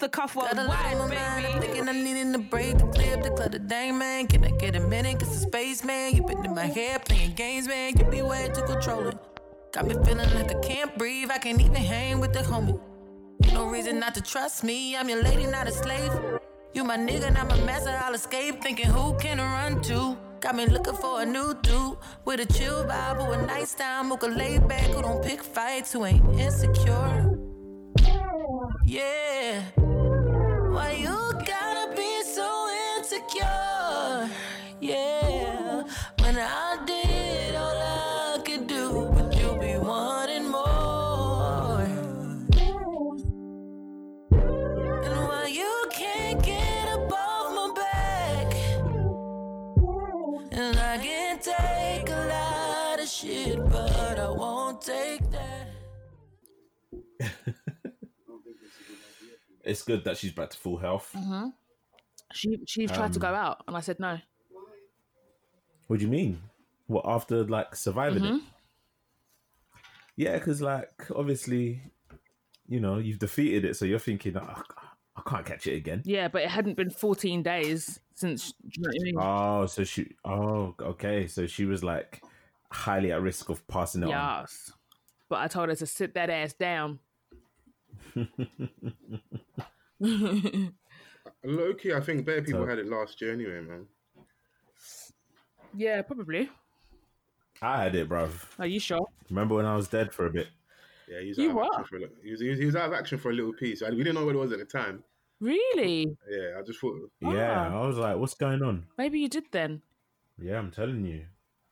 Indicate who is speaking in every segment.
Speaker 1: the cuff
Speaker 2: Got
Speaker 1: world
Speaker 2: a lot
Speaker 1: wide,
Speaker 2: on my mind. I'm
Speaker 1: baby.
Speaker 2: thinking I'm needing a break to clear up the clutter. Dang, man. Can I get a minute? Cause the space, man. You've been in my head playing games, man. You be way too controlling. Got me feeling like I can't breathe. I can't even hang with the homie. Ain't No reason not to trust me. I'm your lady, not a slave. You my nigga, not my master. I'll escape. Thinking who can I run to? Got me looking for a new dude with a chill vibe, who a nice time, who can lay back, who don't pick fights, who ain't insecure. Yeah. Why you gotta be so insecure? Yeah. When I did all I could do, but you be wanting more. And why you can't get above my back? And I can take a lot of shit, but I won't take that.
Speaker 3: It's good that she's back to full health.
Speaker 4: Mm-hmm. She she tried to
Speaker 3: Um,
Speaker 4: go out, and I said no.
Speaker 3: What do you mean? What after like surviving
Speaker 4: Mm-hmm.
Speaker 3: it? Yeah, because like obviously, you know, you've defeated it, so you're thinking, "Oh, I c- I can't catch it again.
Speaker 4: Yeah, but it hadn't been 14 days since. Do you know what I mean?
Speaker 3: Oh, so she. Oh, okay. So she was like highly at risk of passing it on.
Speaker 4: Yes. But I told her to sit that ass down.
Speaker 5: Low key, I think better people
Speaker 3: So-
Speaker 5: had it last year anyway, man.
Speaker 4: Yeah, probably.
Speaker 3: I had it, bruv.
Speaker 4: Are you sure?
Speaker 3: Remember when I was dead for a bit?
Speaker 5: Yeah, he was
Speaker 4: You
Speaker 5: out
Speaker 4: what?
Speaker 5: of action for a little, he, was, he was he was out of action for a little piece. I, we didn't know what it was at the time.
Speaker 4: Really?
Speaker 5: Yeah, I just thought
Speaker 3: Yeah,
Speaker 4: Ah.
Speaker 3: I was like, what's going on?
Speaker 4: Maybe you did then.
Speaker 3: Yeah, I'm telling you,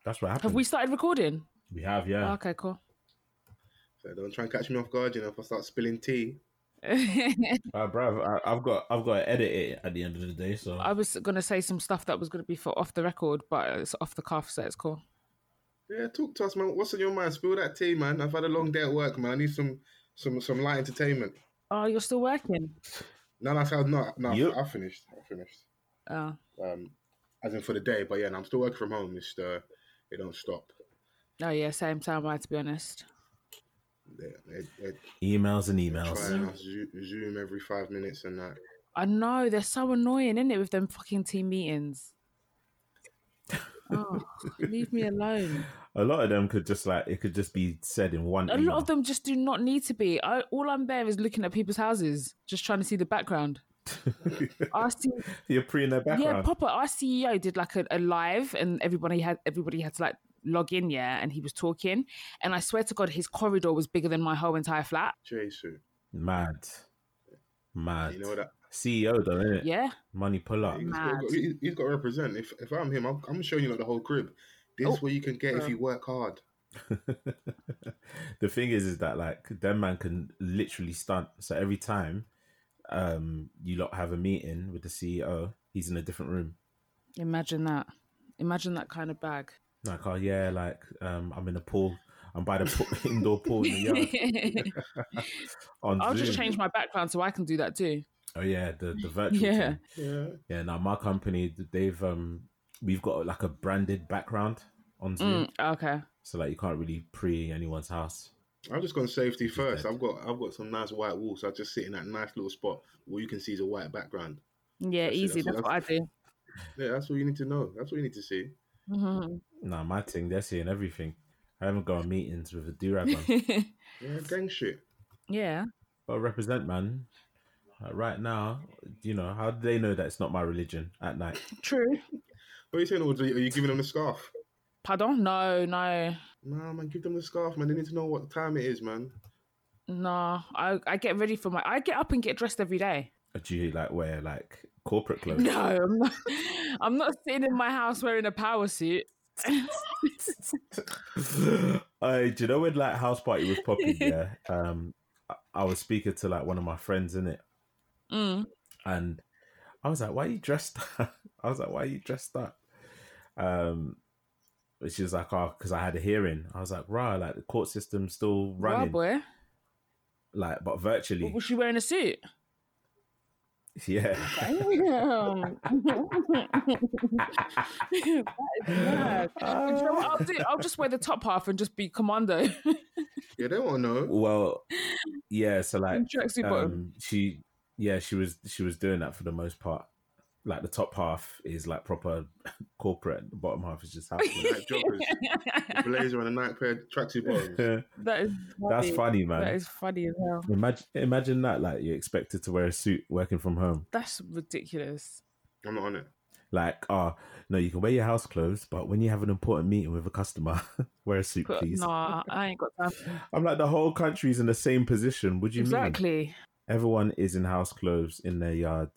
Speaker 3: that's what happened.
Speaker 4: Have we started recording?
Speaker 3: We have, yeah.
Speaker 4: Okay, cool.
Speaker 5: so don't try and catch me off guard, you know, if I start spilling tea.
Speaker 4: I
Speaker 3: Uh, bruv, I, I've got, I've got to edit it at the end of the day. So
Speaker 4: was gonna say some stuff that was gonna be for off the record, but it's off the cuff, so it's cool.
Speaker 5: Yeah, talk to us, man. What's on your mind? Spill that tea, man. I've had a long day at work, man. I need some some some light entertainment.
Speaker 4: Oh, you're still working?
Speaker 5: No, that's how no no
Speaker 3: You-
Speaker 5: I finished. I finished.
Speaker 4: Oh,
Speaker 5: Um as in for the day, but yeah, no, I'm still working from home. It's uh it don't stop.
Speaker 4: oh yeah, same time. I to be honest.
Speaker 5: Yeah, it, it,
Speaker 3: emails and
Speaker 5: try
Speaker 3: emails.
Speaker 5: and zo- zoom every five minutes and that.
Speaker 4: I know they're so annoying, isn't it, with them fucking team meetings? Oh, leave me alone.
Speaker 3: A lot of them could just like it could just be said in one.
Speaker 4: A
Speaker 3: email.
Speaker 4: lot of them just do not need to be. I, all I'm there is looking at people's houses, just trying to see the background. Our C-
Speaker 3: You're pre in their
Speaker 4: yeah,
Speaker 3: background.
Speaker 4: proper. Our CEO did like a, a live, and everybody had everybody had to like log in, yeah, and he was talking. And I swear to God, his corridor was bigger than my whole entire flat.
Speaker 5: Jason.
Speaker 3: Mad, mad.
Speaker 5: You know that
Speaker 3: CEO though, innit?
Speaker 4: Yeah,
Speaker 3: Money pull up.
Speaker 5: he's
Speaker 4: Mad.
Speaker 5: got, he- he's got to represent. If if I'm him, I'm, I'm showing you like the whole crib. This
Speaker 4: Oh.
Speaker 5: is what you can get if you work hard.
Speaker 3: the thing is, is that like them man can literally stunt. So every time, um, you lot have a meeting with the CEO, he's in a different room.
Speaker 4: imagine that. Imagine that kind of bag.
Speaker 3: Like, oh yeah, like um, I'm in a pool. I'm by the pool, indoor pool in the yard. On
Speaker 4: I'll just
Speaker 3: Zoom.
Speaker 4: change my background so I can do that too.
Speaker 3: Oh yeah, the the virtual.
Speaker 4: Yeah.
Speaker 3: thing.
Speaker 5: Yeah.
Speaker 3: Yeah, now my company, they've um, we've got like a branded background on Zoom,
Speaker 4: Mm, okay.
Speaker 3: so like you can't really pre anyone's house.
Speaker 5: I've just gone safety
Speaker 3: Just
Speaker 5: first.
Speaker 3: dead.
Speaker 5: I've got I've got some nice white walls. So I just sit in that nice little spot where you can see is a white background.
Speaker 4: Yeah,
Speaker 5: That's it,
Speaker 4: easy.
Speaker 5: that's it,
Speaker 4: That's what I do.
Speaker 5: Yeah, that's all you need to know. That's what you need to see.
Speaker 4: Mhm.
Speaker 3: Nah, my thing, they're seeing everything. I haven't gone meetings with a do rag on.
Speaker 5: Yeah, gang shit.
Speaker 4: yeah.
Speaker 3: but represent, man. Like, right now, you know how do they know that it's not my religion at night?
Speaker 4: True.
Speaker 5: What are you saying? Audrey? Are you giving them the scarf?
Speaker 4: Pardon? No, no,
Speaker 5: Nah, man, give them the scarf, man. They need to know what time it is, man.
Speaker 4: no. I, I get ready for my. I get up and get dressed every day.
Speaker 3: Or do you like wear like corporate clothes?
Speaker 4: No, I'm not, I'm not sitting in my house wearing a power suit. Mm.
Speaker 3: uh, do you know when like house party was popping? Yeah, um, I, I was speaking to like one of my friends in it,
Speaker 4: Mm.
Speaker 3: and I was like, "Why are you dressed up?" I was like, "Why are you dressed up?" Um, but she was like, "Oh, because I had a hearing." I was like, "Rah, like the court system's still
Speaker 4: Wow,
Speaker 3: running,
Speaker 4: boy.
Speaker 3: like but virtually,
Speaker 4: Was she wearing a suit?
Speaker 3: yeah."
Speaker 4: Damn. that is mad. Do you know what
Speaker 3: Ah.
Speaker 4: I'll do? I'll just wear the top half and just be commando.
Speaker 5: Yeah, they want to know.
Speaker 3: well, yeah. So like,
Speaker 4: Tracksuit bottom.
Speaker 3: um, she yeah, she was she was doing that for the most part. Like the top half is like proper corporate, the bottom half is just house.
Speaker 5: Like joggers, blazer and a night pair of tracksuit bottoms.
Speaker 4: That is
Speaker 3: That's funny, man.
Speaker 4: That is funny as hell.
Speaker 3: Imagine, imagine that. Like you're expected to wear a suit working from home.
Speaker 4: That's ridiculous.
Speaker 5: I'm not on it.
Speaker 3: Like, ah, no, you can wear your house clothes, but when you have an important meeting with a customer, wear a suit,
Speaker 4: But
Speaker 3: please.
Speaker 4: nah, I ain't got time. for that.
Speaker 3: I'm like, the whole country's in the same position. Would you mean?
Speaker 4: Exactly.
Speaker 3: Everyone is in house clothes in their yard,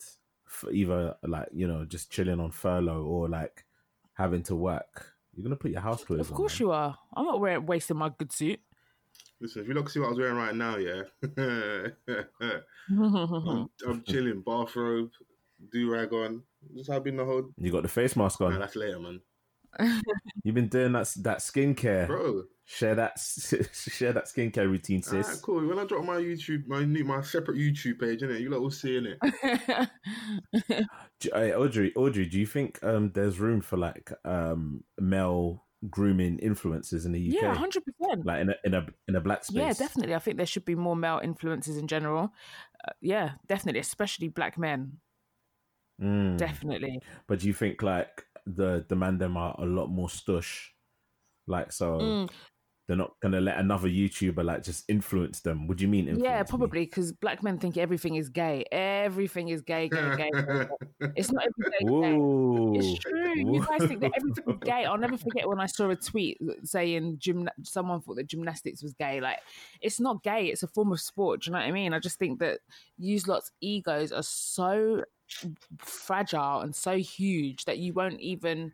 Speaker 3: for either like you know just chilling on furlough or like having to work. You're gonna put your house clothes.
Speaker 4: Of course you are. I'm not wearing wasting my good suit.
Speaker 5: Listen, if you look see what I was wearing right now, yeah,
Speaker 3: Mm.
Speaker 5: I'm, I'm
Speaker 3: Hmm.
Speaker 5: chilling, bathrobe, do rag on, just having the whole.
Speaker 3: You got the face mask
Speaker 5: Nah,
Speaker 3: on.
Speaker 5: that's later, man,
Speaker 3: You've been doing that that skincare.
Speaker 5: bro.
Speaker 3: Share that share that skincare routine, sis.
Speaker 5: Alright, cool. When I drop my YouTube, my new, my separate YouTube page, innit? You lot will see innit?
Speaker 3: Do- Hey, Audrey, Audrey, do you think um, there's room for like um, male grooming influences in the UK?
Speaker 4: yeah, hundred percent.
Speaker 3: Like in a, in a in a black space.
Speaker 4: Yeah, definitely. I think there should be more male influences in general. Uh, yeah, definitely, especially black men.
Speaker 3: Mm.
Speaker 4: Definitely.
Speaker 3: But do you think like the the man them are a lot more stush? Like so,
Speaker 4: Mm.
Speaker 3: they're not gonna let another YouTuber like just influence them. Would you mean? Influence
Speaker 4: Yeah,
Speaker 3: me?
Speaker 4: probably because black men think everything is gay. Everything is gay, gay, gay. gay. it's not everything gay.
Speaker 3: Ooh.
Speaker 4: It's true. You guys think that everything's gay. I'll never forget when I saw a tweet saying gymna- someone thought that gymnastics was gay. Like, it's not gay. It's a form of sport. Do you know what I mean? I just think that use lots egos are so fragile and so huge that you won't even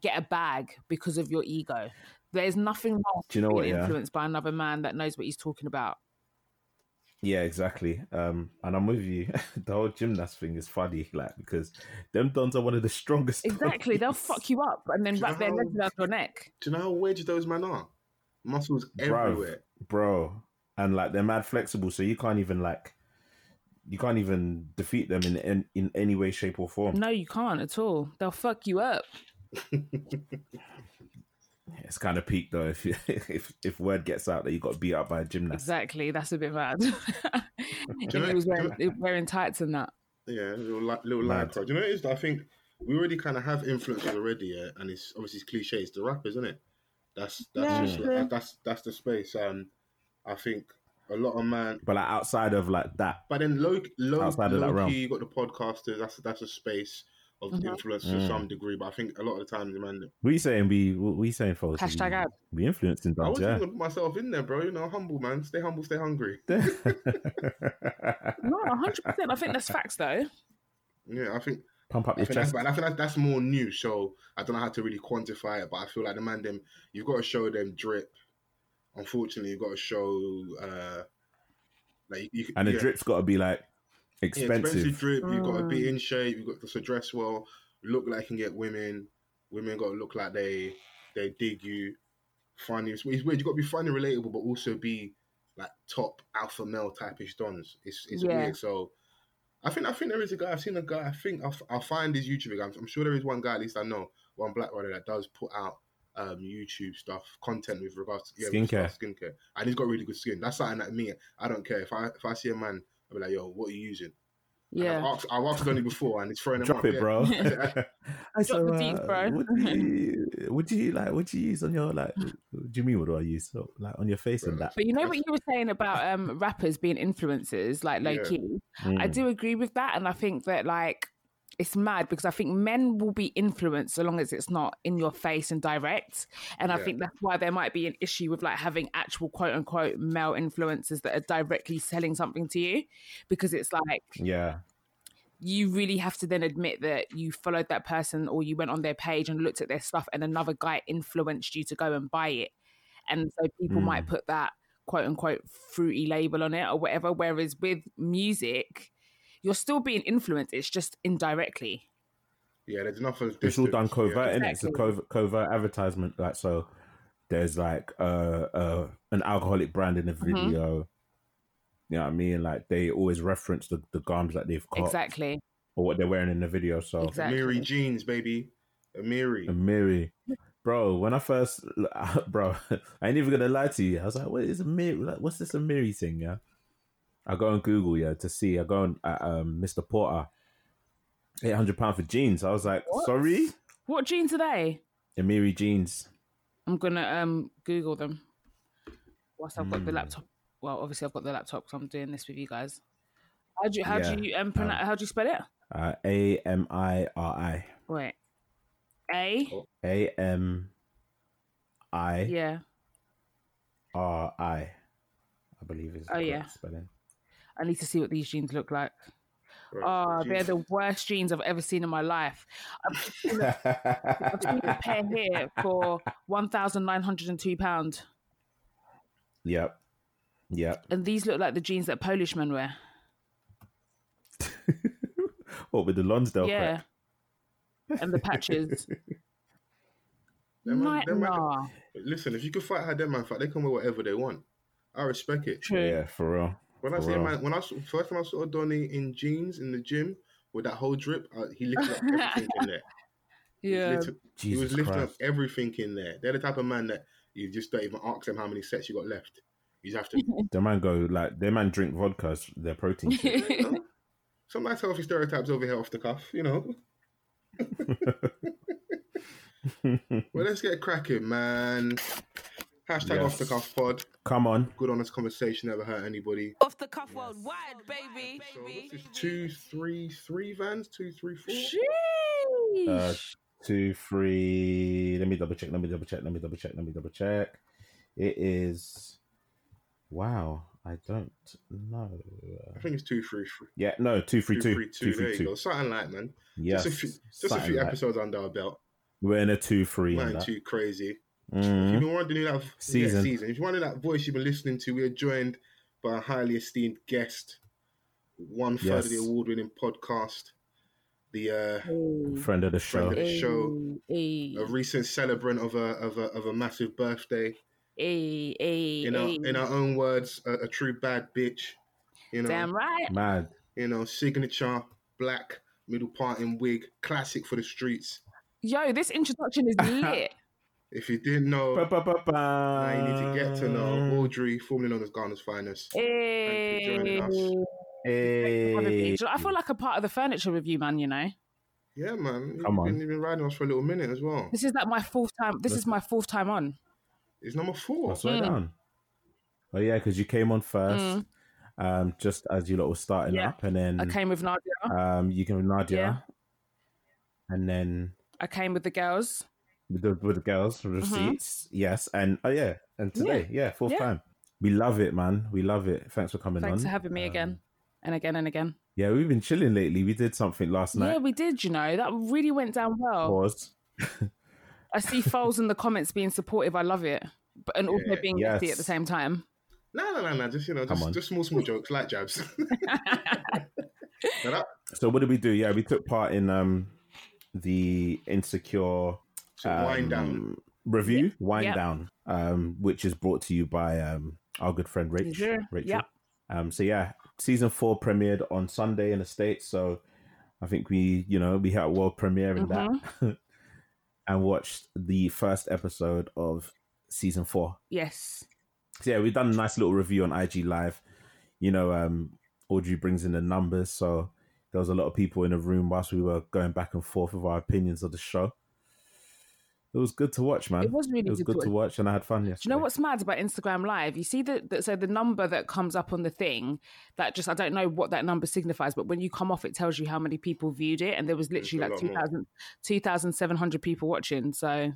Speaker 4: get a bag because of your ego. There's nothing wrong
Speaker 3: Do you know
Speaker 4: with
Speaker 3: what,
Speaker 4: being
Speaker 3: yeah?
Speaker 4: influenced by another man that knows what he's talking about.
Speaker 3: Yeah, exactly. Um, and I'm with you. the whole gymnast thing is funny, like because them dons are one of the strongest.
Speaker 4: Exactly. They'll fuck you up and then
Speaker 5: Do you
Speaker 4: wrap their
Speaker 5: know
Speaker 4: legs
Speaker 5: how-
Speaker 4: around your neck.
Speaker 5: Do you know how wedged those men are? Muscles
Speaker 3: Bruv.
Speaker 5: everywhere.
Speaker 3: bro and like they're mad flexible so you can't even like you can't even defeat them in in, in any way shape or form
Speaker 4: No, you can't at all. They'll fuck you up.
Speaker 3: it's kind of peak though if you, if if word gets out that you got beat up by a gymnast
Speaker 4: Exactly, that's a bit mad. And
Speaker 5: know-
Speaker 4: he was
Speaker 5: do you
Speaker 4: wearing, wearing tights and that.
Speaker 5: Yeah, little li- little line
Speaker 3: Mad.
Speaker 5: crowd. You know what it is? though? I think we already kind of have influences already, yeah. And it's obviously it's cliche. It's the rappers, isn't it? That's that's
Speaker 4: Yeah,
Speaker 5: just,
Speaker 4: true.
Speaker 5: that's that's the space. Um, I think a lot of man.
Speaker 3: but like outside of like that
Speaker 5: But then low low,
Speaker 3: Outside of that
Speaker 5: low
Speaker 3: realm.
Speaker 5: key, you got the podcasters. That's that's a space of
Speaker 4: Mhm.
Speaker 5: influence to
Speaker 3: Mm.
Speaker 5: some degree. But I think a lot of the times, man,
Speaker 3: we saying we we saying folks
Speaker 4: Hashtag
Speaker 3: we,
Speaker 4: ad.
Speaker 3: we influencing
Speaker 5: I
Speaker 3: dons
Speaker 5: wasn't
Speaker 3: yeah
Speaker 5: even gonna put myself in there, bro. You know, humble man. Stay humble, stay hungry.
Speaker 4: No, hundred percent. I think that's facts though.
Speaker 5: Yeah, I think
Speaker 3: pump up
Speaker 5: I
Speaker 3: your
Speaker 5: think, that's,
Speaker 3: chest
Speaker 5: but I think that's, that's more new. So I don't know how to really quantify it, but I feel like the man them you've got to show them drip. Unfortunately, you've got to show uh like you,
Speaker 3: and the
Speaker 5: yeah,
Speaker 3: drip's got to be like
Speaker 5: yeah,
Speaker 3: expensive
Speaker 5: drip. You've got to be
Speaker 4: Mm.
Speaker 5: in shape. You've got to so dress well, look like you can get women. Women got to look like they they dig you. Funny, it's, it's weird. You got to be funny, relatable, but also be like top alpha male typeish dons. It's it's
Speaker 4: Yeah.
Speaker 5: weird. So I think I think there is a guy. I've seen a guy. I think I'll, I'll find his YouTube guy. I'm, I'm sure there is one guy at least I know, one black brother that does put out um YouTube stuff, content with regards to yeah, with
Speaker 3: Skincare.
Speaker 5: stuff, skincare, and he's got really good skin. That's something that me. I don't care if I if I see a man, I'll be like, yo, what are you using? And
Speaker 4: Yeah,
Speaker 5: I've asked, I've asked Donny before, and it's throwing him
Speaker 3: Drop
Speaker 5: up,
Speaker 3: it,
Speaker 5: yeah.
Speaker 3: bro. I
Speaker 4: Drop the beats, bro.
Speaker 3: What do, you, what do you like? What do you use on your like? What do you mean? What do I use? So, like on your face and that.
Speaker 4: but you know what you were saying about um rappers being influencers, like low
Speaker 5: Yeah. Mm.
Speaker 4: key. I
Speaker 3: Mm.
Speaker 4: do agree with that, and I think that like it's mad because I think men will be influenced so long as it's not in your face and direct. And I
Speaker 5: Yeah.
Speaker 4: think that's why there might be an issue with like having actual quote unquote male influencers that are directly selling something to you because it's like
Speaker 3: Yeah.
Speaker 4: you really have to then admit that you followed that person or you went on their page and looked at their stuff and another guy influenced you to go and buy it. And so people might
Speaker 3: Mm.
Speaker 4: put that quote unquote fruity label on it or whatever. Whereas with music, you're still being influenced, it's just indirectly.
Speaker 5: Yeah, there's enough of
Speaker 3: it's all done
Speaker 5: distance,
Speaker 3: covert, and It's a
Speaker 4: Exactly.
Speaker 3: covert, covert advertisement. Like so, there's like uh, uh, an alcoholic brand in the
Speaker 4: Mm-hmm.
Speaker 3: video. You know what I mean? Like they always reference the, the garms that they've got
Speaker 4: Exactly.
Speaker 3: or what they're wearing in the video. So
Speaker 5: Yeah.
Speaker 4: Exactly.
Speaker 5: Amiri jeans, baby. Amiri.
Speaker 3: Amiri, bro, when I first, bro, I ain't even gonna lie to you. I was like, what is Amiri? Like, what's this Amiri thing? Yeah, I go on Google, yeah, to see. I go on uh, um, Mr. Porter, eight hundred pound for jeans. I was like,
Speaker 4: What?
Speaker 3: sorry,
Speaker 4: What jeans are they?
Speaker 3: Emiri jeans.
Speaker 4: I'm gonna um Google them. Whilst I've got the
Speaker 3: Mm.
Speaker 4: laptop. Well, obviously I've got the laptop because I'm doing this with you guys. How do you how
Speaker 3: Yeah,
Speaker 4: do you um, pronounce, how do you spell it?
Speaker 3: Uh, A M I R I.
Speaker 4: Wait. A
Speaker 3: A M I
Speaker 4: yeah.
Speaker 3: R I. I believe is the
Speaker 4: Oh,
Speaker 3: correct
Speaker 4: yeah.
Speaker 3: spelling.
Speaker 4: I need to see what these jeans look like.
Speaker 5: Bro,
Speaker 4: Oh,
Speaker 5: jeans-
Speaker 4: they're the worst jeans I've ever seen in my life. I've seen a pair here for one thousand nine hundred and two pound,
Speaker 3: yep. Yep.
Speaker 4: and these look like the jeans that Polish men wear.
Speaker 3: What with the Lonsdale
Speaker 4: yeah,
Speaker 3: crack?
Speaker 4: and the patches.
Speaker 5: Them man-
Speaker 4: Night,
Speaker 5: them man-
Speaker 4: nah.
Speaker 5: Listen, if you can fight how them man fight, they can wear whatever they want. I respect it.
Speaker 4: True.
Speaker 3: Yeah, for real.
Speaker 5: When I
Speaker 3: For
Speaker 5: say
Speaker 3: real.
Speaker 5: man, when I saw, first time I saw Donny in jeans in the gym with that whole drip, uh, he lifted up everything in there. He
Speaker 4: Yeah.
Speaker 5: lifted- he
Speaker 3: Jesus
Speaker 5: was lifting
Speaker 3: Christ.
Speaker 5: up everything in there. They're the type of man that you just don't even ask them how many sets you got left. You just have to.
Speaker 3: The man go like their man drink vodka as their protein. shake.
Speaker 5: you know? Some nice healthy stereotypes over here off the cuff, you know. well, let's get cracking, man. Hashtag
Speaker 3: Yes.
Speaker 5: off the cuff pod.
Speaker 3: Come on.
Speaker 5: Good honest conversation, never hurt anybody.
Speaker 2: Off the cuff worldwide, baby.
Speaker 5: So what's this? Two, three, three vans, two, three, four.
Speaker 4: Sheesh.
Speaker 3: Uh, two, three. Let me double check. Let me double check. Let me double check. Let me double check. It is. Wow, I don't know.
Speaker 5: I think it's two, three, three.
Speaker 3: Yeah, no, two, three,
Speaker 5: Two,
Speaker 3: two,
Speaker 5: three, two.
Speaker 3: two,
Speaker 5: there
Speaker 3: three,
Speaker 5: you go.
Speaker 3: two.
Speaker 5: Something like man.
Speaker 3: Yes,
Speaker 5: Just a few, just a
Speaker 3: something
Speaker 5: few
Speaker 3: like-
Speaker 5: episodes under our belt.
Speaker 3: We're in a two, three. on
Speaker 5: Nothing
Speaker 3: that.
Speaker 5: too crazy. If
Speaker 3: Mhm.
Speaker 5: you've been wondering that yeah,
Speaker 3: Season.
Speaker 5: season. If you're wondering that voice you've been listening to, we're joined by a highly esteemed guest, one third of the
Speaker 3: Yes.
Speaker 5: award-winning podcast, the uh,
Speaker 3: Friend of the
Speaker 5: Friend
Speaker 3: show.
Speaker 5: of the show.
Speaker 4: Hey,
Speaker 5: a recent celebrant of a of a of a massive birthday.
Speaker 4: hey, hey,
Speaker 5: In our
Speaker 4: hey.
Speaker 5: in our own words, a, a true bad bitch. You know,
Speaker 4: Damn right.
Speaker 3: Mad.
Speaker 5: you know, signature black middle part in wig, classic for the streets.
Speaker 4: Yo, this introduction is lit.
Speaker 5: If you didn't know,
Speaker 3: Ba, ba, ba, ba.
Speaker 5: now you need to get to know Audrey, formerly known as Ghana's finest.
Speaker 4: hey.
Speaker 5: you for joining us.
Speaker 3: Hey.
Speaker 4: I feel like a part of the furniture with you, man. You know,
Speaker 5: Yeah,
Speaker 3: Come
Speaker 5: man. you've
Speaker 3: on.
Speaker 5: been, you've been riding us for a little minute as well.
Speaker 4: this is like my fourth time. This is my fourth time on.
Speaker 5: It's number
Speaker 3: I
Speaker 5: four.
Speaker 3: swear
Speaker 4: Mm.
Speaker 3: down. Oh yeah, because you came on first,
Speaker 4: Mm.
Speaker 3: um, just as you lot were starting
Speaker 4: Yeah.
Speaker 3: up, and then
Speaker 4: I came with Nadia.
Speaker 3: um, you came with Nadia, and then
Speaker 4: I came with the girls.
Speaker 3: with the, with the girls with the
Speaker 4: Mhm.
Speaker 3: seats, yes, and oh yeah, and
Speaker 4: Yeah.
Speaker 3: today, yeah, fourth
Speaker 4: Yeah.
Speaker 3: time. We love it, man. We love it. Thanks for coming on.
Speaker 4: Thanks for having me
Speaker 3: Um,
Speaker 4: again and again and again.
Speaker 3: Yeah, we've been chilling lately. We did something last
Speaker 4: Yeah,
Speaker 3: night.
Speaker 4: we did. You know, that really went down well.
Speaker 3: Pause.
Speaker 4: I see Foles in the comments being supportive. I love it, but and also
Speaker 5: Yeah.
Speaker 4: being
Speaker 3: Yes.
Speaker 4: lefty at the same time.
Speaker 5: No, no, no, no. Just you know,
Speaker 3: Come
Speaker 5: just,
Speaker 3: on.
Speaker 5: just small, small jokes like jabs. Now that-
Speaker 3: So what did we do? Yeah, we took part in um the insecure
Speaker 5: so wind down.
Speaker 3: um, review wind
Speaker 4: Yep.
Speaker 3: down um which is brought to you by um our good friend Rach,
Speaker 4: Sure.
Speaker 3: Rachel
Speaker 4: Yep.
Speaker 3: um so yeah season 4 premiered on Sunday in the states so I think we you know we had a world premiere in
Speaker 4: Mm-hmm.
Speaker 3: that and watched the first episode of season 4
Speaker 4: Yes.
Speaker 3: so yeah, we've done a nice little review on IG Live. You know, um, Audrey brings in the numbers, so there was a lot of people in the room whilst we were going back and forth with our opinions of the show. It was good to watch, man.
Speaker 4: It was really
Speaker 3: It was
Speaker 4: good
Speaker 3: good
Speaker 4: to
Speaker 3: to watch, and I had fun yesterday.
Speaker 4: Do you know what's mad about Instagram Live? You see the, the so the number that comes up on the thing that just I don't know what that number signifies, but when you come off, it tells you how many people viewed it, and there was
Speaker 5: It's a
Speaker 4: literally like
Speaker 5: lot more.
Speaker 4: 2,000 2,700 people watching. So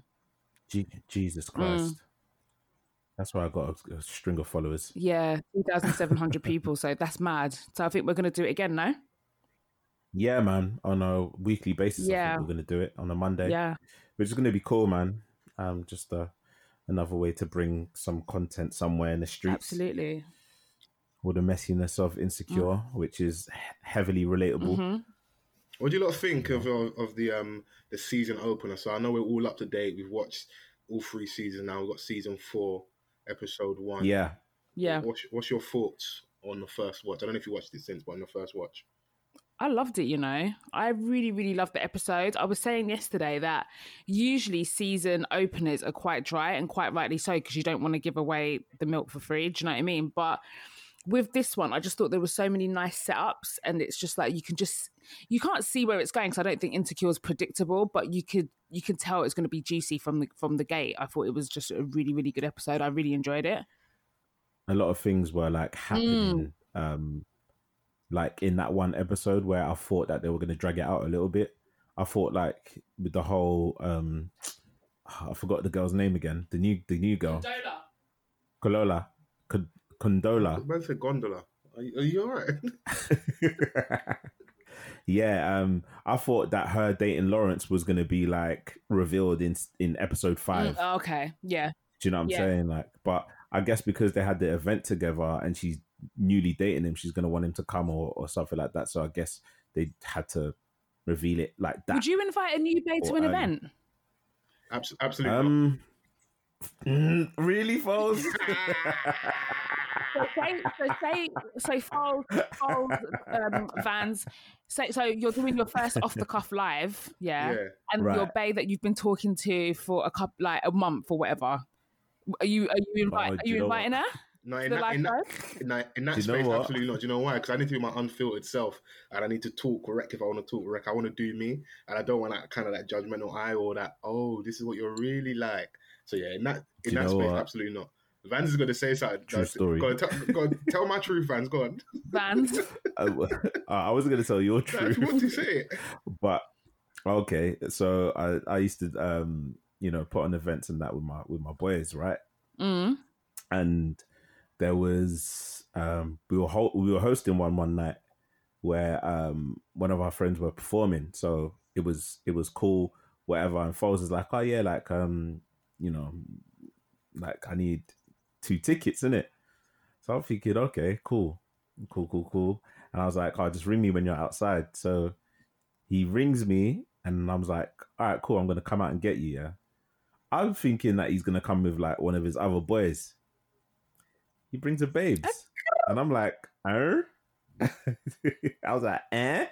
Speaker 3: Je- Jesus
Speaker 4: Mm.
Speaker 3: Christ. That's why I got a, a string of followers.
Speaker 4: yeah, two thousand seven hundred people. So that's mad. So I think we're gonna do it again, no?
Speaker 3: Yeah, man. On a weekly basis, I
Speaker 4: Yeah.
Speaker 3: think we're going to do it on a Monday,
Speaker 4: Yeah,
Speaker 3: which is going to be cool, man. Um, just uh, another way to bring some content somewhere in the streets.
Speaker 4: absolutely.
Speaker 3: or the messiness of Insecure, which is he- heavily relatable.
Speaker 4: hmm
Speaker 5: What do you lot think of, of of the um the season opener? So I know we're all up to date. We've watched all three seasons now. We've got season four, episode one.
Speaker 3: Yeah,
Speaker 4: Yeah,
Speaker 5: What's, what's your thoughts on the first watch? I don't know if you watched it since, but on the first watch,
Speaker 4: I loved it, you know. I really, really loved the episodes. I was saying yesterday that usually season openers are quite dry and quite rightly so because you don't want to give away the milk for free. Do you know what I mean? But with this one, I just thought there were so many nice setups, and it's just like you can just you can't see where it's going because I don't think Insecure is predictable, but you could you can tell it's going to be juicy from the from the gate. I thought it was just a really really good episode. I really enjoyed it.
Speaker 3: a lot of things were like happening um like in that one episode where i thought that they were going to drag it out a little bit i thought like with the whole um i forgot the girl's name again the new the new girl Colola, Con- Condola.
Speaker 5: Man said gondola. Are you, are you all right?
Speaker 3: yeah, um, I thought that her dating Lawrence was gonna be like revealed in in episode five.
Speaker 4: Mm, okay, yeah,
Speaker 3: Do you know what I'm
Speaker 4: Yeah.
Speaker 3: saying? Like, but I guess because they had the event together and she's newly dating him, she's gonna want him to come or, or something like that. So I guess they had to reveal it like that.
Speaker 4: Would you invite a new babe to
Speaker 3: Or,
Speaker 4: an
Speaker 3: um,
Speaker 4: event?
Speaker 5: Abs- absolutely. not.
Speaker 3: um, mm, really, false?
Speaker 4: So say, so say, so Foles, Foles, um, Vans. So, so you're doing your first off the cuff live, yeah,
Speaker 5: Yeah.
Speaker 4: and your
Speaker 3: Right.
Speaker 4: babe that you've been talking to for a couple, like a month or whatever. Are you are you
Speaker 3: Oh,
Speaker 4: inviting
Speaker 3: do
Speaker 4: are
Speaker 3: you
Speaker 4: you
Speaker 3: know
Speaker 4: inviting her?
Speaker 5: No, in
Speaker 4: the
Speaker 5: that, in that,
Speaker 4: lifeguard?
Speaker 5: in that, in that
Speaker 3: Do you know
Speaker 5: space,
Speaker 3: what?
Speaker 5: absolutely not. Do you know why? Because I need to be my unfiltered self, and I need to talk wreck if I want to talk wreck. I want to do me, and I don't want that kind of that judgmental eye or that. Oh, this is what you're really like. So yeah, in that
Speaker 3: Do
Speaker 5: in
Speaker 3: you
Speaker 5: that
Speaker 3: know
Speaker 5: space,
Speaker 3: what?
Speaker 5: absolutely not. Vans is going to say something.
Speaker 3: True
Speaker 5: Guys,
Speaker 3: story.
Speaker 5: Go on, tell, go on, tell my truth, Vans. Go on.
Speaker 4: Vans.
Speaker 3: I, uh, I was gonna tell your
Speaker 5: Like, what
Speaker 3: truth.
Speaker 5: do you say?
Speaker 3: but okay so i i used to um you know put on events and that with my with my boys right
Speaker 4: Mm.
Speaker 3: and there was um we were ho- we were hosting one one night where um one of our friends were performing so it was it was cool whatever and Foles is like oh yeah like um you know like i need two tickets in it so i'm thinking okay cool cool cool cool and i was like oh just ring me when you're outside so he rings me and i was like all right cool i'm gonna come out and get you yeah i'm thinking that he's gonna come with like one of his other boys he brings a babes and i'm like er? i was like eh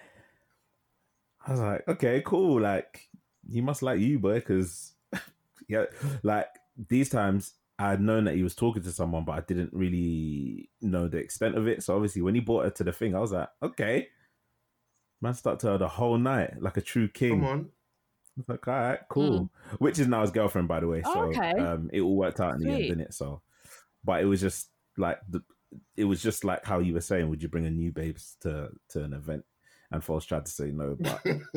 Speaker 3: i was like okay cool like he must like you boy because yeah like these times i had known that he was talking to someone but i didn't really know the extent of it so obviously when he brought her to the thing i was like okay man stuck to her the whole night like a true king
Speaker 5: Come on.
Speaker 3: I was like, all right, cool. Which is now his girlfriend, by the way.
Speaker 4: Mm. Oh,
Speaker 3: So
Speaker 4: okay.
Speaker 3: um, it all worked out in the end,
Speaker 4: Sweet.
Speaker 3: didn't it? So, but it was just like the, it was just like how you were saying. Would you bring a new babes to to an event? And False tried to say no, but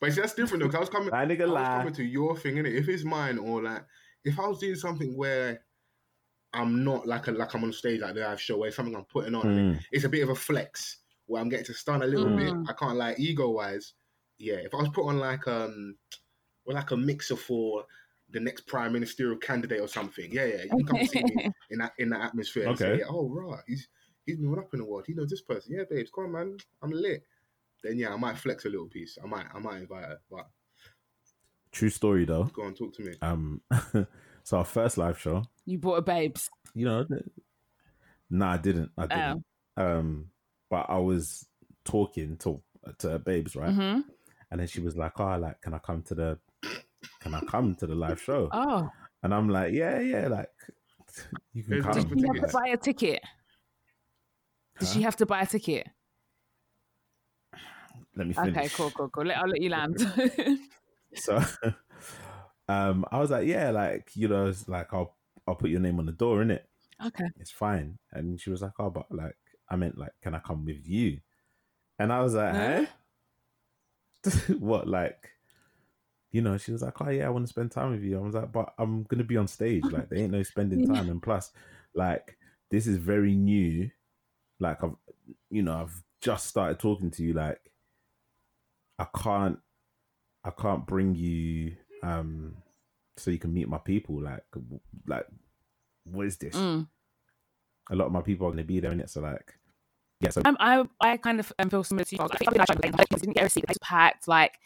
Speaker 5: but see, that's different though. 'cause I was coming.
Speaker 3: that nigga
Speaker 5: I was
Speaker 3: lie.
Speaker 5: coming to your thing, innit? If it's mine or like if I was doing something where I'm not like a like I'm on stage like the live show where it's something I'm putting on, innit?
Speaker 3: Mm,
Speaker 5: it's a bit of a flex where I'm getting to stun a little bit.
Speaker 4: Mm.
Speaker 5: I can't like ego wise. Yeah, if I was put on like um well like a mixer for the next prime ministerial candidate or something, yeah, yeah, you can come see me in that in that atmosphere. And say,
Speaker 3: Okay.
Speaker 5: yeah, oh right, he's he's moving up in the world. He knows this person. Yeah, babes, come on, man, I'm lit. Then yeah, I might flex a little piece. I might I might invite her, but
Speaker 3: true story though.
Speaker 5: go on, talk to me.
Speaker 3: Um, so our first live show,
Speaker 4: You bought a babes.
Speaker 3: you know, th- nah, I didn't.
Speaker 4: Oh.
Speaker 3: I didn't. Um, but I was talking to to her babes, right?
Speaker 4: hmm
Speaker 3: And then she was like, "Oh, like, can I come to the, can I come to the live show?"
Speaker 4: Oh,
Speaker 3: And I'm like, yeah, yeah, like you can
Speaker 5: There's
Speaker 3: come.
Speaker 5: just
Speaker 4: did you have to
Speaker 5: Tickets.
Speaker 4: buy a ticket? Did she
Speaker 3: Huh?
Speaker 4: have to buy a ticket?
Speaker 3: Let me finish.
Speaker 4: Okay, cool, cool, cool. Let, I'll let you land.
Speaker 3: So, um, I was like, yeah, like you know, it's like I'll I'll put your name on the door, innit?
Speaker 4: okay.
Speaker 3: It's fine. And she was like, oh, but like I meant like, can I come with you? And I was like,
Speaker 4: Huh?
Speaker 3: huh? what, like? You know, she was like, "Oh yeah, I want to spend time with you." I was like, "But I'm gonna be on stage. Like, there ain't no spending time, and plus, like, this is very new. Like, I've, you know, I've just started talking to you. Like, I can't I can't bring you um so you can meet my people like w- like what is this?
Speaker 4: Mm.
Speaker 3: A lot of my people are going to be there in it so like yeah so
Speaker 4: Um, I I kind of um, feel similar to you. Like, I think I tried to blame the host. He didn't get her a seat. It was packed. Like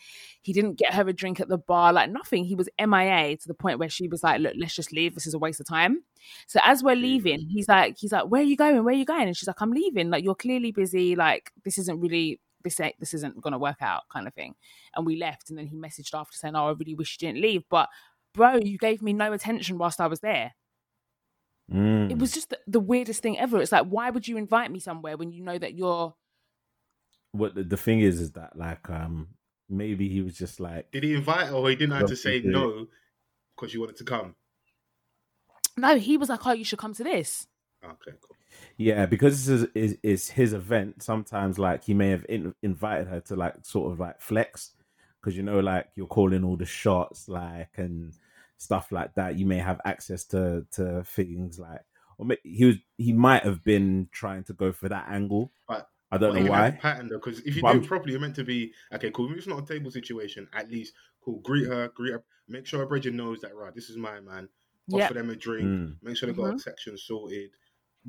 Speaker 4: he didn't get her a drink at the bar. Like nothing. He was MIA to the point where she was like, "Look, let's just leave. This is a waste of time." So as we're leaving, he's like, "He's like, where are you going? Where are you going?" And she's like, "I'm leaving. Like you're clearly busy. Like this isn't really." This, ain't, this isn't gonna work out, kind of thing. And we left, and then he messaged after saying, "Oh, I really wish you didn't leave, but bro, you gave me no attention whilst I was there."
Speaker 3: Mm.
Speaker 4: It was just the, the weirdest thing ever. It's like, why would you invite me somewhere when you know that you're
Speaker 3: what the, the thing is is that like um maybe he was just like
Speaker 5: Did he invite her or he didn't have to say
Speaker 3: Yeah.
Speaker 5: no because you wanted to come?
Speaker 4: No, he was like, "Oh, you should come to this."
Speaker 5: Okay, cool.
Speaker 3: yeah because this is, is is his event sometimes like he may have in, invited her to like sort of like flex because you know like you're calling all the shots like and stuff like that you may have access to to things like or may, he was he might have been trying to go for that angle
Speaker 5: Right.
Speaker 3: i don't
Speaker 5: But
Speaker 3: know
Speaker 5: you have
Speaker 3: why
Speaker 5: a pattern though, because if you
Speaker 3: But
Speaker 5: do
Speaker 3: I'm-
Speaker 5: it properly, you're meant to be okay. Cool. If it's not a table situation, at least cool. Greet her, greet her. Make sure her bridger knows that right. This is my man. Offer
Speaker 4: Yeah,
Speaker 5: them a drink.
Speaker 3: Mm.
Speaker 5: Make sure they got a section sorted.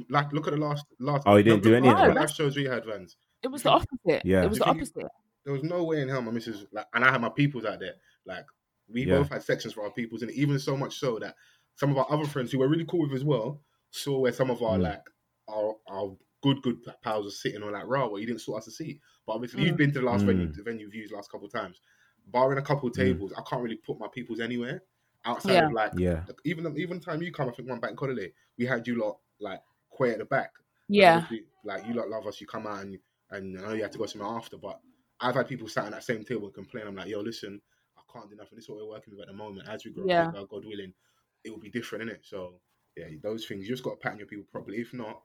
Speaker 5: Like, look at the last last.
Speaker 3: Oh, he didn't
Speaker 5: look-
Speaker 3: do
Speaker 5: look
Speaker 3: any
Speaker 5: at
Speaker 4: of
Speaker 5: the
Speaker 4: that.
Speaker 5: last shows we had, Vans.
Speaker 4: it was the opposite.
Speaker 3: Yeah.
Speaker 4: it was the
Speaker 5: If you-
Speaker 4: opposite.
Speaker 5: There was no way in hell my missus like, and I had my peoples out there. Like, we
Speaker 3: Yeah.
Speaker 5: both had sections for our peoples, and even so much so that some of our other friends who were really cool with as well saw where some of our
Speaker 3: Mm.
Speaker 5: like our our good good pals were sitting on like raw where you didn't sort us a seat. But obviously, you've been to the last
Speaker 3: Mm.
Speaker 5: venue the venue views last couple of times. Barring a couple of
Speaker 3: Mm.
Speaker 5: tables, I can't really put my peoples anywhere outside
Speaker 4: Yeah.
Speaker 5: of like
Speaker 3: yeah
Speaker 5: even the- even the time you come, I think one bank holiday, we had you lot like quay at the back. And
Speaker 4: Yeah,
Speaker 5: obviously, like you lot love us, you come out and and I know you had to go somewhere after, but I've had people sat on that same table and complain. I'm like, yo, listen, I can't do nothing. This is what we're working with at the moment. As we grow
Speaker 4: Yeah.
Speaker 5: bigger, God willing, it will be different, innit? So yeah, those things you just got to pattern your people properly. If not,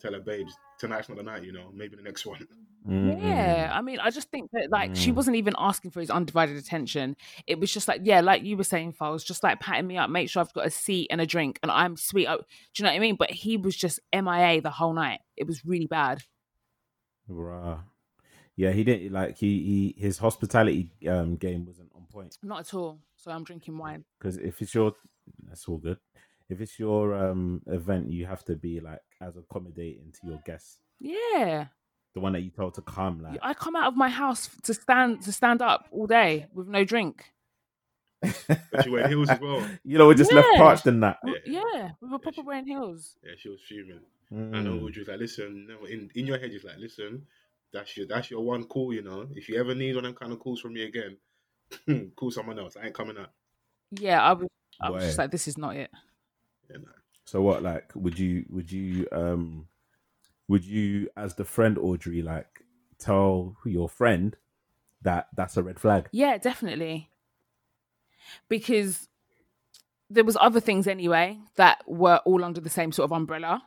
Speaker 5: tell her, babes, tonight's not the night. You know, maybe the next one.
Speaker 3: Mm,
Speaker 4: yeah. I mean, I just think that like she
Speaker 3: Mm.
Speaker 4: wasn't even asking for his undivided attention. It was just like, yeah, like you were saying, Files, just like patting me up, make sure I've got a seat and a drink, and I'm sweet. Oh, do you know what I mean? But he was just MIA the whole night. It was really bad.
Speaker 3: mm. Rah. yeah he didn't like he, he his hospitality um game wasn't on point
Speaker 4: Not at all. So I'm drinking wine.
Speaker 3: because if it's your that's all good if it's your um event you have to be like as accommodating to your guests
Speaker 4: Yeah,
Speaker 3: the one that you told to come like
Speaker 4: I come out of my house to stand to stand up all day with no drink.
Speaker 5: But she wearing heels as well.
Speaker 3: you know we're just left
Speaker 4: Yeah.
Speaker 3: parched in that
Speaker 4: Yeah,
Speaker 5: Yeah.
Speaker 4: we were proper wearing heels.
Speaker 5: Yeah, she was fuming. I
Speaker 4: Hmm.
Speaker 5: know
Speaker 3: Mm.
Speaker 5: Audrey was like, listen, no, in, in your head, it's like, listen, that's your that's your one call, you know. If you ever need one of them kind of calls from me again, call someone else. I ain't coming out.
Speaker 4: Yeah, I was. I was just
Speaker 3: Why?
Speaker 4: like, this is not it.
Speaker 5: Yeah, nah.
Speaker 3: so what like would you would you um would you as the friend audrey like tell your friend that that's a red flag
Speaker 4: Yeah, definitely. Because there was other things anyway that were all under the same sort of umbrella.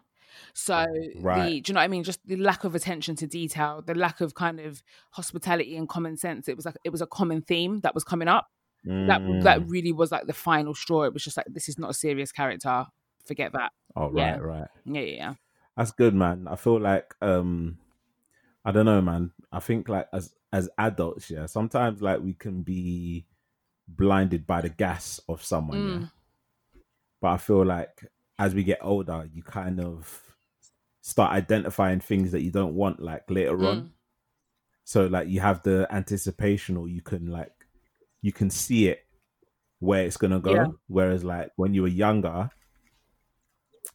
Speaker 4: So the
Speaker 3: Right.
Speaker 4: do you know what I mean? Just the lack of attention to detail, the lack of kind of hospitality and common sense. It was like it was a common theme that was coming up. That that
Speaker 3: Mm.
Speaker 4: really was like the final straw. It was just like this is not a serious character. Forget that.
Speaker 3: oh right
Speaker 4: yeah.
Speaker 3: right
Speaker 4: Yeah, yeah, yeah.
Speaker 3: That's good, man. I feel like um I don't know, man. I think like as as adults, yeah, sometimes like we can be blinded by the gas of someone, yeah.
Speaker 4: Mm.
Speaker 3: But I feel like as we get older, you kind of start identifying things that you don't want like later on. So like you have the anticipation or you can like you can see it where it's gonna go.
Speaker 4: Yeah.
Speaker 3: Whereas like when you were younger,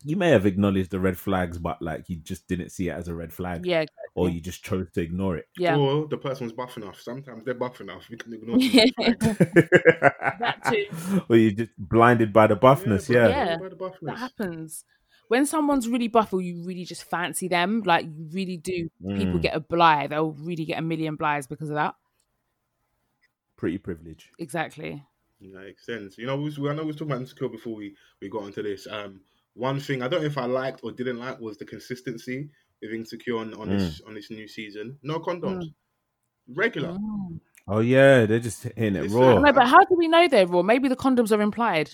Speaker 3: you may have acknowledged the red flags, but like you just didn't see it as a red flag
Speaker 4: Yeah,
Speaker 3: or you just chose to ignore it.
Speaker 4: yeah.
Speaker 5: Or the person's buff enough. Sometimes they're buff enough. We can ignore them.
Speaker 4: that too. Mm,
Speaker 3: or you're just blinded by the buffness, yeah.
Speaker 5: bro,
Speaker 4: Yeah.
Speaker 5: by the
Speaker 4: that
Speaker 5: buffness.
Speaker 4: happens when someone's really buff or you really just fancy them like you really do people
Speaker 3: Mm.
Speaker 4: get a bligh they'll really get a million blighs because of that
Speaker 3: Pretty privilege.
Speaker 4: exactly
Speaker 5: Yeah, it makes sense. You know, we was, I know we was talking about insecure before we, we got into this. Um, one thing I don't know if I liked or didn't like was the consistency with insecure on, on this
Speaker 3: Mm.
Speaker 5: on this new season. No condoms, regular.
Speaker 4: Mm.
Speaker 3: Oh yeah, they're just hitting it
Speaker 5: It's
Speaker 3: raw.
Speaker 5: like-
Speaker 4: no but how do we know they're raw maybe the condoms are implied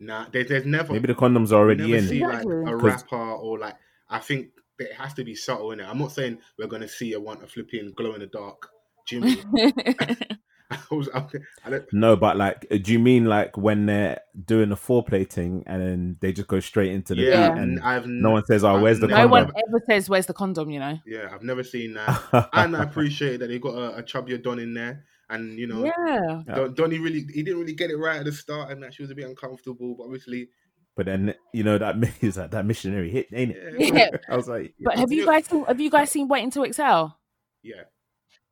Speaker 5: Nah, there, there's never
Speaker 3: Maybe the condoms are
Speaker 5: you
Speaker 3: already
Speaker 5: never
Speaker 3: in.
Speaker 5: see like
Speaker 4: Exactly.
Speaker 5: a
Speaker 3: 'Cause-
Speaker 5: rapper or like I think that it has to be subtle in it. I'm not saying we're gonna see a want a flipping glow in the dark Jimmy. I was, I, I don't,
Speaker 3: No, but like, uh, do you mean like when they're doing the foreplay thing and then they just go straight into the
Speaker 5: yeah,
Speaker 4: Yeah.
Speaker 3: beat and
Speaker 5: I've
Speaker 3: no one says, "Oh,
Speaker 5: I've
Speaker 3: where's the
Speaker 5: never-
Speaker 4: no one
Speaker 3: condom?"
Speaker 4: ever says where's the condom you know
Speaker 5: yeah, I've never seen that. And I appreciate that they got a, a chubbier Don in there, and you know,
Speaker 4: yeah
Speaker 3: Yeah.
Speaker 5: Don, Donnie really he didn't really get it right at the start, and that she was a bit uncomfortable. But obviously,
Speaker 3: but then you know that mi- it's like that missionary hit, ain't it?
Speaker 5: yeah,
Speaker 3: I was like,
Speaker 4: but have you guys seen, have you guys seen waiting to excel
Speaker 5: yeah.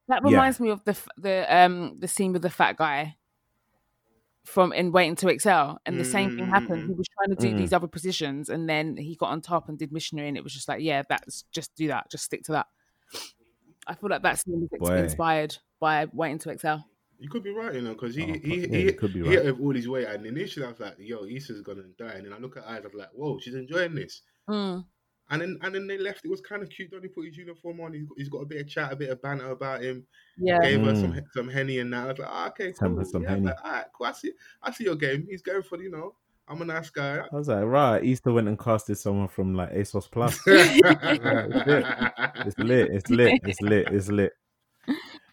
Speaker 4: that
Speaker 3: Yeah.
Speaker 4: reminds me of the f- the um the scene with the fat guy from in waiting to excel and the same thing happened
Speaker 5: Mm.
Speaker 4: he was trying to do
Speaker 3: Mm.
Speaker 4: these other positions and then he got on top and did missionary and it was just like yeah that's just do that just stick to that i feel like that's the music that's been
Speaker 3: Boy.
Speaker 4: inspired by waiting to excel
Speaker 5: You could be right, you know, because he,
Speaker 3: Oh,
Speaker 5: he, he,
Speaker 3: yeah,
Speaker 5: he,
Speaker 3: you could be
Speaker 5: he
Speaker 3: right.
Speaker 5: hit with all his weight. And initially, I was like, yo, Issa's going to die. And then I look at eyes, I'm like, whoa, she's enjoying this.
Speaker 4: Mm.
Speaker 5: And then and then they left. It was kind of cute. Donnie put his uniform on. He's got, he's got a bit of chat, a bit of banter about him.
Speaker 4: yeah
Speaker 5: Gave her
Speaker 3: Mm.
Speaker 5: some some henny and that. I was like, ah, okay,
Speaker 3: Some-
Speaker 5: cool.
Speaker 3: some
Speaker 5: yeah, I was
Speaker 3: Henny.
Speaker 5: like, all right, cool. I see, I see your game. He's going for, you know, I'm a nice guy.
Speaker 3: I was like, right, Easter went and casted someone from like ASOS Plus. it's lit, it's lit, it's lit, it's lit.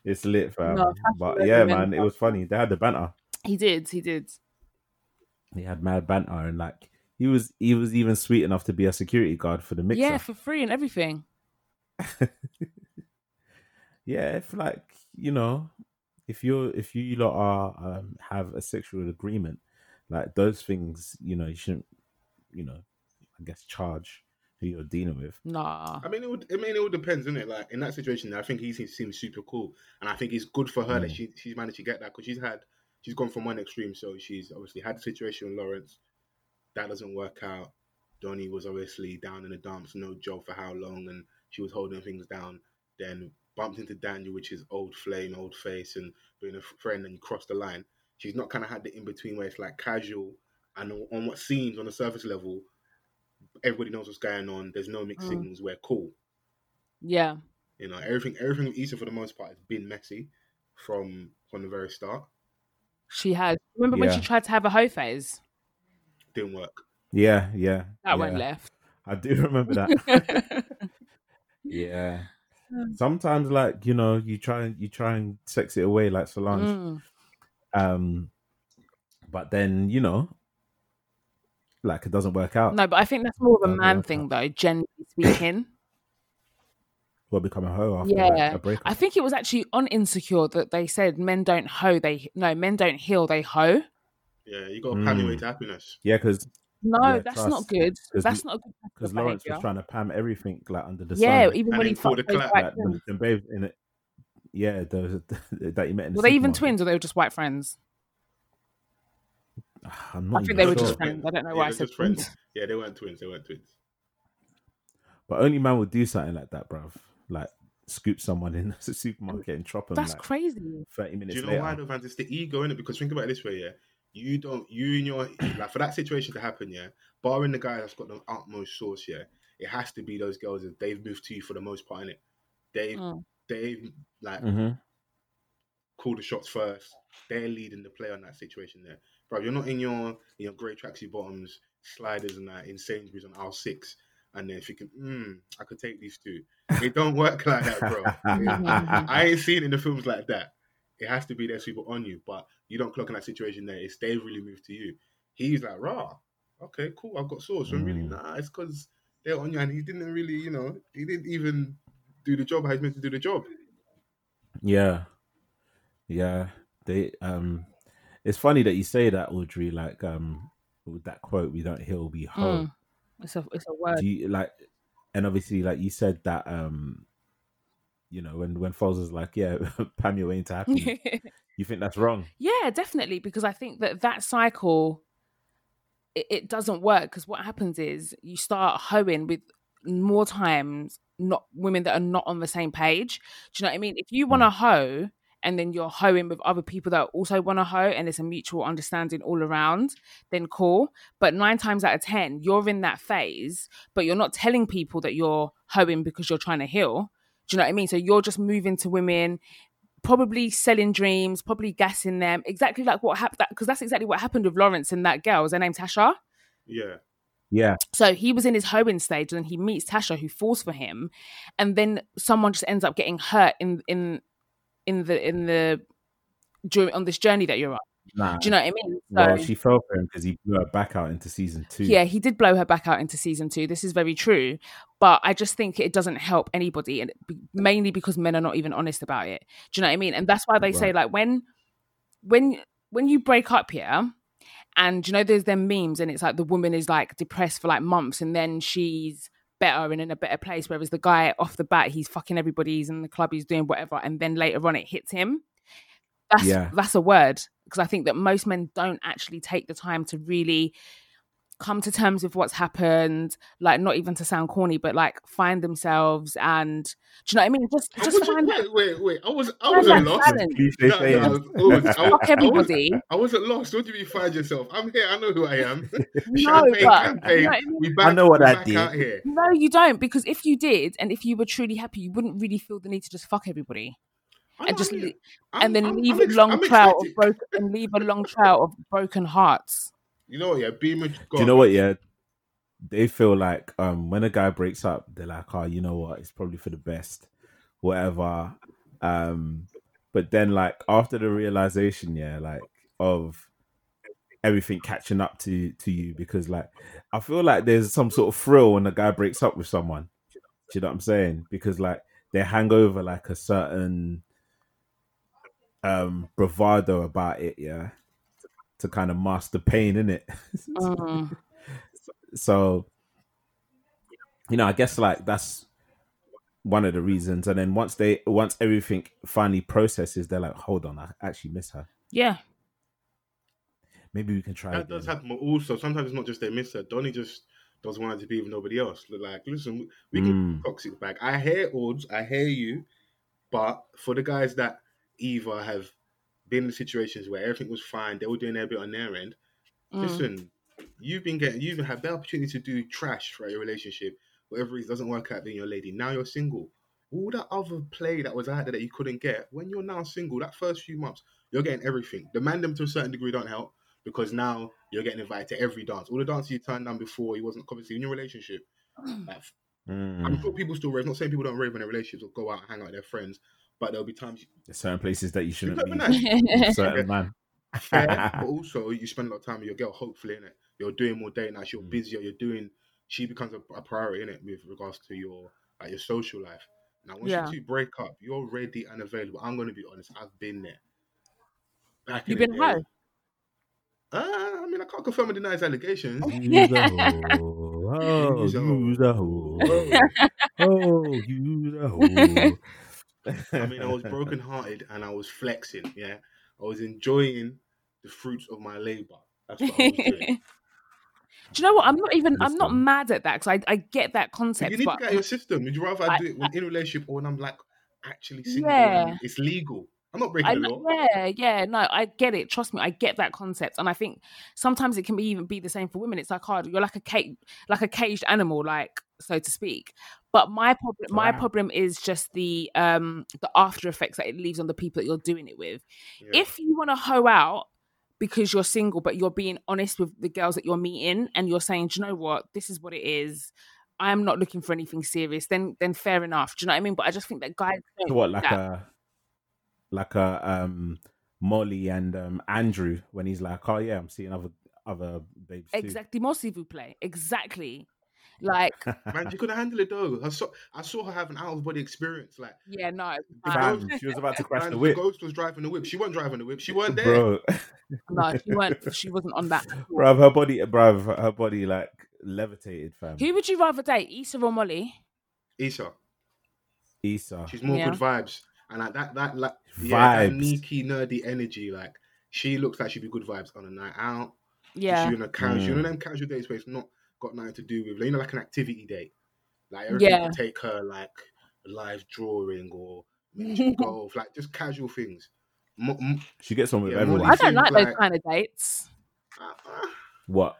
Speaker 3: It's lit, fam.
Speaker 4: No, Fashion
Speaker 3: but
Speaker 4: Week
Speaker 3: yeah,
Speaker 4: went
Speaker 3: man, it was funny. They had the banter.
Speaker 4: he did he did
Speaker 3: They had mad banter and like he was he was even sweet enough to be a security guard for the mixer.
Speaker 4: yeah for free and everything
Speaker 3: yeah, if like you know, if you're if you lot are um, have a sexual agreement, like those things, you know, you shouldn't, you know, I guess charge who you're dealing with.
Speaker 4: nah
Speaker 5: I mean, it would. I mean, it all depends, isn't it? Like in that situation, I think he seems, seems super cool, and I think it's good for her that
Speaker 3: Mm.
Speaker 5: she she's managed to get that because she's had she's gone from one extreme. So she's obviously had the situation with Lawrence, that doesn't work out. Donnie was obviously down in the dumps, no job for how long, and she was holding things down. Then bumped into Daniel, which is old flame, old face, and being a friend, and you cross the line. She's not kind of had the in between where it's like casual and on- on what seems on the surface level, everybody knows what's going on. There's no mixed
Speaker 4: Mm.
Speaker 5: signals. We're cool.
Speaker 4: yeah
Speaker 5: You know, everything everything with Issa for the most part has been messy from from the very start.
Speaker 4: she has remember when
Speaker 3: Yeah.
Speaker 4: she tried to have a hoe phase
Speaker 5: Didn't work.
Speaker 3: Yeah, yeah.
Speaker 4: that went
Speaker 3: yeah.
Speaker 4: left
Speaker 3: I do remember that. yeah.
Speaker 4: Mm.
Speaker 3: Sometimes, like you know, you try and you try and sex it away, like Solange.
Speaker 4: Mm.
Speaker 3: Um, but then you know, like it doesn't work out.
Speaker 4: no but i think that's more of a
Speaker 3: Doesn't
Speaker 4: man
Speaker 3: work
Speaker 4: thing though generally speaking
Speaker 3: We'll become a hoe after
Speaker 4: Yeah.
Speaker 3: like, a breakup.
Speaker 4: I think it was actually on Insecure that they said men don't hoe, they no, men don't heal, they hoe.
Speaker 5: Yeah, you got to pan your way
Speaker 3: Mm.
Speaker 5: to happiness.
Speaker 3: yeah, because
Speaker 4: No,
Speaker 3: Yeah,
Speaker 4: that's
Speaker 3: trust.
Speaker 4: not good.
Speaker 3: 'Cause
Speaker 4: That's
Speaker 3: Lu-
Speaker 4: not a good. pattern
Speaker 3: because
Speaker 4: of
Speaker 3: Lawrence was
Speaker 4: behaviour.
Speaker 3: trying to pam everything like under the
Speaker 4: Yeah,
Speaker 3: sun.
Speaker 4: even
Speaker 5: And
Speaker 4: when he
Speaker 5: then called
Speaker 4: fucked
Speaker 5: a
Speaker 4: those
Speaker 5: clap.
Speaker 4: white
Speaker 3: like,
Speaker 4: friends.
Speaker 3: the, the babes in it. Yeah, those that you met in the
Speaker 4: Were they even
Speaker 3: supermarket.
Speaker 4: twins or they were just white friends?
Speaker 3: Ah, I'm
Speaker 4: I
Speaker 3: not
Speaker 4: think
Speaker 3: even
Speaker 4: they were
Speaker 3: sure.
Speaker 4: just friends. I don't know why
Speaker 5: Yeah,
Speaker 4: I
Speaker 5: they're
Speaker 4: said
Speaker 5: just
Speaker 4: twins.
Speaker 5: friends. Yeah, they weren't twins. They weren't twins.
Speaker 3: But only man would do something like that, bruv. Like scoop someone in the supermarket and chop them.
Speaker 4: That's
Speaker 3: like,
Speaker 4: crazy.
Speaker 3: Thirty minutes
Speaker 5: Do you know
Speaker 3: later.
Speaker 5: why though, Vance? It's the ego, innit? Because think about it this way, yeah. You don't, you and your like for that situation to happen, yeah. Barring the guy that's got the utmost source, yeah. It has to be those girls that they've moved to you for the most part, innit? They've
Speaker 4: Mm.
Speaker 5: they've like
Speaker 3: hmm
Speaker 5: call the shots first. They're leading the play on that situation there. Bro, you're not in your in your grey tracksuit bottoms, sliders and that in Sainsbury's on aisle six and then thinking, hmm, I could take these two. It don't work like that, bro.
Speaker 4: Mm-hmm.
Speaker 5: I ain't seen it in the films like that. It has to be there's people on you, but you don't clock in that situation there. It's they really move to you. He's like, rah, okay, cool, I've got source. I'm really
Speaker 3: Mm.
Speaker 5: nah, it's because they're on you and he didn't really, you know, he didn't even do the job how he's meant to do the job.
Speaker 3: Yeah, yeah. They um, it's funny that you say that, Audrey. Like um, with that quote, "We don't heal, we hoe."
Speaker 4: Mm. It's a it's a word.
Speaker 3: Do you like? And obviously, like you said that um, you know, when when Foles is like, "Yeah, Pam, your way into happiness," you think that's wrong?
Speaker 4: Yeah, definitely, because I think that that cycle it, it doesn't work because what happens is you start hoeing with more times not women that are not on the same page. Do you know what I mean? If you want to hoe and then you're hoeing with other people that also want to hoe and it's a mutual understanding all around, then cool. But nine times out of ten, you're in that phase, but you're not telling people that you're hoeing because you're trying to heal. Do you know what I mean? So you're just moving to women, probably selling dreams, probably gassing them, exactly like what happened. Because that's exactly what happened with Lawrence and that girl. Was her name Tasha?
Speaker 5: Yeah.
Speaker 3: Yeah,
Speaker 4: So he was in his hoeing stage, and then he meets Tasha, who falls for him, and then someone just ends up getting hurt in in in the in the during on this journey that you're on.
Speaker 3: nah.
Speaker 4: Do you know what I mean? So,
Speaker 3: well, she fell for him because he blew her back out into season two.
Speaker 4: yeah, he did blow her back out into season two. This is very true, but I just think it doesn't help anybody, and b- mainly because men are not even honest about it. Do you know what I mean? And that's why they say
Speaker 3: Right.
Speaker 4: like when when when you break up here, and you know there's them memes, and it's like the woman is like depressed for like months, and then she's better and in a better place, whereas the guy off the bat he's fucking everybody, he's in the club, he's doing whatever, and then later on it hits him. That's
Speaker 3: Yeah.
Speaker 4: that's a word. because I think that most men don't actually take the time to really come to terms with what's happened. Like, not even to sound corny, but like find themselves and do you know what I mean? Just
Speaker 5: I
Speaker 4: just
Speaker 5: wasn't-
Speaker 4: find that
Speaker 5: wait, wait, wait. I was, I
Speaker 4: Find
Speaker 5: wasn't
Speaker 4: that
Speaker 5: lost.
Speaker 4: balance.
Speaker 3: Cliche
Speaker 5: No, no, I
Speaker 3: saying.
Speaker 5: was- I was- I was-
Speaker 4: fuck everybody.
Speaker 5: I wasn't lost. What do you mean find yourself? I'm here. I know who I am.
Speaker 4: No, but, you know what I mean?
Speaker 5: We back,
Speaker 3: I know what
Speaker 5: we
Speaker 3: I
Speaker 5: back
Speaker 3: did.
Speaker 5: Out here.
Speaker 4: No, you don't, because if you did, and if you were truly happy, you wouldn't really feel the need to just fuck everybody
Speaker 5: I know
Speaker 4: and just
Speaker 5: I'm here.
Speaker 4: le-
Speaker 5: I'm-
Speaker 4: and then
Speaker 5: I'm-
Speaker 4: leave
Speaker 5: I'm
Speaker 4: a
Speaker 5: ex-
Speaker 4: long
Speaker 5: I'm
Speaker 4: trail of
Speaker 5: excited.
Speaker 4: broken and leave a long trail of broken hearts.
Speaker 5: You know what? Yeah, beam.
Speaker 3: Do you know what? Yeah, they feel like um when a guy breaks up, they're like, oh, you know what? It's probably for the best, whatever. Um, but then like after the realization, yeah, like of everything catching up to to you because like I feel like there's some sort of thrill when a guy breaks up with someone. Do you know what I'm saying? Because like they hang over like a certain um bravado about it, yeah. To kind of mask the pain in it.
Speaker 4: Mm.
Speaker 3: so you know i guess like that's one of the reasons and then once they once everything finally processes they're like hold on i actually miss her
Speaker 4: Yeah,
Speaker 3: maybe we can try
Speaker 5: That does
Speaker 3: again.
Speaker 5: happen. but Also, sometimes it's not just they miss her. Donnie just doesn't want her to be with nobody else. Like, listen, we can
Speaker 3: Mm.
Speaker 5: toxic back. I hear odds. I hear you. But for the guys that either have been in situations where everything was fine, they were doing their bit on their end.
Speaker 4: Mm.
Speaker 5: Listen, you've been getting, you've had the opportunity to do trash for your relationship. Whatever it doesn't work out being your lady. Now you're single. All that other play that was out there that you couldn't get, when you're now single, that first few months, you're getting everything. The man them to a certain degree don't help because now you're getting invited to every dance. All the dances you turned down before, you wasn't obviously in your relationship. Like, I'm
Speaker 3: Mm.
Speaker 5: sure people still rave. Not saying people don't rave in their relationships or go out and hang out with their friends, but there'll be times
Speaker 3: There's certain places that you
Speaker 5: you
Speaker 3: shouldn't
Speaker 5: don't
Speaker 3: be
Speaker 5: know.
Speaker 3: with certain man
Speaker 5: fair, but also you spend a lot of time with your girl. Hopefully, in it, you're doing more day nights. You're
Speaker 4: Hmm.
Speaker 3: Mm.
Speaker 5: busier. You're doing. She becomes a, a priority in it with regards to your like your social life. Now, once
Speaker 4: Yeah.
Speaker 5: you two break up, you're ready and available. I'm going to be honest. I've been there. Back
Speaker 4: You've
Speaker 5: in
Speaker 4: been
Speaker 5: the day-
Speaker 4: hoe?
Speaker 5: Uh, I mean, I can't confirm or deny his allegation.
Speaker 4: Oh,
Speaker 3: Use a hoe. Oh,
Speaker 5: Oh. Use a hoe.
Speaker 3: use a hoe. Oh, use a hoe.
Speaker 5: I mean, I was brokenhearted and I was flexing. Yeah, I was enjoying the fruits of my labor. That's what I was doing.
Speaker 4: Do you know what? I'm not even. I'm not
Speaker 3: Listen.
Speaker 4: mad at that because I, I get that
Speaker 5: But
Speaker 4: concept.
Speaker 5: you need
Speaker 4: but
Speaker 5: to get out of your system. Would you rather I,
Speaker 4: I-
Speaker 5: do it when in a relationship or when I'm like actually single?
Speaker 4: Yeah.
Speaker 5: and It's legal. I'm not
Speaker 4: I
Speaker 5: breaking the
Speaker 4: know-
Speaker 5: law.
Speaker 4: yeah, yeah, no, I get it. Trust me, I get that concept, and I think sometimes it can be even be the same for women. It's like hard. You're like a cage, like a caged animal, like so to speak. But my problem, my
Speaker 3: Wow.
Speaker 4: problem is just the um the after effects that it leaves on the people that you're doing it with.
Speaker 5: Yeah.
Speaker 4: If you want to hoe out because you're single, but you're being honest with the girls that you're meeting, and you're saying, "Do you know what? This is what it is." I am not looking for anything serious. Then, then fair enough. Do you know what I mean? But I just think that guys don't
Speaker 3: what
Speaker 4: do
Speaker 3: like
Speaker 4: that.
Speaker 3: a like a um Molly and um Andrew when he's like, oh yeah, I'm seeing other other babes too.
Speaker 4: Exactly, more vous play. Exactly. Like,
Speaker 5: Man, she couldn't handle it though. I saw, I saw her have an out of body experience. Like,
Speaker 4: yeah, no,
Speaker 5: Fam,
Speaker 4: no,
Speaker 3: Fam, she was about to crash
Speaker 5: man,
Speaker 3: the whip,
Speaker 5: ghost was driving the whip. She wasn't driving the whip. She wasn't there.
Speaker 3: bro.
Speaker 4: no, she weren't. She wasn't on that. at all.
Speaker 3: Bruv, her body, bruv, her body like levitated, fam.
Speaker 4: Who would you rather date, Issa or Molly?
Speaker 5: Issa,
Speaker 3: Issa,
Speaker 5: she's more
Speaker 4: Yeah.
Speaker 5: good vibes. And like that, that, like, yeah, that
Speaker 3: Vibes.
Speaker 5: sneaky, nerdy energy. Like, she looks like she'd be good vibes on a night out.
Speaker 4: Yeah,
Speaker 5: Just you on a casual, you
Speaker 3: Mm.
Speaker 5: know them casual dates where it's not got nothing to do with, you know, like an activity date. Like everything
Speaker 4: Yeah.
Speaker 5: can take her like live drawing or miniature golf, like just casual things. Mo- m-
Speaker 3: she gets on with
Speaker 5: Yeah,
Speaker 3: everyone.
Speaker 4: I
Speaker 5: Molly.
Speaker 4: don't
Speaker 5: seems
Speaker 4: like those
Speaker 5: like-
Speaker 4: kind of dates.
Speaker 5: ah, ah.
Speaker 3: What?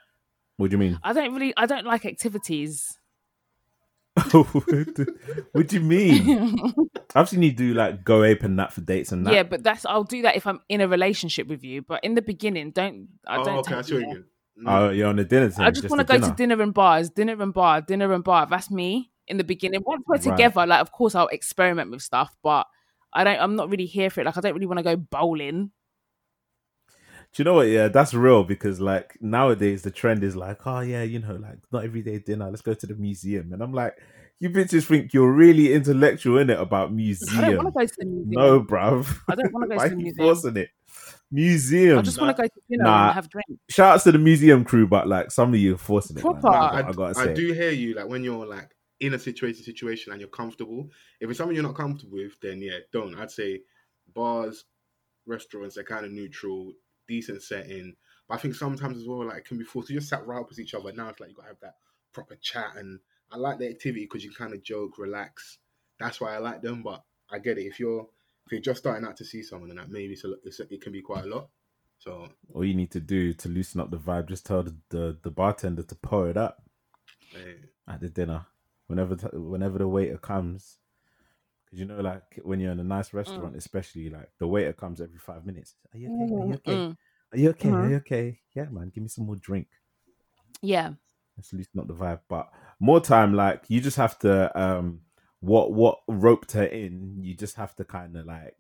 Speaker 3: What do you mean?
Speaker 4: I don't really. I don't like activities.
Speaker 3: what do you mean?
Speaker 4: yeah,
Speaker 3: I've seen you do like go ape and that for dates and that.
Speaker 4: but that's. I'll do that if I'm in a relationship with you. But in the beginning, don't. I don't.
Speaker 5: oh, okay,
Speaker 4: take
Speaker 5: I see what
Speaker 4: you
Speaker 5: you
Speaker 4: there.
Speaker 5: mean.
Speaker 3: Oh, you're on the dinner thing.
Speaker 4: I just, want to
Speaker 3: the
Speaker 4: go to dinner and bars, dinner and bar, dinner and bar. That's me in the beginning. Once we're
Speaker 3: Right.
Speaker 4: together, like of course I'll experiment with stuff, but I don't. I'm not really here for it. Like I don't really want to go bowling.
Speaker 3: Do you know what? Yeah, that's real because like nowadays the trend is like, oh yeah, you know, like not everyday dinner. Let's go to the museum, and I'm like, you bitches think you're really intellectual in it about
Speaker 4: I don't want to
Speaker 3: museum.
Speaker 4: go to the museum.
Speaker 3: No, bruv.
Speaker 4: I don't want to go to
Speaker 3: Why are
Speaker 4: the
Speaker 3: you
Speaker 4: museum.
Speaker 3: forcing it? Museum.
Speaker 4: I just want to go to dinner
Speaker 3: Nah.
Speaker 4: and have drinks.
Speaker 3: Shouts to the museum crew, but like some of you are forcing it. man.
Speaker 4: Proper.
Speaker 3: I,
Speaker 5: I,
Speaker 3: got- I gotta
Speaker 5: I
Speaker 3: say,
Speaker 5: do hear you. Like when you're like in a situation, situation, and you're comfortable. If it's something you're not comfortable with, then yeah, don't. I'd say bars, restaurants, they're kind of neutral. decent setting. But I think sometimes as well, like it can be forced. You just sat right opposite each other. Now it's like you gotta have that proper chat, and I like the activity because you kind of joke, relax. That's why I like them. But I get it if you're if you're just starting out to see someone, and that maybe it's a, lo- it's a, it can be quite a lot. So
Speaker 3: All you need to do to loosen up the vibe, just tell the, the, the bartender to pour it up
Speaker 5: eh,
Speaker 3: at the dinner whenever t- whenever the waiter comes. Because you know, like when you're in a
Speaker 1: Mm.
Speaker 3: nice restaurant, especially like the waiter comes every five minutes. Are you okay? Are you okay?
Speaker 1: Mm.
Speaker 3: Are you okay? Are
Speaker 4: Mhm.
Speaker 3: you okay? Yeah, man, give me some more drink.
Speaker 1: Yeah.
Speaker 3: Let's loosen up the vibe. But more time, like you just have to um what what roped her in, you just have to kind of like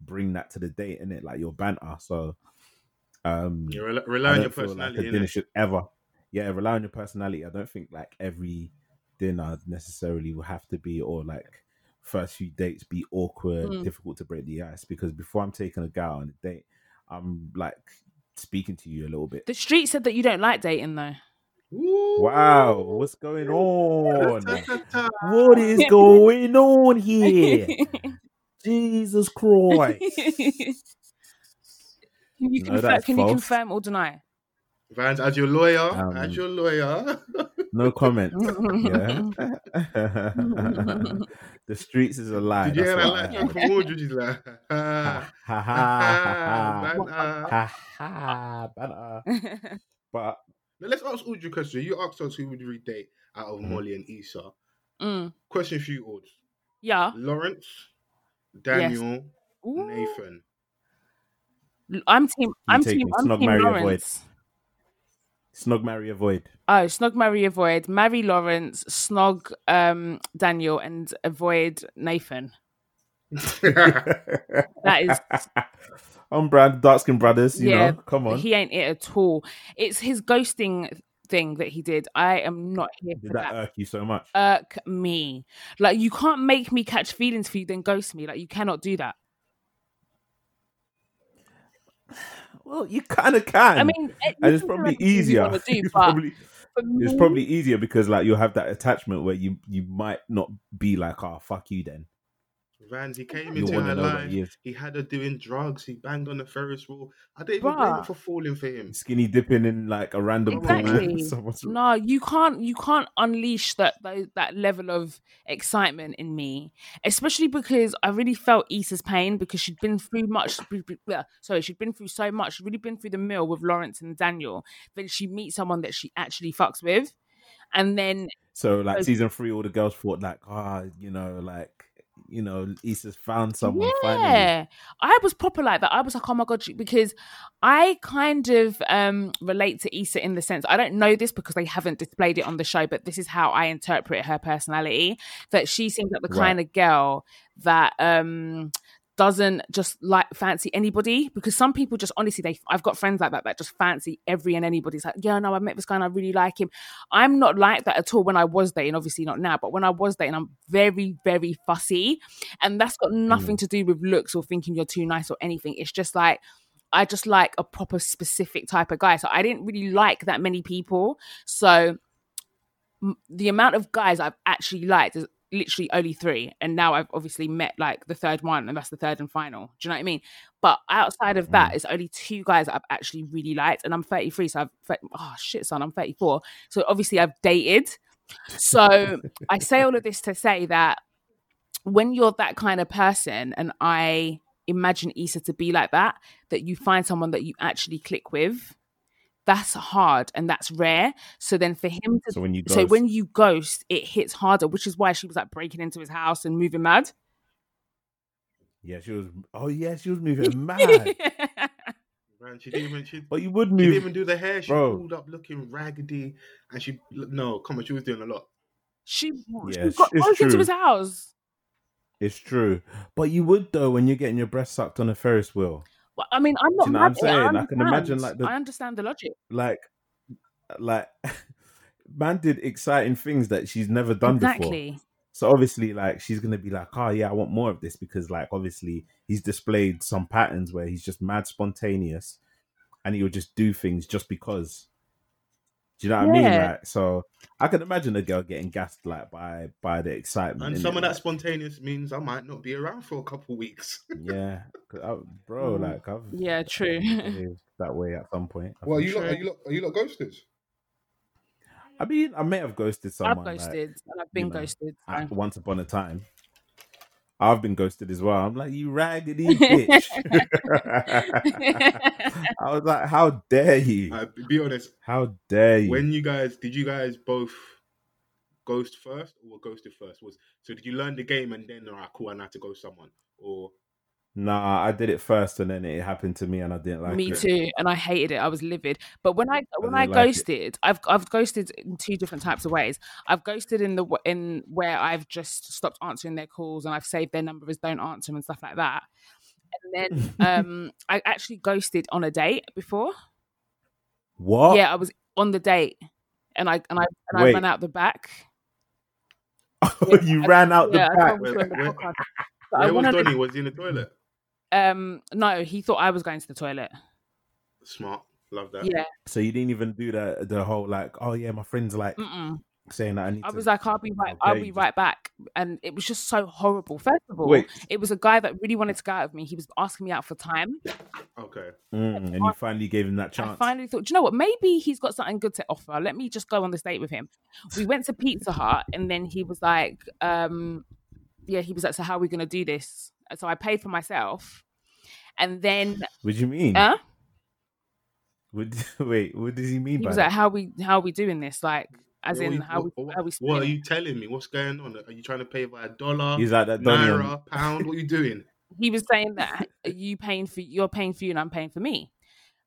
Speaker 3: bring that to the date, innit? Like your banter. So um
Speaker 5: you rely, rely on
Speaker 3: I
Speaker 5: your
Speaker 3: don't feel
Speaker 5: personality.
Speaker 3: Like a dinner
Speaker 5: innit?
Speaker 3: should ever, yeah, rely on your personality. I don't think like every dinner necessarily will have to be or like first few dates be awkward,
Speaker 1: Mm.
Speaker 3: difficult to break the ice. Because before I'm taking a guy on a date, I'm like speaking to you a little bit.
Speaker 4: The street said that you don't like dating though.
Speaker 5: Woo!
Speaker 3: Wow, what's going on?
Speaker 5: Ta, ta, ta.
Speaker 3: what is going on here? Jesus Christ!
Speaker 4: Can you
Speaker 3: No,
Speaker 4: confirm?
Speaker 3: that's
Speaker 4: Can you
Speaker 3: false.
Speaker 4: confirm or deny?
Speaker 5: Vance, as your lawyer,
Speaker 3: Um,
Speaker 5: as your lawyer.
Speaker 3: No comment. yeah. the streets is a lie.
Speaker 5: Did you
Speaker 3: that's
Speaker 5: hear that?
Speaker 3: what I
Speaker 5: Like,
Speaker 3: heard.
Speaker 5: come from Aldridge, he's like, "Ah, ha,
Speaker 3: ha ha ha
Speaker 5: ha, ha, ha, ha.
Speaker 3: ha ha banter. But
Speaker 5: Now let's ask Audrey a question. You asked us who would we date out of
Speaker 3: Mhm.
Speaker 5: Molly and Issa.
Speaker 1: Mm.
Speaker 5: Question for you, Audrey.
Speaker 4: yeah.
Speaker 5: Lawrence, Daniel,
Speaker 4: Ooh.
Speaker 5: Nathan.
Speaker 4: I'm team. I'm
Speaker 3: take
Speaker 4: team.
Speaker 3: it.
Speaker 4: I'm
Speaker 3: Snog,
Speaker 4: team
Speaker 3: marry, avoid.
Speaker 4: Lawrence.
Speaker 3: snog, marry, avoid.
Speaker 4: Oh, snog, marry, avoid. Marry Lawrence. Snog, um, Daniel, and avoid Nathan. That is
Speaker 3: on brand, dark skin brothers. You
Speaker 4: Yeah,
Speaker 3: know, come on.
Speaker 4: He ain't it at all. It's his ghosting thing that he did. I am not here
Speaker 3: Did
Speaker 4: for
Speaker 3: that uh,
Speaker 4: that.
Speaker 3: irk you so much?
Speaker 4: Irk me. Like you can't make me catch feelings for you, then ghost me. Like you cannot do that.
Speaker 3: well, you kind of can.
Speaker 4: I mean, it-
Speaker 3: and it's
Speaker 4: you can
Speaker 3: probably
Speaker 4: do what you
Speaker 3: easier.
Speaker 4: wanna do, but
Speaker 3: it's, probably,
Speaker 4: for
Speaker 3: it's
Speaker 4: me-
Speaker 3: probably easier because like you'll have that attachment where you you might not be like, oh fuck you then.
Speaker 5: Vans, he came
Speaker 3: You
Speaker 5: into
Speaker 3: want
Speaker 5: her
Speaker 3: to know about
Speaker 5: life.
Speaker 3: you.
Speaker 5: He had her doing drugs. He banged on the Ferris wheel. I don't even blame her
Speaker 4: Bruh.
Speaker 5: for falling for him.
Speaker 3: Skinny dipping in like a random
Speaker 4: Exactly.
Speaker 3: pool. Someone's-
Speaker 4: No, you can't. You can't unleash that, that that level of excitement in me, especially because I really felt Issa's pain because she'd been through much. b- b- bleh, Sorry, she'd been through so much. Really been through the mill with Lawrence and Daniel. Then she meets someone that she actually fucks with, and then
Speaker 3: So like
Speaker 4: So-
Speaker 3: season three, all the girls thought like, ah, you know, like you know, Issa's found someone finally.
Speaker 4: yeah, I was proper like that. I was like, oh my god, she- because I kind of um relate to Issa in the sense I don't know this because they haven't displayed it on the show, but this is how I interpret her personality that she seems like the
Speaker 3: Right.
Speaker 4: kind of girl that um doesn't just like fancy anybody because some people just honestly they I've got friends like that that just fancy every and anybody's like yeah no I met this guy and I really like him I'm not like that at all when I was dating obviously not now but when I was dating I'm very very fussy and that's got nothing to do with looks or thinking you're too nice or anything it's just like I just like a proper specific type of guy so I didn't really like that many people so m- the amount of guys I've actually liked is literally only three and now I've obviously met like the third one and that's the third and final do you know what I mean but outside of that it's only two guys that I've actually really liked and I'm 33 so I've fe- oh shit son I'm 34 so obviously I've dated so I say all of this to say that when you're that kind of person, and I imagine Issa to be like that, that you find someone that you actually click with, that's hard and that's rare. So then for him to
Speaker 3: So when you go,
Speaker 4: so when you ghost, it hits harder, which is why she was like breaking into his house and moving mad.
Speaker 3: yeah, she was. Oh yeah, she was moving mad.
Speaker 5: Vans, she didn't even. She,
Speaker 3: But you would
Speaker 5: she didn't
Speaker 3: move.
Speaker 5: even do the hair. She
Speaker 3: Bro.
Speaker 5: pulled up looking raggedy, and she no, come on, she was doing a lot.
Speaker 4: she,
Speaker 3: Yeah,
Speaker 4: she got
Speaker 3: it's
Speaker 4: broke into
Speaker 3: true.
Speaker 4: his house.
Speaker 3: It's true. But you would though when you're getting your breast sucked on a Ferris wheel.
Speaker 4: Well, I mean, I'm not
Speaker 3: you know what
Speaker 4: mad
Speaker 3: I'm
Speaker 4: at it.
Speaker 3: saying? I can
Speaker 4: understand.
Speaker 3: imagine, like, the-
Speaker 4: I understand the logic.
Speaker 3: Like, like, man did exciting things that she's never done before.
Speaker 4: exactly.
Speaker 3: So obviously, like she's gonna be like, "Oh yeah, I want more of this," because like obviously he's displayed some patterns where he's just mad spontaneous, and he'll just do things just because. Do you know what I mean?
Speaker 4: Yeah.
Speaker 3: Like, so I can imagine a girl getting gassed like by by the excitement.
Speaker 5: And
Speaker 3: innit?
Speaker 5: some of that
Speaker 3: Like,
Speaker 5: spontaneous means I might not be around for a couple weeks.
Speaker 3: yeah, 'Cause I- bro.
Speaker 4: Mm.
Speaker 3: Like, I've
Speaker 4: Yeah, true.
Speaker 3: I've- that way at some point. I
Speaker 5: Well, are
Speaker 3: think.
Speaker 5: you lot, are you lot, are you lot ghosters?
Speaker 3: I mean, I may have ghosted someone.
Speaker 4: I've
Speaker 3: like,
Speaker 4: ghosted and I've been
Speaker 3: you know,
Speaker 4: ghosted.
Speaker 3: at-
Speaker 4: so-
Speaker 3: once upon a time. I've been ghosted as well. I'm like, you raggedy bitch. I was like, how dare you?
Speaker 5: Uh, be honest.
Speaker 3: How dare you?
Speaker 5: When you guys did you guys both ghost first or were ghosted first? Was so did you learn the game and then all right, cool, I had to ghost someone or
Speaker 3: Nah, I did it first and then it happened to me and I didn't like
Speaker 4: Me
Speaker 3: it.
Speaker 4: too, and I hated it. I was livid. But when I when I
Speaker 3: didn't like it.
Speaker 4: ghosted, I've I've ghosted in two different types of ways. I've ghosted in the w- in where I've just stopped answering their calls and I've saved their number as don't answer and stuff like that. And then um, I actually ghosted on a date before.
Speaker 3: What?
Speaker 4: Yeah, I was on the date, and I and I and I
Speaker 3: Oh. Wait.
Speaker 4: ran out the back.
Speaker 3: you ran out the
Speaker 4: yeah, I
Speaker 3: back.
Speaker 4: told you on the
Speaker 5: Where-
Speaker 4: podcast. But I
Speaker 5: where was
Speaker 4: wanted-
Speaker 5: Donny? Was he in the toilet?
Speaker 4: um, no, he thought I was going to the toilet.
Speaker 5: Smart. Love that.
Speaker 4: Yeah,
Speaker 3: So you didn't even do that the whole like, oh yeah, my friend's like
Speaker 4: mm-mm.
Speaker 3: saying that I need
Speaker 4: Mm. I
Speaker 3: to
Speaker 4: was like, I'll be right, I'll
Speaker 3: Okay,
Speaker 4: be
Speaker 3: just-
Speaker 4: right back, and it was just so horrible. First of all,
Speaker 3: Wait.
Speaker 4: it was a guy that really wanted to go out with me. He was asking me out for time.
Speaker 5: Okay.
Speaker 3: Mm, and you finally gave him that chance.
Speaker 4: I finally thought, Do you know what? Maybe he's got something good to offer. Let me just go on this date with him. We went to Pizza Hut, and then he was like, um, "Yeah," he was like, "So how are we gonna do this?" So I paid for myself, and then uh,
Speaker 3: What do you mean?
Speaker 4: Huh?
Speaker 3: What, wait, what does he mean
Speaker 4: he
Speaker 3: by
Speaker 4: was
Speaker 3: that?
Speaker 4: like, "How we how are we doing this?" Like, as
Speaker 5: What
Speaker 4: in
Speaker 5: you-
Speaker 4: how we
Speaker 5: what,
Speaker 4: how we
Speaker 5: what are
Speaker 4: split.
Speaker 5: you telling me? What's going on? Are you trying to pay by a dollar?
Speaker 3: He's like that Donny on-
Speaker 5: naira, pound? What are you doing?
Speaker 4: he was saying that you paying for you're paying for you and I'm paying for me.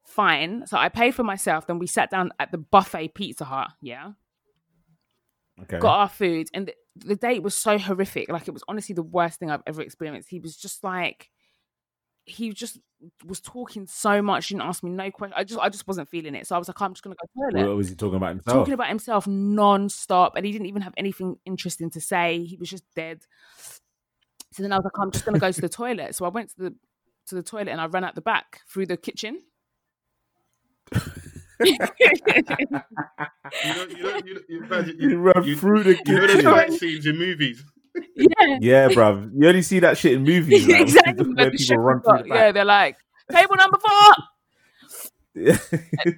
Speaker 4: Fine. So I paid for myself. Then we sat down at the buffet Pizza Hut. Yeah,
Speaker 3: Okay.
Speaker 4: got our food, and the, the date was so horrific. Like it was honestly the worst thing I've ever experienced. He was just like, he just was talking so much. Didn't ask me no questions. I just I just wasn't feeling it. So I was like, I'm just gonna go to the toilet
Speaker 3: What was he talking about himself?
Speaker 4: talking about himself non-stop and he didn't even have anything interesting to say he was just dead so then i was like i'm just going to go to the toilet so i went to the to the toilet and i ran out the back through the kitchen
Speaker 5: You know, you know, you know, you, know-
Speaker 3: he
Speaker 5: you,
Speaker 3: ran
Speaker 5: you-
Speaker 3: through the
Speaker 5: you know those
Speaker 3: kitchen.
Speaker 5: fight scenes in movies.
Speaker 4: yeah
Speaker 3: yeah, bruv. You only see that shit in movies. like,
Speaker 4: exactly
Speaker 3: Where
Speaker 4: but the
Speaker 3: people
Speaker 4: chef
Speaker 3: run
Speaker 4: got-
Speaker 3: through
Speaker 4: yeah
Speaker 3: the
Speaker 4: they're like table number four
Speaker 3: back. Yeah.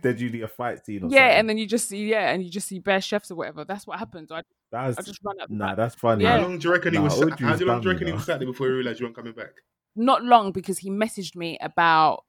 Speaker 3: There's usually a fight scene or
Speaker 4: yeah and
Speaker 3: something.
Speaker 4: then you just see yeah and you just see bare chefs or whatever that's what happened i,
Speaker 3: That's,
Speaker 4: I just ran out the
Speaker 3: nah,
Speaker 4: back.
Speaker 3: that's funny.
Speaker 4: Yeah.
Speaker 5: How long do you reckon
Speaker 3: Nah,
Speaker 5: he was?
Speaker 3: Audrey
Speaker 5: How
Speaker 3: was
Speaker 5: long do you
Speaker 3: dumb,
Speaker 5: reckon he
Speaker 3: you
Speaker 5: was sat there before he realized you weren't coming back?
Speaker 4: not long because he messaged me about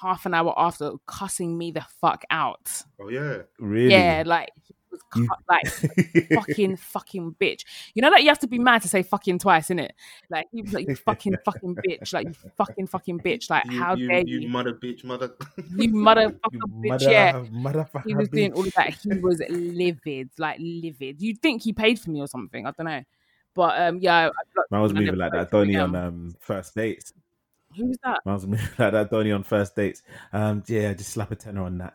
Speaker 4: half an hour after cussing me the fuck out
Speaker 5: Oh yeah.
Speaker 3: Really?
Speaker 4: yeah like he was
Speaker 3: You-
Speaker 4: cu- like fucking fucking bitch. You know that you have to be mad to say fucking twice, innit? Like he was like you fucking fucking bitch, like you fucking fucking bitch. Like
Speaker 5: You,
Speaker 4: how
Speaker 5: you,
Speaker 4: dare
Speaker 5: you
Speaker 4: you,
Speaker 5: mother bitch, mother.
Speaker 4: you motherfucking
Speaker 3: You
Speaker 4: bitch?
Speaker 3: mother-
Speaker 4: yeah,
Speaker 3: motherfucker
Speaker 4: he was doing all
Speaker 3: bitch.
Speaker 4: of that. He was livid, like livid. You'd think he paid for me or something. I don't know, but um, yeah, I- I blocked
Speaker 3: Man was
Speaker 4: him and
Speaker 3: moving
Speaker 4: I
Speaker 3: like
Speaker 4: never
Speaker 3: that,
Speaker 4: spoke to him
Speaker 3: Donny,
Speaker 4: again.
Speaker 3: on um, first dates.
Speaker 4: Who was that?
Speaker 3: Man was moving like that, Donny, on first dates. Um, yeah, just slap a tenner on that.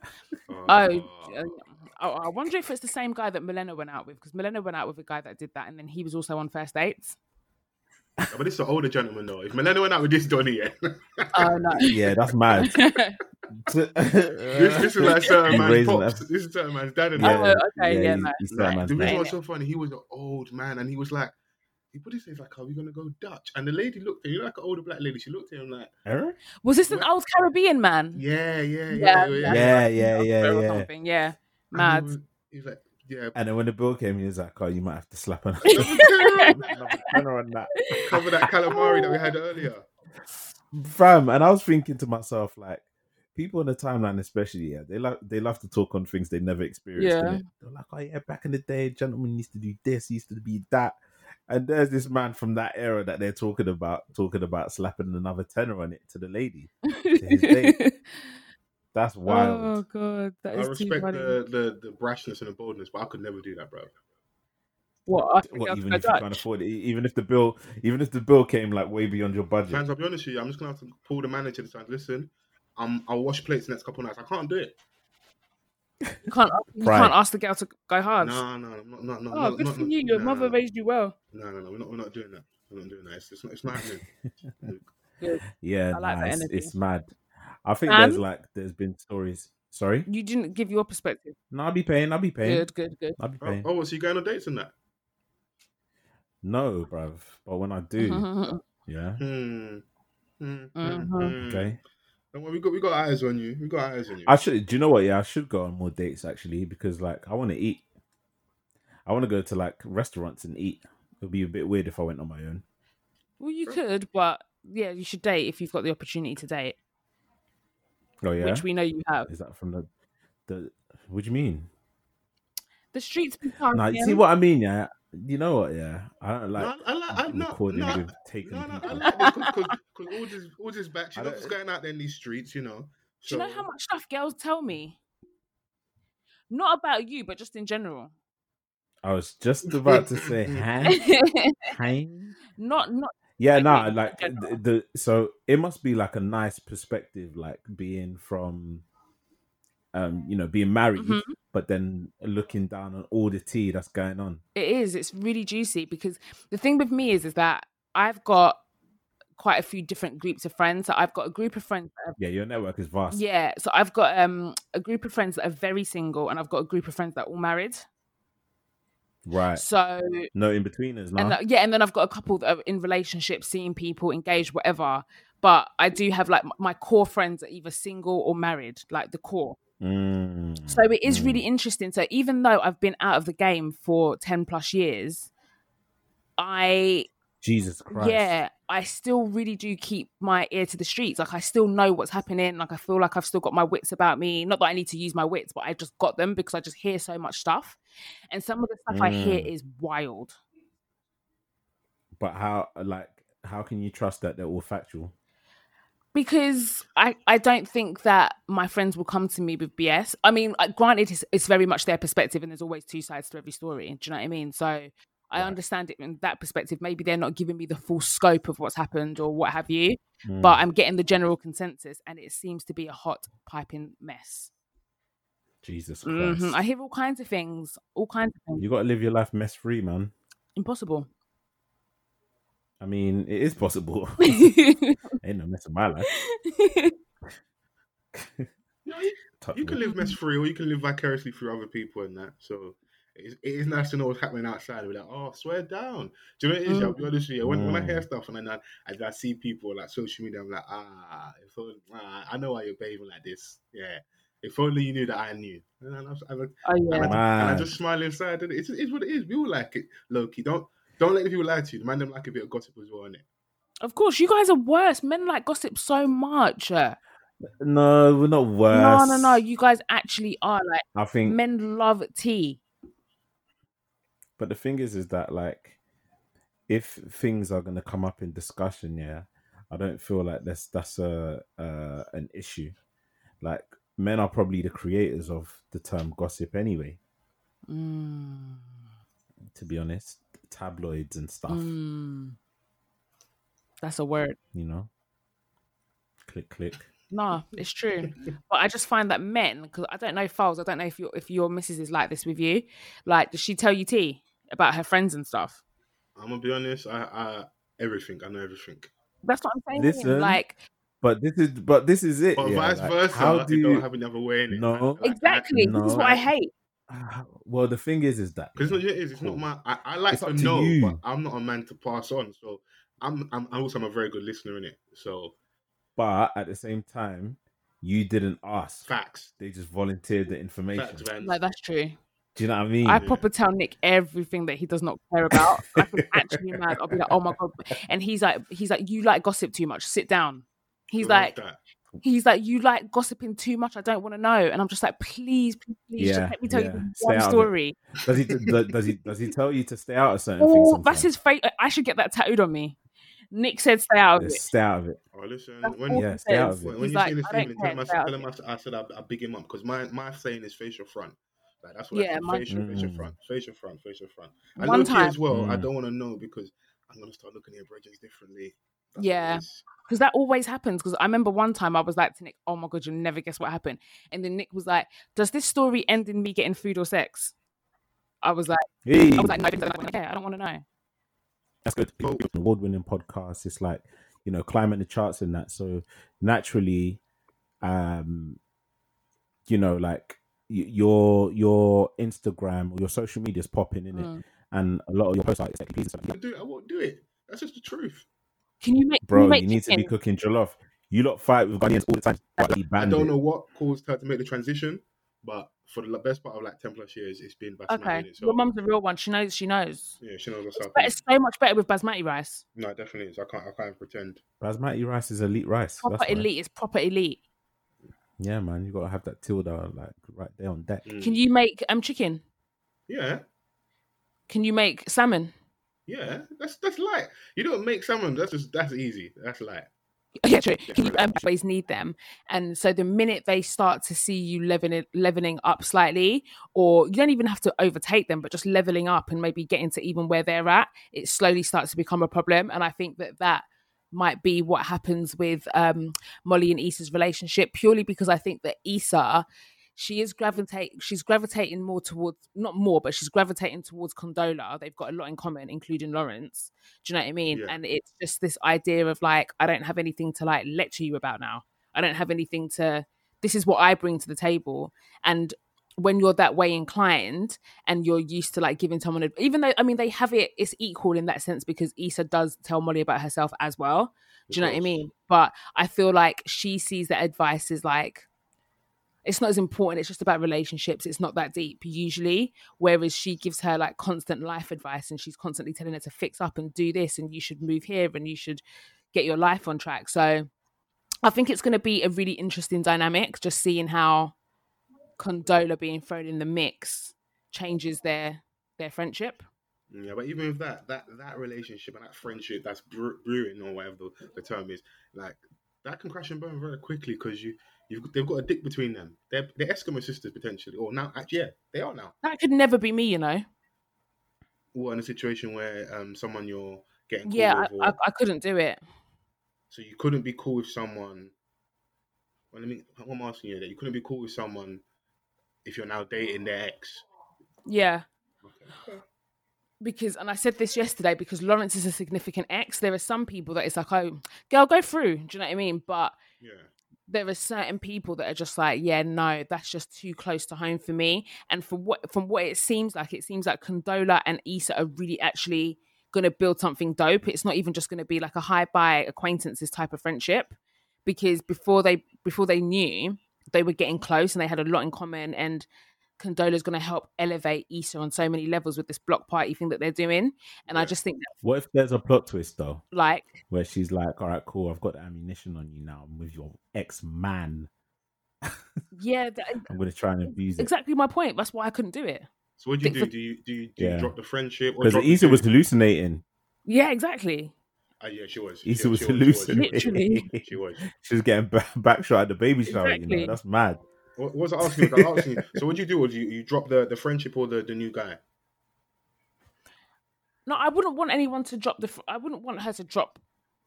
Speaker 4: Oh, uh, oh, I wonder if it's the same guy that Milena went out with because Milena went out with a guy that did that, and then he was also on first dates.
Speaker 5: Yeah, but this is an older gentleman though. If Milena went out with this Donny, yeah.
Speaker 4: Oh no.
Speaker 3: Yeah, that's mad.
Speaker 4: Oh,
Speaker 3: this,
Speaker 5: this, this is like certain
Speaker 3: You
Speaker 5: man's
Speaker 3: raising
Speaker 5: pops.
Speaker 3: that-
Speaker 5: This is certain man's dad. And
Speaker 4: Oh,
Speaker 5: that.
Speaker 4: okay, yeah,
Speaker 3: he-
Speaker 4: no.
Speaker 3: he's
Speaker 5: Like,
Speaker 3: that man's
Speaker 5: the reason
Speaker 3: mate.
Speaker 5: why it's so funny, he was an old man, and he was like, he put his face like, "Are we gonna go Dutch?" And the lady looked, at you know, like an older black lady. She looked at him like,
Speaker 3: Error?
Speaker 4: Was this an
Speaker 5: Where-
Speaker 4: old Caribbean man?
Speaker 5: "Yeah, yeah,
Speaker 4: Yeah,
Speaker 5: yeah, yeah."
Speaker 3: Yeah, yeah, yeah,
Speaker 4: or
Speaker 3: yeah.
Speaker 4: something. Yeah,
Speaker 5: And
Speaker 4: mad.
Speaker 5: he was- He was like, "Yeah,
Speaker 3: And then when the bill came, he was like, "Oh, you might have to slap an tenner on that,
Speaker 5: cover that calamari that we had earlier."
Speaker 3: fam." And I was thinking to myself, like, people on the timeline, especially, yeah, they love they love to talk on things they never experienced.
Speaker 4: Yeah.
Speaker 3: innit? They're like, "Oh yeah, back in the day, gentlemen used to do this, used to be that." And there's this man from that era that they're talking about, talking about slapping another tenner on it to the lady. his date. That's wild.
Speaker 4: Oh god, that
Speaker 5: I
Speaker 4: is too
Speaker 5: respect
Speaker 4: funny.
Speaker 5: the, the the brashness and the boldness, but I could never do that, bro.
Speaker 4: What? I think
Speaker 3: What,
Speaker 4: I'll
Speaker 3: even
Speaker 4: go
Speaker 3: if you can't
Speaker 4: Dutch.
Speaker 3: afford it, E- even if the bill, even if the bill came like way beyond your budget,
Speaker 5: Fans, I'll be honest with you, I'm just gonna have to pull the manager aside. Listen, um, I'll wash plates next couple nights. I can't do it.
Speaker 4: You can't. You
Speaker 3: Right.
Speaker 4: can't ask the girl to go hard.
Speaker 5: No, no, I'm not, not, not,
Speaker 4: oh,
Speaker 5: not,
Speaker 4: good
Speaker 5: not,
Speaker 4: for you. Your
Speaker 5: no,
Speaker 4: mother
Speaker 5: no,
Speaker 4: raised you well.
Speaker 5: No, no, no, we're not, we're not doing that. We're not doing that. It's, it's not, it's not happening.
Speaker 3: yeah,
Speaker 4: I like
Speaker 3: nah,
Speaker 4: that
Speaker 3: it's,
Speaker 4: energy.
Speaker 3: it's mad. I think
Speaker 4: Sam?
Speaker 3: there's like there's been stories. Sorry,
Speaker 4: You didn't give your perspective.
Speaker 3: no, I'll be paying. I'll be paying.
Speaker 4: Good, good, good.
Speaker 3: I'll be
Speaker 5: Oh,
Speaker 3: paying.
Speaker 5: oh, so you going on dates and that?
Speaker 3: No, bruv.
Speaker 4: Mm-hmm.
Speaker 3: But when I do, yeah,
Speaker 5: Hmm. Hmm.
Speaker 4: Mhm.
Speaker 5: hmm.
Speaker 3: okay.
Speaker 5: Don't worry, we got we got eyes on you. We got eyes on you.
Speaker 3: I should. Do you know what? Yeah, I should go on more dates actually because like I want to eat. I want to go to like restaurants and eat. It would be a bit weird if I went on my own.
Speaker 4: Well, you could, but yeah, you should date if you've got the opportunity to date,
Speaker 3: Oh yeah,
Speaker 4: which we know you have.
Speaker 3: is that from the the? What do you mean?
Speaker 4: The streets become.
Speaker 3: Nah, you see what I mean? Yeah, you know what? Yeah, I don't like.
Speaker 5: No, I like- I- no,
Speaker 3: recording
Speaker 5: no,
Speaker 3: with taken
Speaker 5: No, no, I
Speaker 3: people.
Speaker 5: like it because all this all this back,
Speaker 3: I
Speaker 5: you know,
Speaker 3: don't-
Speaker 5: just going out there in these streets, you know.
Speaker 4: Do you know how much stuff girls tell me? Not about you, but just in general.
Speaker 3: I was just about to say, huh? Huh?
Speaker 4: not not
Speaker 3: Yeah,
Speaker 4: Like,
Speaker 3: no,
Speaker 4: in
Speaker 3: like
Speaker 4: general.
Speaker 3: the, the so it must be like a nice perspective, like being from, um, you know, being married,
Speaker 4: Mhm.
Speaker 3: but then looking down on all the tea that's going on.
Speaker 4: it is it's really juicy because the thing with me is is that i've got quite a few different groups of friends so i've got a group of friends that are,
Speaker 3: Yeah, your network is vast.
Speaker 4: yeah so i've got um a group of friends that are very single and i've got a group of friends that are all married
Speaker 3: right.
Speaker 4: so
Speaker 3: No in betweeners now.
Speaker 4: and that- yeah and then i've got a couple that are in relationships seeing people engaged whatever but i do have like m- my core friends are either single or married like the core
Speaker 3: Mm,
Speaker 4: So it is
Speaker 3: mm.
Speaker 4: really interesting. So even though I've been out of the game for 10 plus years, I,
Speaker 3: Jesus Christ.
Speaker 4: yeah, I still really do keep my ear to the streets. Like I still know what's happening. Like I feel like I've still got my wits about me. Not that I need to use my wits, but I just got them because I just hear so much stuff. And some of the stuff I hear
Speaker 3: Mm.
Speaker 4: is wild.
Speaker 3: But how like how can you trust that they're all factual?
Speaker 4: because I, I don't think that my friends will come to me with BS. I mean, uh, granted, it's, it's very much their perspective, and there's always two sides to every story. Do you know what I mean? So I
Speaker 3: Right.
Speaker 4: understand it in that perspective. Maybe they're not giving me the full scope of what's happened or what have you,
Speaker 3: Mm.
Speaker 4: but I'm getting the general consensus, and it seems to be a hot piping mess.
Speaker 3: Mm, Jesus Christ.
Speaker 4: hmm I hear all kinds of things, all kinds of things.
Speaker 3: You gotta live your life mess free, man.
Speaker 4: Impossible.
Speaker 3: I mean, it is possible. Ain't no mess in my life.
Speaker 5: You, know, you,
Speaker 3: Touch
Speaker 5: you can
Speaker 3: wood.
Speaker 5: live mess free, or you can live vicariously through other people and that. So it is, it is nice to know what's happening outside. We're like, oh, swear down. Do you know what it is? I'll be honest with you. When, when I hear
Speaker 3: Mm.
Speaker 5: stuff and then I, I, I see people like social media, I'm like, ah, if only, ah, I know why you're behaving like this. Yeah, if only you knew that I knew. And I'm, I'm,
Speaker 4: oh yeah.
Speaker 5: And, I, and I
Speaker 3: Man.
Speaker 5: just smile inside. And it's, it's what it is. We all like it, Loki. Don't don't let the people lie to you. The man them like a bit of gossip as well, innit?
Speaker 4: Of course, you guys are worse. Men like gossip so much. No,
Speaker 3: No, we're not worse.
Speaker 4: no, no. You guys actually are like.
Speaker 3: I think
Speaker 4: men love tea.
Speaker 3: But the thing is, is that like, if things are going to come up in discussion, yeah, I don't feel like that's that's a uh, an issue. Like, men are probably the creators of the term gossip anyway.
Speaker 4: Mm.
Speaker 3: To be honest, tabloids and stuff,
Speaker 4: Mm. That's a word.
Speaker 3: you know. Click, click.
Speaker 4: Nah, it's true. but I just find that men, because I don't know Files, I don't know if your if your missus is like this with you. Like, does she tell you tea about her friends and stuff?
Speaker 5: I'm gonna be honest. I, I everything. I know everything.
Speaker 4: That's what I'm saying.
Speaker 3: Listen,
Speaker 4: like,
Speaker 3: But this is, but this is it.
Speaker 5: But
Speaker 3: yeah,
Speaker 5: vice
Speaker 3: like,
Speaker 5: versa,
Speaker 3: How do
Speaker 5: it
Speaker 3: you?
Speaker 5: don't have another way in it.
Speaker 3: No.
Speaker 4: exactly. this is
Speaker 3: no.
Speaker 4: what I hate.
Speaker 3: Ah, well, the thing is, is that
Speaker 5: Because it's not, it is, it's not my. I, I like
Speaker 3: It's
Speaker 5: to
Speaker 3: up to
Speaker 5: know,
Speaker 3: you.
Speaker 5: but I'm not a man to pass on. So I'm. I'm I'm also I'm a very good listener in it. So
Speaker 3: but at the same time, you didn't ask.
Speaker 5: facts,
Speaker 3: They just volunteered the information.
Speaker 5: facts, man.
Speaker 4: Like, that's true.
Speaker 3: Do you know what I mean?
Speaker 4: I proper tell Nick everything that he does not care about. I can actually mad. I'll be like, oh my god. And he's like, he's like, you like gossip too much. Sit down. He's
Speaker 5: Love
Speaker 4: like,
Speaker 5: that.
Speaker 4: he's like, you like gossiping too much. I don't want to know. And I'm just like, please, please, please
Speaker 3: Yeah,
Speaker 4: just let me tell
Speaker 3: yeah.
Speaker 4: you this
Speaker 3: Stay
Speaker 4: one
Speaker 3: out of it.
Speaker 4: story.
Speaker 3: Does he does, does he does he tell you to stay out of certain things?
Speaker 4: Oh, that's
Speaker 3: sometimes?
Speaker 4: his favorite. I should get that tattooed on me. Nick said, stay out of
Speaker 3: Yeah,
Speaker 4: it.
Speaker 3: stay out of it.
Speaker 5: Oh, listen.
Speaker 4: That's
Speaker 5: When
Speaker 4: all
Speaker 3: Yeah,
Speaker 4: he
Speaker 3: stay out
Speaker 4: says.
Speaker 3: of it.
Speaker 5: When, when
Speaker 4: He's
Speaker 5: you see
Speaker 4: like,
Speaker 5: this
Speaker 4: I
Speaker 5: statement,
Speaker 4: don't
Speaker 5: tell
Speaker 4: care.
Speaker 5: him, I,
Speaker 4: stay out
Speaker 5: tell
Speaker 4: of it.
Speaker 5: him I, s- I said I, I big him up because my, my saying is facial front. Like that's what I
Speaker 4: Yeah,
Speaker 5: said,
Speaker 4: mine-
Speaker 5: facial, facial
Speaker 3: Mm.
Speaker 5: front, facial front, facial front. And
Speaker 4: One
Speaker 5: look here
Speaker 4: time-
Speaker 5: as well, I
Speaker 3: Mm.
Speaker 5: don't want to know because I'm gonna start looking at virgins differently. what it
Speaker 4: Yeah.
Speaker 5: is.
Speaker 4: Because that always happens. Because I remember one time I was like to Nick, oh my God, you'll never guess what happened. And then Nick was like, does this story end in me getting food or sex? I was like,
Speaker 3: Hey,
Speaker 4: I was like, no, I don't want to care. I don't want to know.
Speaker 3: that's good. Award-winning podcast. It's like you know climbing the charts and that. So naturally, um, you know, like y- your your Instagram or your social media is popping in it,
Speaker 4: Mm.
Speaker 3: and a lot of your posts are like, please,
Speaker 5: I do. I won't do it. That's just the truth.
Speaker 4: Can you make, can
Speaker 3: bro,
Speaker 4: you make
Speaker 3: you need to be
Speaker 4: chicken?
Speaker 3: cooking jollof. You lot fight with Ghanaians all the time. Rightly
Speaker 5: I
Speaker 3: banned
Speaker 5: don't
Speaker 3: it.
Speaker 5: know what caused her to make the transition, but for the best part of like ten plus years, it's been basmati.
Speaker 4: Okay,
Speaker 5: innit? So,
Speaker 4: your mum's the real one. She knows. She knows.
Speaker 5: yeah, she knows what's
Speaker 4: It's,
Speaker 5: up.
Speaker 4: be- it's so much better with basmati rice.
Speaker 5: No, it definitely is. I can't. I can't pretend.
Speaker 3: Basmati rice is elite rice.
Speaker 4: Proper
Speaker 3: That's right.
Speaker 4: elite. It's proper elite.
Speaker 3: Yeah, man, you gotta have that tilde like right there on deck.
Speaker 5: Mm.
Speaker 4: Can you make um chicken?
Speaker 5: Yeah,
Speaker 4: Can you make salmon?
Speaker 5: yeah. That's that's light. You don't make salmon. That's just that's easy. That's light.
Speaker 4: Yeah, true. Can you, um, always need them, and so the minute they start to see you leveling leveling up slightly, or you don't even have to overtake them, but just leveling up and maybe getting to even where they're at, it slowly starts to become a problem. And I think that that might be what happens with um, Molly and Issa's relationship, purely because I think that Issa. She is gravitate. She's gravitating more towards not more, but she's gravitating towards Condola. They've got a lot in common, including Lawrence. Do you know what I mean?
Speaker 5: Yeah.
Speaker 4: And it's just this idea of like, I don't have anything to like lecture you about now. I don't have anything to, this is what I bring to the table. And when you're that way inclined and you're used to like giving someone, ad- even though, I mean, they have it, it's equal in that sense because Issa does tell Molly about herself as well. Do you know what I
Speaker 5: course.
Speaker 4: mean? But I feel like she sees that advice is like, it's not as important. It's just about relationships. It's not that deep usually. Whereas she gives her like constant life advice and she's constantly telling her to fix up and do this and you should move here and you should get your life on track. So I think it's going to be a really interesting dynamic just seeing how Condola being thrown in the mix changes their their friendship.
Speaker 5: Yeah, but even with that, that that relationship and that friendship that's bre- brewing or whatever the, the term is, like that can crash and burn very quickly because you you've they've got a dick between them. They're they're Eskimo sisters potentially, or now actually, yeah, they are now.
Speaker 4: That could never be me, you know.
Speaker 5: Or in a situation where um someone you're getting cool
Speaker 4: Yeah,
Speaker 5: with, or-
Speaker 4: I, I, I couldn't do it.
Speaker 5: so you couldn't be cool with someone. Well, let me. What I'm asking you that you couldn't be cool with someone if you're now dating their ex.
Speaker 4: Yeah. Because, and I said this yesterday, because Lawrence is a significant ex, there are some people that it's like, oh, girl, go through. Do you know what I mean? But
Speaker 5: Yeah,
Speaker 4: there are certain people that are just like, yeah, no, that's just too close to home for me. And for what from what it seems like, it seems like Condola and Issa are really actually going to build something dope. It's not even just going to be like a high by acquaintances type of friendship, because before they before they knew they were getting close and they had a lot in common. And Condola's going to help elevate Issa on so many levels with this block party thing that they're doing. And I
Speaker 5: Yeah.
Speaker 4: just think that,
Speaker 3: What if there's a plot twist though,
Speaker 4: like
Speaker 3: where she's like, "All right, cool, I've got the ammunition on you now. I'm with your ex man.
Speaker 4: yeah, that,
Speaker 3: I'm gonna try and abuse it."
Speaker 4: exactly my point. That's why I couldn't do it.
Speaker 5: So what do you
Speaker 4: Dick
Speaker 5: do?
Speaker 4: for-
Speaker 5: Do you do you, do you
Speaker 3: Yeah.
Speaker 5: drop the friendship or
Speaker 3: Because
Speaker 5: drop the
Speaker 3: Issa
Speaker 5: dude?
Speaker 3: was hallucinating.
Speaker 4: Yeah, exactly.
Speaker 5: Ah, yeah, she was.
Speaker 3: Issa
Speaker 5: yeah,
Speaker 3: was
Speaker 5: she
Speaker 3: hallucinating.
Speaker 4: Literally.
Speaker 5: She was.
Speaker 3: she was getting ba- back shot at the baby shower. You
Speaker 4: Exactly.
Speaker 3: know, that's mad.
Speaker 5: What what was I asking? you? I was asking you. So what do you do? Or do you, you drop the, the friendship or the, the new guy?
Speaker 4: No, I wouldn't want anyone to drop the. fr- I wouldn't want her to drop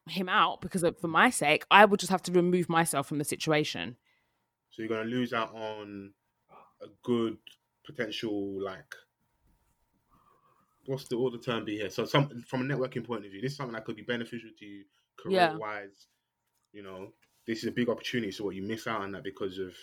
Speaker 4: him out because, of, for my sake, I would just have to remove myself from the situation.
Speaker 5: So you're gonna lose out on a good potential like what's the all the term be here? So some from a networking point of view, this is something that could be beneficial to you
Speaker 4: Yeah.
Speaker 5: career wise. You know, this is a big opportunity. So what you miss out on that because of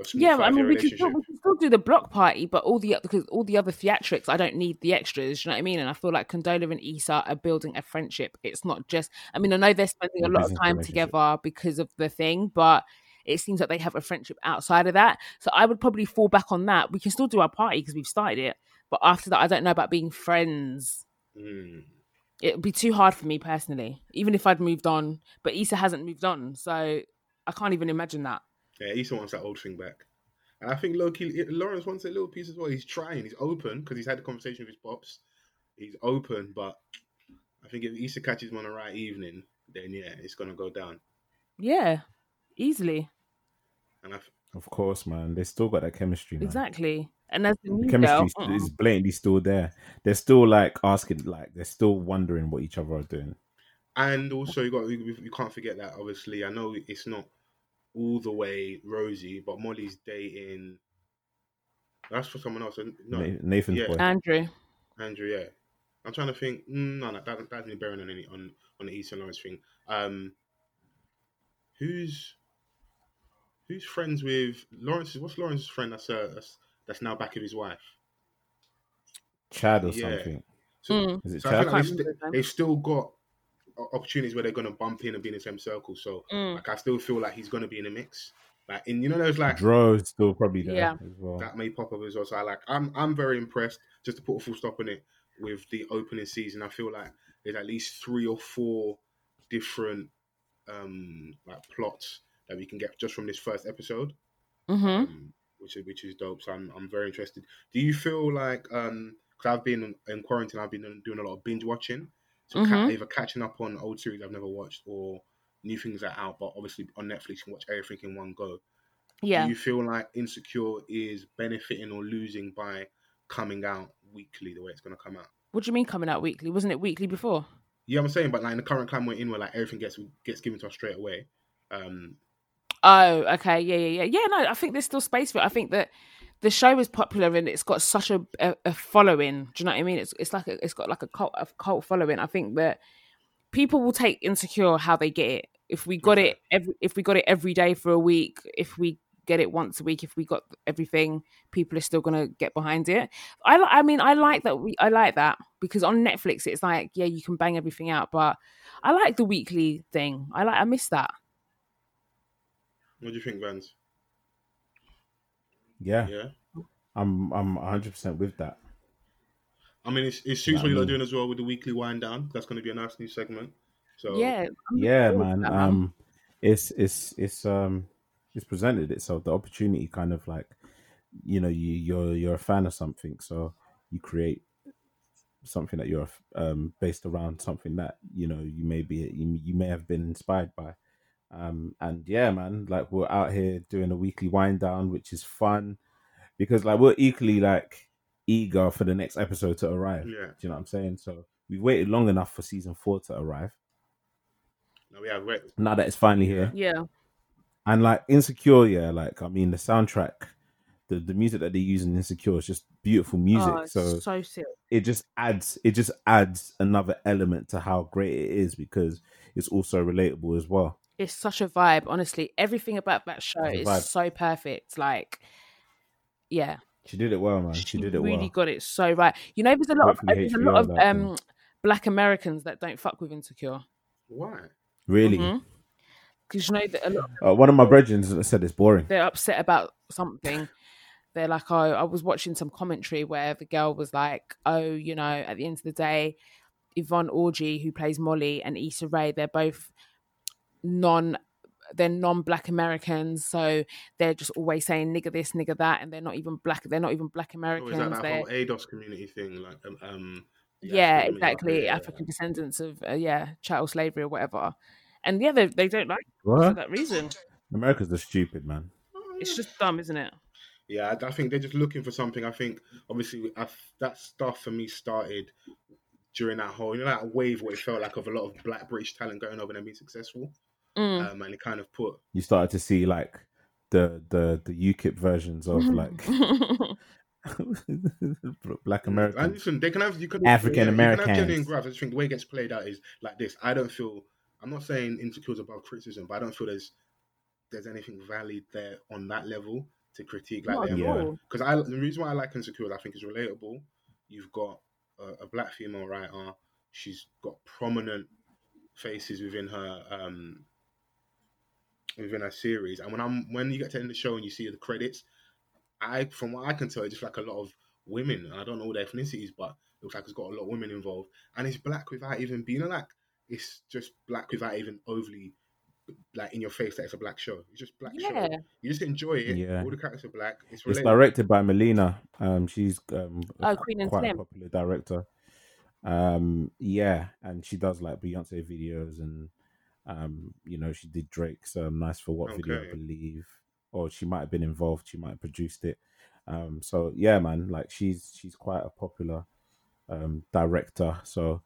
Speaker 5: a small
Speaker 4: yeah, I mean,
Speaker 5: five-year
Speaker 4: we could, still,
Speaker 5: relationship.
Speaker 4: we could still do the block party, but all the because all the other theatrics, I don't need the extras. You know what I mean? And I feel like Condola and Issa are building a friendship. It's not just. I mean, I know they're spending a
Speaker 3: A
Speaker 4: lot of
Speaker 3: business
Speaker 4: time
Speaker 3: relationship.
Speaker 4: together because of the thing, but it seems like they have a friendship outside of that. So I would probably fall back on that. We can still do our party because we've started it, but after that, I don't know about being friends.
Speaker 5: Mm.
Speaker 4: it would be too hard for me personally, even if I'd moved on. But Issa hasn't moved on, so I can't even imagine that.
Speaker 5: Yeah, Issa wants that old thing back. And I think low key, Lawrence wants a little piece as well. He's trying, he's open because he's had the conversation with his pops. He's open, but I think if Issa catches him on the right evening, then yeah, it's going to go down.
Speaker 4: Yeah, easily,
Speaker 5: And I, f-
Speaker 3: Of course, man. They still got that chemistry. Man.
Speaker 4: exactly. And as the
Speaker 3: The
Speaker 4: new
Speaker 3: chemistry
Speaker 4: girl,
Speaker 3: is- is blatantly still there. They're still like asking, like they're still wondering what each other are doing.
Speaker 5: and also you got you, you can't forget that obviously I know it's not all the way rosy, but Molly's dating. That's for someone else. isn't- No,
Speaker 3: Na- Nathan's
Speaker 5: Yeah.
Speaker 3: boy.
Speaker 4: mm, Andrew.
Speaker 5: Andrew, yeah. I'm trying to think. mm, No, no, that, that hasn't bearing on any on on the Eastern Lawrence thing. Um, who's who's friends with Lawrence? What's Lawrence's friend? That's uh, that's that's now back with his wife.
Speaker 3: Chad or
Speaker 5: Yeah.
Speaker 3: something.
Speaker 5: So,
Speaker 4: Mm.
Speaker 3: Is it
Speaker 5: so I
Speaker 3: Chad?
Speaker 5: feel like
Speaker 4: Can't
Speaker 5: they've,
Speaker 4: remember
Speaker 5: st- they've still got o- opportunities where they're going to bump in and be in the same circle. So
Speaker 4: Hmm.
Speaker 6: Mm.
Speaker 5: like I still feel like he's going to be in the mix. Like and you know those like
Speaker 3: Dro is still probably there
Speaker 4: Yeah.
Speaker 3: as well.
Speaker 5: that may pop up as well. So I like I'm I'm very impressed. Just to put a full stop on it with the opening season, I feel like there's at least three or four different um like plots that we can get just from this first episode,
Speaker 1: Mm-hmm.
Speaker 5: um, which is which is dope. So I'm I'm very interested. Do you feel like um because I've been in quarantine, I've been doing a lot of binge watching, so ca-
Speaker 1: Mhm.
Speaker 5: either catching up on old series I've never watched or new things that are out. But obviously on Netflix, you can watch everything in one go.
Speaker 1: Yeah.
Speaker 5: Do you feel like Insecure is benefiting or losing by coming out weekly the way it's going to come out?
Speaker 4: What do you mean coming out weekly? Wasn't it weekly before?
Speaker 5: Yeah, I'm saying, but like in the current climate we're in, where like everything gets gets given to us straight away. Um,
Speaker 4: Oh, okay, yeah, yeah, yeah, yeah. No, I think there's still space for it. I think that the show is popular and it's got such a, a, a following. Do you know what I mean? It's it's like a, it's got like a cult a cult following. I think that people will take insecure how they get it. If we got it every, if we got it every day for a week, if we get it once a week, if we got everything, people are still gonna get behind it. I li- I mean I like that we I like that because on Netflix it's like yeah you can bang everything out, but I like the weekly thing. I like I miss that.
Speaker 5: what do you think, Vans?
Speaker 3: Yeah,
Speaker 5: Yeah,
Speaker 3: I'm I'm 100 percent with that.
Speaker 5: I mean, it's, it suits what
Speaker 3: Yeah, I
Speaker 5: you're
Speaker 3: mean-
Speaker 5: doing as well with the weekly wind down. That's going to be a nice new segment. So
Speaker 4: Yeah,
Speaker 3: Yeah,
Speaker 4: forward to
Speaker 3: man.
Speaker 4: that, man.
Speaker 3: Um, it's it's it's um it's presented itself the opportunity, kind of like you know you you're you're a fan of something, so you create something that you're um based around something that you know you may be you, you may have been inspired by. Um, and yeah, man, like we're out here doing a weekly wind down, which is fun because like we're equally like eager for the next episode to arrive.
Speaker 5: Yeah.
Speaker 3: Do you know what I'm saying? So we waited long enough for season four to arrive
Speaker 5: no, we have re-
Speaker 3: now that it's finally here.
Speaker 4: yeah.
Speaker 3: And like Insecure, yeah, like I mean the soundtrack, the, the music that they use in Insecure is just beautiful music.
Speaker 4: Oh, it's
Speaker 3: so
Speaker 4: so sick.
Speaker 3: it just adds it just adds another element to how great it is because it's also relatable as well.
Speaker 4: It's such a vibe, honestly. Everything about that show
Speaker 3: It's a
Speaker 4: is
Speaker 3: vibe.
Speaker 4: so perfect. Like, yeah,
Speaker 3: She did it well, man. She, did it
Speaker 4: really
Speaker 3: well.
Speaker 4: got it so right. You know, there's a lot of
Speaker 3: Hopefully
Speaker 4: there's a
Speaker 3: HBO
Speaker 4: lot of
Speaker 3: like that.
Speaker 4: um black Americans that don't fuck with insecure
Speaker 5: why? Oh,
Speaker 3: Really,
Speaker 4: Mhm. because you know that a lot
Speaker 3: uh, one of my brethren said it's boring.
Speaker 4: they're upset about something. They're like, oh, I was watching some commentary where the girl was like, oh, you know, at the end of the day, Yvonne Orji, who plays Molly, and Issa Rae, they're both non, they're non-black Americans, so they're just always saying nigger this, nigger that, and they're not even black. They're not even black
Speaker 5: Or
Speaker 4: Americans.
Speaker 5: Oh, is that that
Speaker 4: they're
Speaker 5: whole ADOS community thing? Like, um, um the
Speaker 4: yeah,
Speaker 5: African-
Speaker 4: exactly,
Speaker 5: yeah.
Speaker 4: African descendants of uh, yeah, chattel slavery or whatever. And yeah, they, they don't like it for
Speaker 3: What?
Speaker 4: that reason.
Speaker 3: Americans are stupid, man.
Speaker 5: Oh,
Speaker 4: It's just dumb, isn't it?
Speaker 5: Yeah, I, I think they're just looking for something. I think obviously I, that stuff for me started during that whole you know that wave where it felt like of a lot of black British talent going over and being successful,
Speaker 3: Hmm.
Speaker 4: Mm.
Speaker 5: um, and it kind of put
Speaker 3: You started to see like the the the UKIP versions of like
Speaker 4: Mm.
Speaker 3: black
Speaker 5: And
Speaker 3: Americans.
Speaker 5: listen, they can have you can
Speaker 3: African
Speaker 5: yeah, you can have
Speaker 3: Americans.
Speaker 5: genuine grabs. I just think the way it gets played out is like this. I don't feel. I'm not saying Insecure's above criticism, but I don't feel there's there's anything valid there on that level to critique like
Speaker 4: Not
Speaker 5: that.
Speaker 3: at all.
Speaker 5: Because I the reason why I like Insecure, is I think is relatable. You've got a, a black female writer. She's got prominent faces within her um within her series. And when I'm when you get to the end of the show and you see the credits, I from what I can tell, it's just like a lot of women. And I don't know all their ethnicities, but it looks like it's got a lot of women involved. And it's black without even being a like it's just black without even overly like in your face that it's a black show. It's just black show.
Speaker 4: Yeah.
Speaker 5: You just enjoy it.
Speaker 3: Yeah.
Speaker 5: All the characters are black. It's
Speaker 3: It's
Speaker 5: related.
Speaker 3: directed by Melina. Um, she's um,
Speaker 4: Oh, Queen and
Speaker 3: quite
Speaker 4: Slim.
Speaker 3: a popular director. Um, yeah, and she does like Beyonce videos, and um, you know, she did Drake's um, "Nice for What" video,
Speaker 5: Okay.
Speaker 3: I believe, or she might have been involved. She might have produced it. Um, so yeah, man, like she's she's quite a popular um, director. So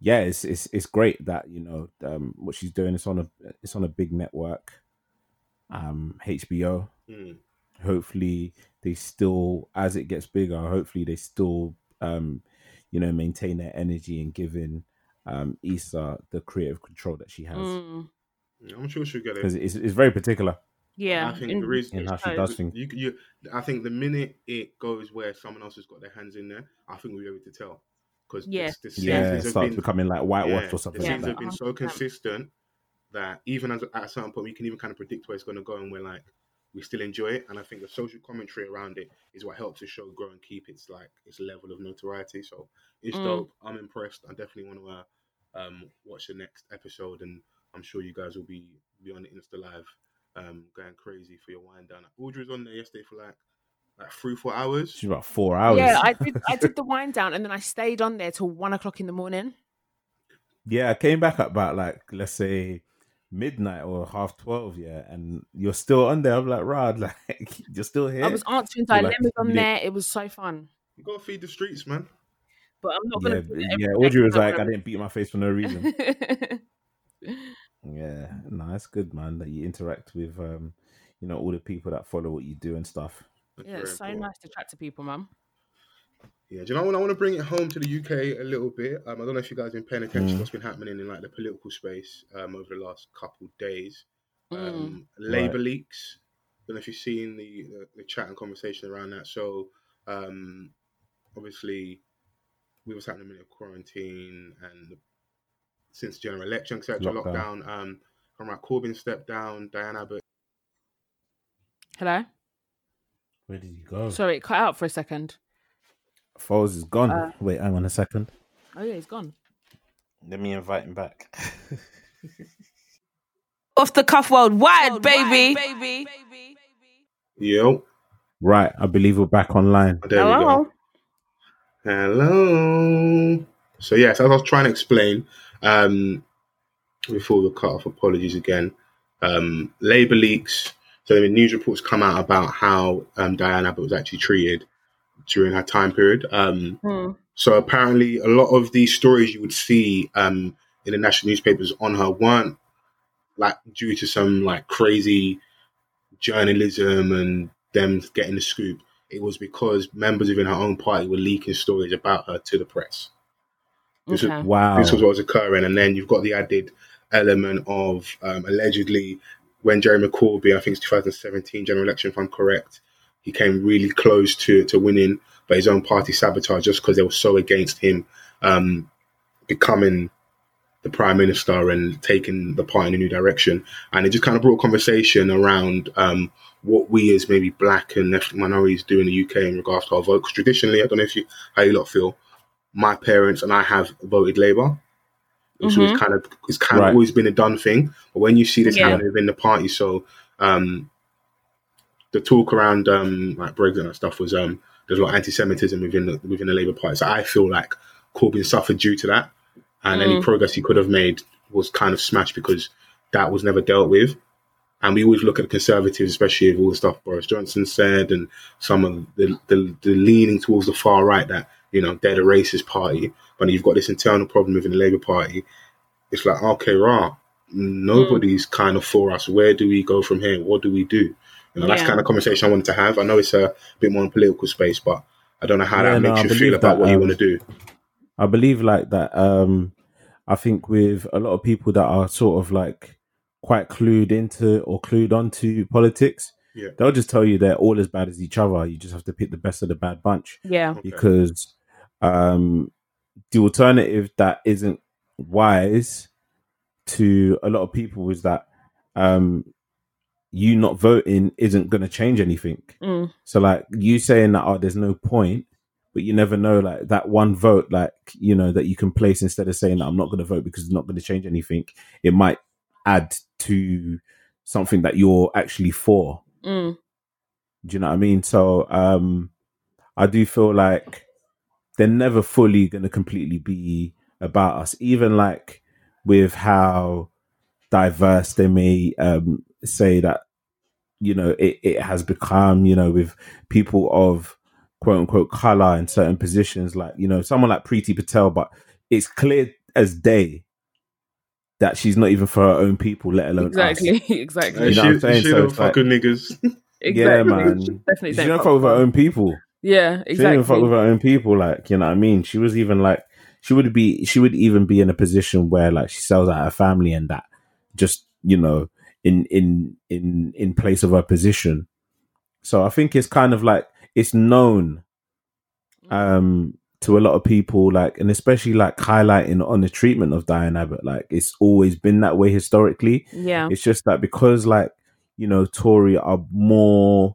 Speaker 3: yeah, it's it's it's great that you know um, what she's doing. It's on a it's on a big network, um, HBO
Speaker 5: Mm.
Speaker 3: hopefully they still as it gets bigger hopefully they still um you know maintain their energy and giving um Issa the creative control that she has
Speaker 4: Mm.
Speaker 5: I'm sure she'll get it.
Speaker 3: because it's, it's very particular
Speaker 4: Yeah,
Speaker 5: I think
Speaker 4: in-
Speaker 5: the reason
Speaker 3: in how she
Speaker 4: So-
Speaker 3: does things
Speaker 5: you, you, I think the minute it goes where someone else has got their hands in there, I think we'll be able to tell. because
Speaker 4: Yeah.
Speaker 5: the
Speaker 3: Yeah,
Speaker 5: seasons
Speaker 3: it
Speaker 5: have
Speaker 3: starts
Speaker 5: been
Speaker 3: becoming like whitewashed
Speaker 5: yeah,
Speaker 3: or something
Speaker 5: The
Speaker 3: like
Speaker 5: seasons
Speaker 3: that.
Speaker 5: have been so
Speaker 4: 100%.
Speaker 5: consistent that even as, at a certain point, we can even kind of predict where it's going to go, and we're like, we still enjoy it. And I think the social commentary around it is what helps the show grow and keep its like its level of notoriety. So it's
Speaker 4: Mm.
Speaker 5: dope. I'm impressed. I definitely want to uh, um, watch the next episode, and I'm sure you guys will be be on the Insta live, um, going crazy for your wind down. Audrey was on there yesterday for like like three four hours.
Speaker 3: She's about four hours.
Speaker 4: yeah,
Speaker 3: Yeah, I,
Speaker 4: I did. I did the wind down, and then I stayed on there till one o'clock in the morning.
Speaker 3: came back at about like let's say midnight or half twelve. Yeah, and you're still on there. I'm like, Rod, like you're still here.
Speaker 4: I was answering
Speaker 3: You're like,
Speaker 4: dilemmas on
Speaker 3: yeah.
Speaker 4: there. It was so fun,
Speaker 5: You gotta feed the streets, man.
Speaker 4: but I'm not
Speaker 3: yeah,
Speaker 4: gonna. do it every
Speaker 3: yeah.
Speaker 4: day,
Speaker 3: Audrey was
Speaker 4: I'm
Speaker 3: like, I
Speaker 4: gonna-
Speaker 3: didn't beat my face for no reason. yeah, no, it's good, man, that you interact with, um, you know, all the people that follow what you do and stuff.
Speaker 5: That's
Speaker 4: yeah, it's
Speaker 5: very
Speaker 4: so
Speaker 5: important.
Speaker 4: nice to chat to people, mum.
Speaker 5: Yeah, do you know what? I want to bring it home to the UK a little bit. Um, I don't know if you guys have been paying attention to what's been happening in like the political space um, over the last couple days.
Speaker 4: Mm.
Speaker 5: Um, Labour leaks. don't know if you've seen the, the, the chat and conversation around that. So, um, obviously, we was having a minute of quarantine and the, since general election, etc.
Speaker 3: Lockdown.
Speaker 5: Lockdown. Um, Conrad Corbyn stepped down. Diane Abbott.
Speaker 4: Hello.
Speaker 3: Where did you go?
Speaker 4: Sorry, it cut out for a second.
Speaker 3: Foles is gone.
Speaker 4: Uh,
Speaker 3: Wait, hang on a second.
Speaker 4: Oh yeah, he's gone.
Speaker 3: Let me invite him back.
Speaker 1: Off the cuff worldwide, baby.
Speaker 5: Yo,
Speaker 3: right, I believe we're back online.
Speaker 5: there we go. Hello. So yes, as I was trying to explain um, before the cut off, apologies again. Um, Labour leaks. So the news reports come out about how um, Diane Abbott was actually treated during her time period. Um,
Speaker 4: Mm,
Speaker 5: so apparently, a lot of these stories you would see um, in the national newspapers on her weren't like due to some like crazy journalism and them getting the scoop. It was because members within her own party were leaking stories about her to the press. This is-
Speaker 4: Okay.
Speaker 3: Wow.
Speaker 5: This was what was occurring, and then you've got the added element of um, allegedly when Jeremy Corbyn, I think it's 2017 general election, if I'm correct, he came really close to to winning, but his own party sabotaged just because they were so against him um, becoming the prime minister and taking the party in a new direction. And it just kind of brought a conversation around um, what we as maybe black and ethnic minorities do in the UK in regards to our vote. 'Cause traditionally, I don't know if you how you lot feel. My parents and I have voted Labour, which was kind of it's kind
Speaker 3: Right.
Speaker 5: of always been a done thing. But when you see this
Speaker 4: Yeah.
Speaker 5: happening within the party, so um, the talk around um, like Brexit and stuff was um, there's a lot of anti-Semitism within the, within the Labour Party. So I feel like Corbyn suffered due to that, and any progress he could have made was kind of smashed because that was never dealt with. And we always look at conservatives, especially with all the stuff Boris Johnson said and some of the, the, the leaning towards the far right that, you know, they're the racist party. But you've got this internal problem within the Labour Party. It's like, okay, rah,
Speaker 4: Hmm.
Speaker 5: nobody's kind of for us. Where do we go from here? What do we do? You know, that's
Speaker 4: Yeah.
Speaker 5: kind of conversation I wanted to have. I know it's a bit more in political space, but I don't know how
Speaker 3: Yeah,
Speaker 5: that
Speaker 3: no,
Speaker 5: makes
Speaker 3: I
Speaker 5: you
Speaker 3: believe
Speaker 5: feel about
Speaker 3: that,
Speaker 5: what you
Speaker 3: um,
Speaker 5: want to do.
Speaker 3: I believe like that. Um, I think with a lot of people that are sort of like quite clued into or clued onto politics,
Speaker 5: Yeah.
Speaker 3: they'll just tell you they're all as bad as each other. You just have to pick the best of the bad bunch
Speaker 4: Yeah.
Speaker 5: Okay.
Speaker 3: because um, the alternative that isn't wise to a lot of people is that um, you not voting isn't going to change anything.
Speaker 4: Mm.
Speaker 3: So like you saying that oh there's no point, but you never know like that one vote like you know that you can place instead of saying that I'm not going to vote because it's not going to change anything. It might add to something that you're actually for.
Speaker 4: Mm.
Speaker 3: Do you know what I mean? So um I do feel like they're never fully going to completely be about us even like with how diverse they may um say that you know it, it has become you know with people of quote unquote color in certain positions like you know someone like Preeti Patel but it's clear as day that she's not even for her own people let alone us.
Speaker 4: Exactly.
Speaker 5: Uh,
Speaker 4: exactly.
Speaker 3: You know
Speaker 5: she-
Speaker 3: what I'm saying?
Speaker 5: she
Speaker 3: So
Speaker 5: don't
Speaker 3: it's like-
Speaker 5: fuck with niggas.
Speaker 4: Exactly.
Speaker 3: yeah man
Speaker 4: Definitely
Speaker 3: she
Speaker 4: don't
Speaker 3: don't
Speaker 4: fuck
Speaker 3: fuck with her
Speaker 4: with
Speaker 3: own people
Speaker 4: Yeah.
Speaker 3: she didn't even fuck with
Speaker 4: Exactly.
Speaker 3: her own people, like you know what I mean. She was even like she would be she would even be in a position where like she sells out her family and that just you know in in in in place of her position. So I think it's kind of like it's known um to a lot of people, like, and especially like highlighting on the treatment of Diane Abbott, like it's always been that way historically.
Speaker 4: Yeah.
Speaker 3: It's just that because like, you know, Tory are more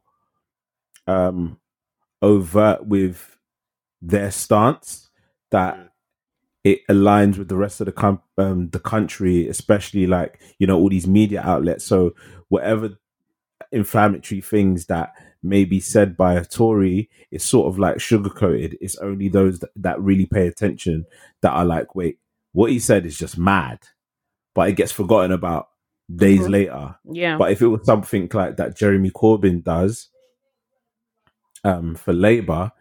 Speaker 3: um overt with their stance that it aligns with the rest of the com- um, the country, especially like you know all these media outlets. So whatever inflammatory things that may be said by a Tory, it's sort of like sugarcoated. It's only those that, that really pay attention that are like, wait, what he said is just mad, but it gets forgotten about days
Speaker 4: Mhm.
Speaker 3: later.
Speaker 4: Yeah.
Speaker 3: But if it was something like that Jeremy Corbyn does um, for Labour,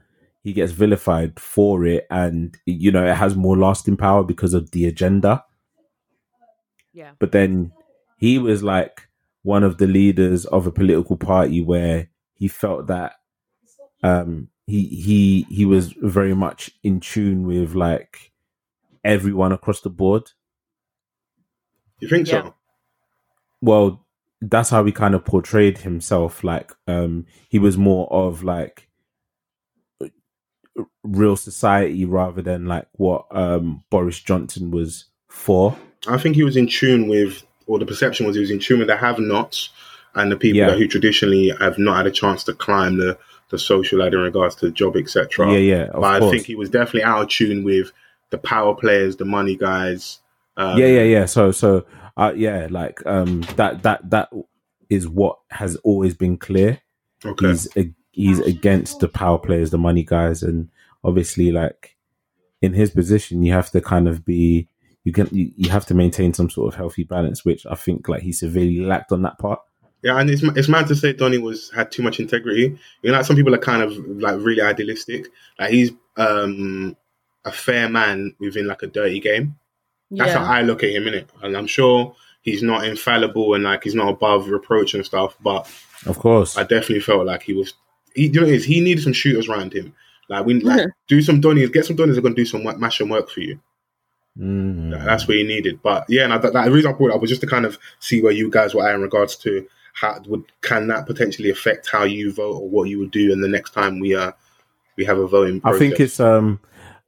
Speaker 3: he gets vilified for it, and you know it has more lasting power because of the agenda.
Speaker 4: Yeah.
Speaker 3: But then he was like one of the leaders of a political party where he felt that um, he he he was very much in tune with like everyone across the board.
Speaker 5: You think
Speaker 4: Yeah.
Speaker 5: so?
Speaker 3: well that's how he kind of portrayed himself like um he was more of like real society rather than like what um boris johnson was for
Speaker 5: I think he was in tune with, or the perception was he was in tune with the have-nots and the people
Speaker 3: Yeah.
Speaker 5: that who traditionally have not had a chance to climb the, the social ladder in regards to job, etc.
Speaker 3: yeah yeah of
Speaker 5: but I
Speaker 3: course
Speaker 5: think he was definitely out of tune with the power players, the money guys. Um,
Speaker 3: yeah yeah yeah so so uh, yeah like um that that that is what has always been clear
Speaker 5: Okay.
Speaker 3: he's a, he's against the power players, the money guys, and obviously, like in his position, you have to kind of be you can you, you have to maintain some sort of healthy balance, which I think like he severely lacked on that part.
Speaker 5: Yeah, and it's, it's mad to say Donny was had too much integrity. You know, like some people are kind of like really idealistic. Like he's um a fair man within like a dirty game. That's
Speaker 4: yeah.
Speaker 5: how I look at him, innit? And I'm sure he's not infallible and like he's not above reproach and stuff. But
Speaker 3: Of course,
Speaker 5: I definitely felt like he was. He, you know, what it is he needed some shooters around him. Like we like do some Donnies, get some Donnies. Are gonna do some work, mash and work for you.
Speaker 3: Mm.
Speaker 5: That- That's what he needed. But yeah, and I, that, that- the reason I brought it up was just to kind of see where you guys were at in regards to how would can that potentially affect how you vote or what you would do in the next time we uh we have a voting.
Speaker 3: I
Speaker 5: Process.
Speaker 3: think it's um,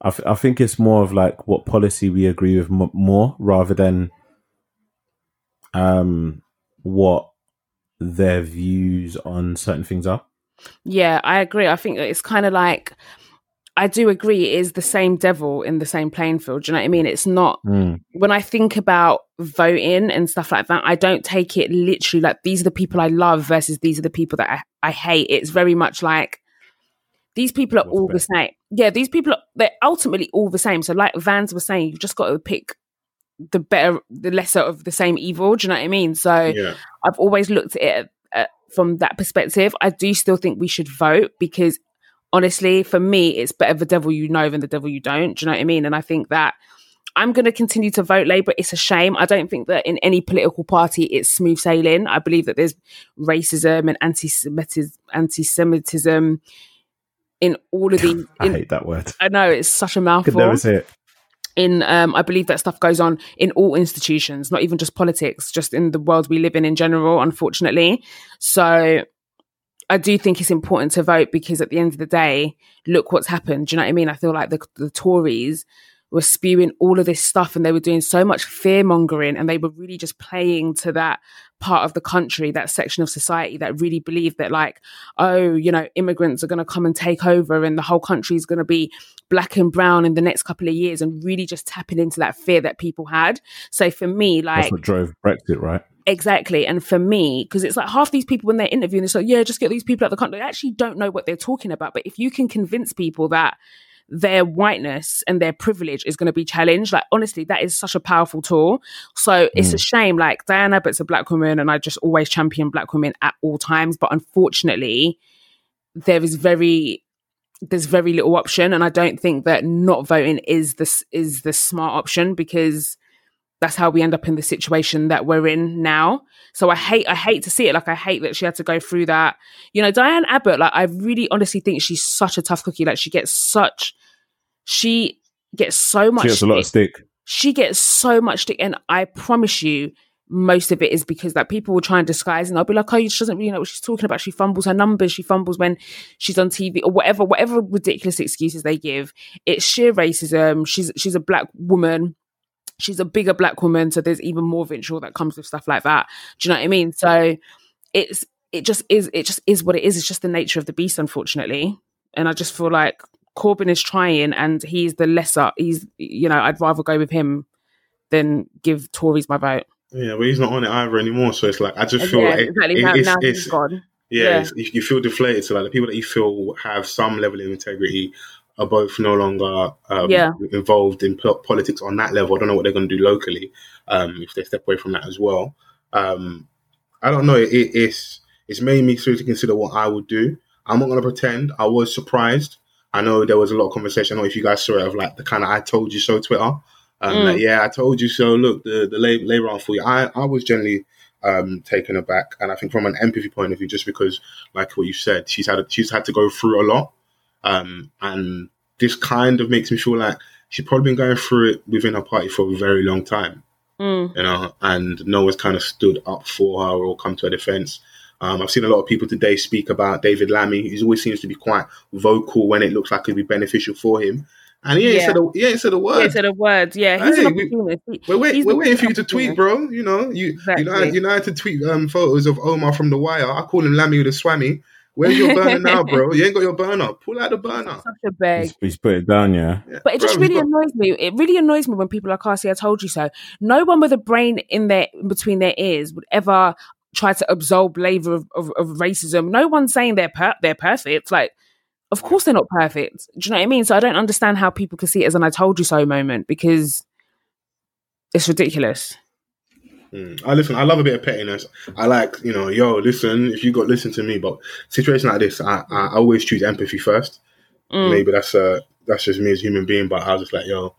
Speaker 3: I, th- I think it's more of like what policy we agree with m- more rather than um what their views on certain things are.
Speaker 4: Yeah, I agree. I think that it's kind of like I do agree it is the same devil in the same playing field. Do you know what I mean? It's not
Speaker 3: Mm.
Speaker 4: when I think about voting and stuff like that, I don't take it literally like these are the people I love versus these are the people that I, I hate. It's very much like these people are
Speaker 3: What's
Speaker 4: all the
Speaker 3: best?
Speaker 4: same. Yeah, these people are they're ultimately all the same. So like Vans was saying, you've just got to pick the better the lesser of the same evil. Do you know what I mean? So
Speaker 5: yeah,
Speaker 4: I've always looked at it uh, from that perspective. I do still think we should vote because honestly, for me, it's better the devil you know than the devil you don't. Do you know what I mean? And I think that I'm going to continue to vote Labour. It's a shame. I don't think that in any political party it's smooth sailing. I believe that there's racism and anti-Semitism, anti-Semitism in all of these.
Speaker 3: I
Speaker 4: In,
Speaker 3: hate that word.
Speaker 4: I know it's such a
Speaker 3: I could
Speaker 4: mouthful
Speaker 3: never say it.
Speaker 4: in um i believe that stuff goes on in all institutions not even just politics just in the world we live in in general unfortunately so i do think it's important to vote because at the end of the day look what's happened do you know what i mean i feel like the, the tories were spewing all of this stuff and they were doing so much fear mongering and they were really just playing to that part of the country that section of society that really believed that like oh you know immigrants are going to come and take over and the whole country is going to be black and brown in the next couple of years and really just tapping into that fear that people had so for me like
Speaker 3: That's what drove Brexit, right?
Speaker 4: Exactly. And for me, because it's like half these people when they're interviewing, it's like, yeah, just get these people out of the country. They actually don't know what they're talking about. But if you can convince people that their whiteness and their privilege is going to be challenged, like, honestly, that is such a powerful tool. So it's a shame. Like, Diane Abbott's a black woman, and I just always champion black women at all times. But unfortunately, there is very there's very little option and i don't think that not voting is this is the smart option because that's how we end up in the situation that we're in now so i hate i hate to see it like i hate that she had to go through that you know diane abbott like i really honestly think she's such a tough cookie like she gets such she gets so much
Speaker 3: She gets a lot
Speaker 4: shit
Speaker 3: of stick.
Speaker 4: she gets so much dick and i promise you most of it is because like people will try and disguise and they'll be like, oh, she doesn't really know what she's talking about. She fumbles her numbers, she fumbles when she's on TV or whatever, whatever ridiculous excuses they give. It's sheer racism. She's she's a black woman. She's a bigger black woman, so there's even more vitriol that comes with stuff like that. Do you know what I mean? So it's it just is it just is what it is. It's just the nature of the beast, unfortunately. And I just feel like Corbyn is trying, and he's the lesser. He's you know I'd rather go with him than give Tories my vote.
Speaker 5: Yeah, but he's not on it either anymore. So it's like I just feel
Speaker 4: yeah,
Speaker 5: like it-
Speaker 4: exactly.
Speaker 5: it-
Speaker 4: now,
Speaker 5: it's,
Speaker 4: now
Speaker 5: it's-
Speaker 4: he's gone.
Speaker 5: yeah,
Speaker 4: Yeah.
Speaker 5: It's, you you feel deflated. So like the people that you feel have some level of integrity are both no longer um,
Speaker 4: Yeah.
Speaker 5: involved in po- politics on that level. I don't know what they're going to do locally um, if they step away from that as well. Um, I don't know. It, it's it's made me seriously consider what I would do. I'm not going to pretend. I was surprised. I know there was a lot of conversation. I don't know if you guys saw it of like the kind of "I told you so" Twitter. Um,
Speaker 4: Mm.
Speaker 5: like, yeah, I told you so. Look, the the labor, labor aren't for you. I I was generally um taken aback, and I think from an empathy point of view, just because like what you said, she's had she's had to go through a lot, um, and this kind of makes me feel like she's probably been going through it within her party for a very long time
Speaker 4: Mm.
Speaker 5: you know, and no one's kind of stood up for her or come to her defense. Um, I've seen a lot of people today speak about David Lammy, who always seems to be quite vocal when it looks like it'd be beneficial for him. And he ain't
Speaker 4: Yeah.
Speaker 5: said a, he ain't said a
Speaker 4: Yeah,
Speaker 5: word.
Speaker 4: so the word, yeah, he's
Speaker 5: Hey,
Speaker 4: an
Speaker 5: we-
Speaker 4: opportunist. He-
Speaker 5: we're wait,
Speaker 4: he's
Speaker 5: we're
Speaker 4: the
Speaker 5: waiting for you
Speaker 4: best
Speaker 5: to tweet,
Speaker 4: opportunist.
Speaker 5: bro. You know, you
Speaker 4: Exactly.
Speaker 5: you know, you know how to tweet um, photos of Omar from The Wire. I call him Lammy with a swammy. Where's your burner now, bro? You ain't got your burner. Pull out the burner.
Speaker 4: Such a beg.
Speaker 3: He's, he's put it down, yeah.
Speaker 4: But it just
Speaker 5: Bro, he's
Speaker 4: really
Speaker 5: got-
Speaker 4: annoys me. It really annoys me when people are like, "Oh, see, I told you so." No one with a brain in their in between their ears would ever try to absolve labor of, of, of racism. No one's saying they're per- they're perfect. Like, of course they're not perfect. Do you know what I mean? So I don't understand how people can see it as an "I told you so" moment because it's ridiculous.
Speaker 5: Mm. I listen. I love a bit of pettiness. I like, you know, yo, listen. If you got listen to me, but situation like this, I, I I always choose empathy first.
Speaker 4: Mm.
Speaker 5: Maybe that's uh that's just me as a human being, but I was just like, yo,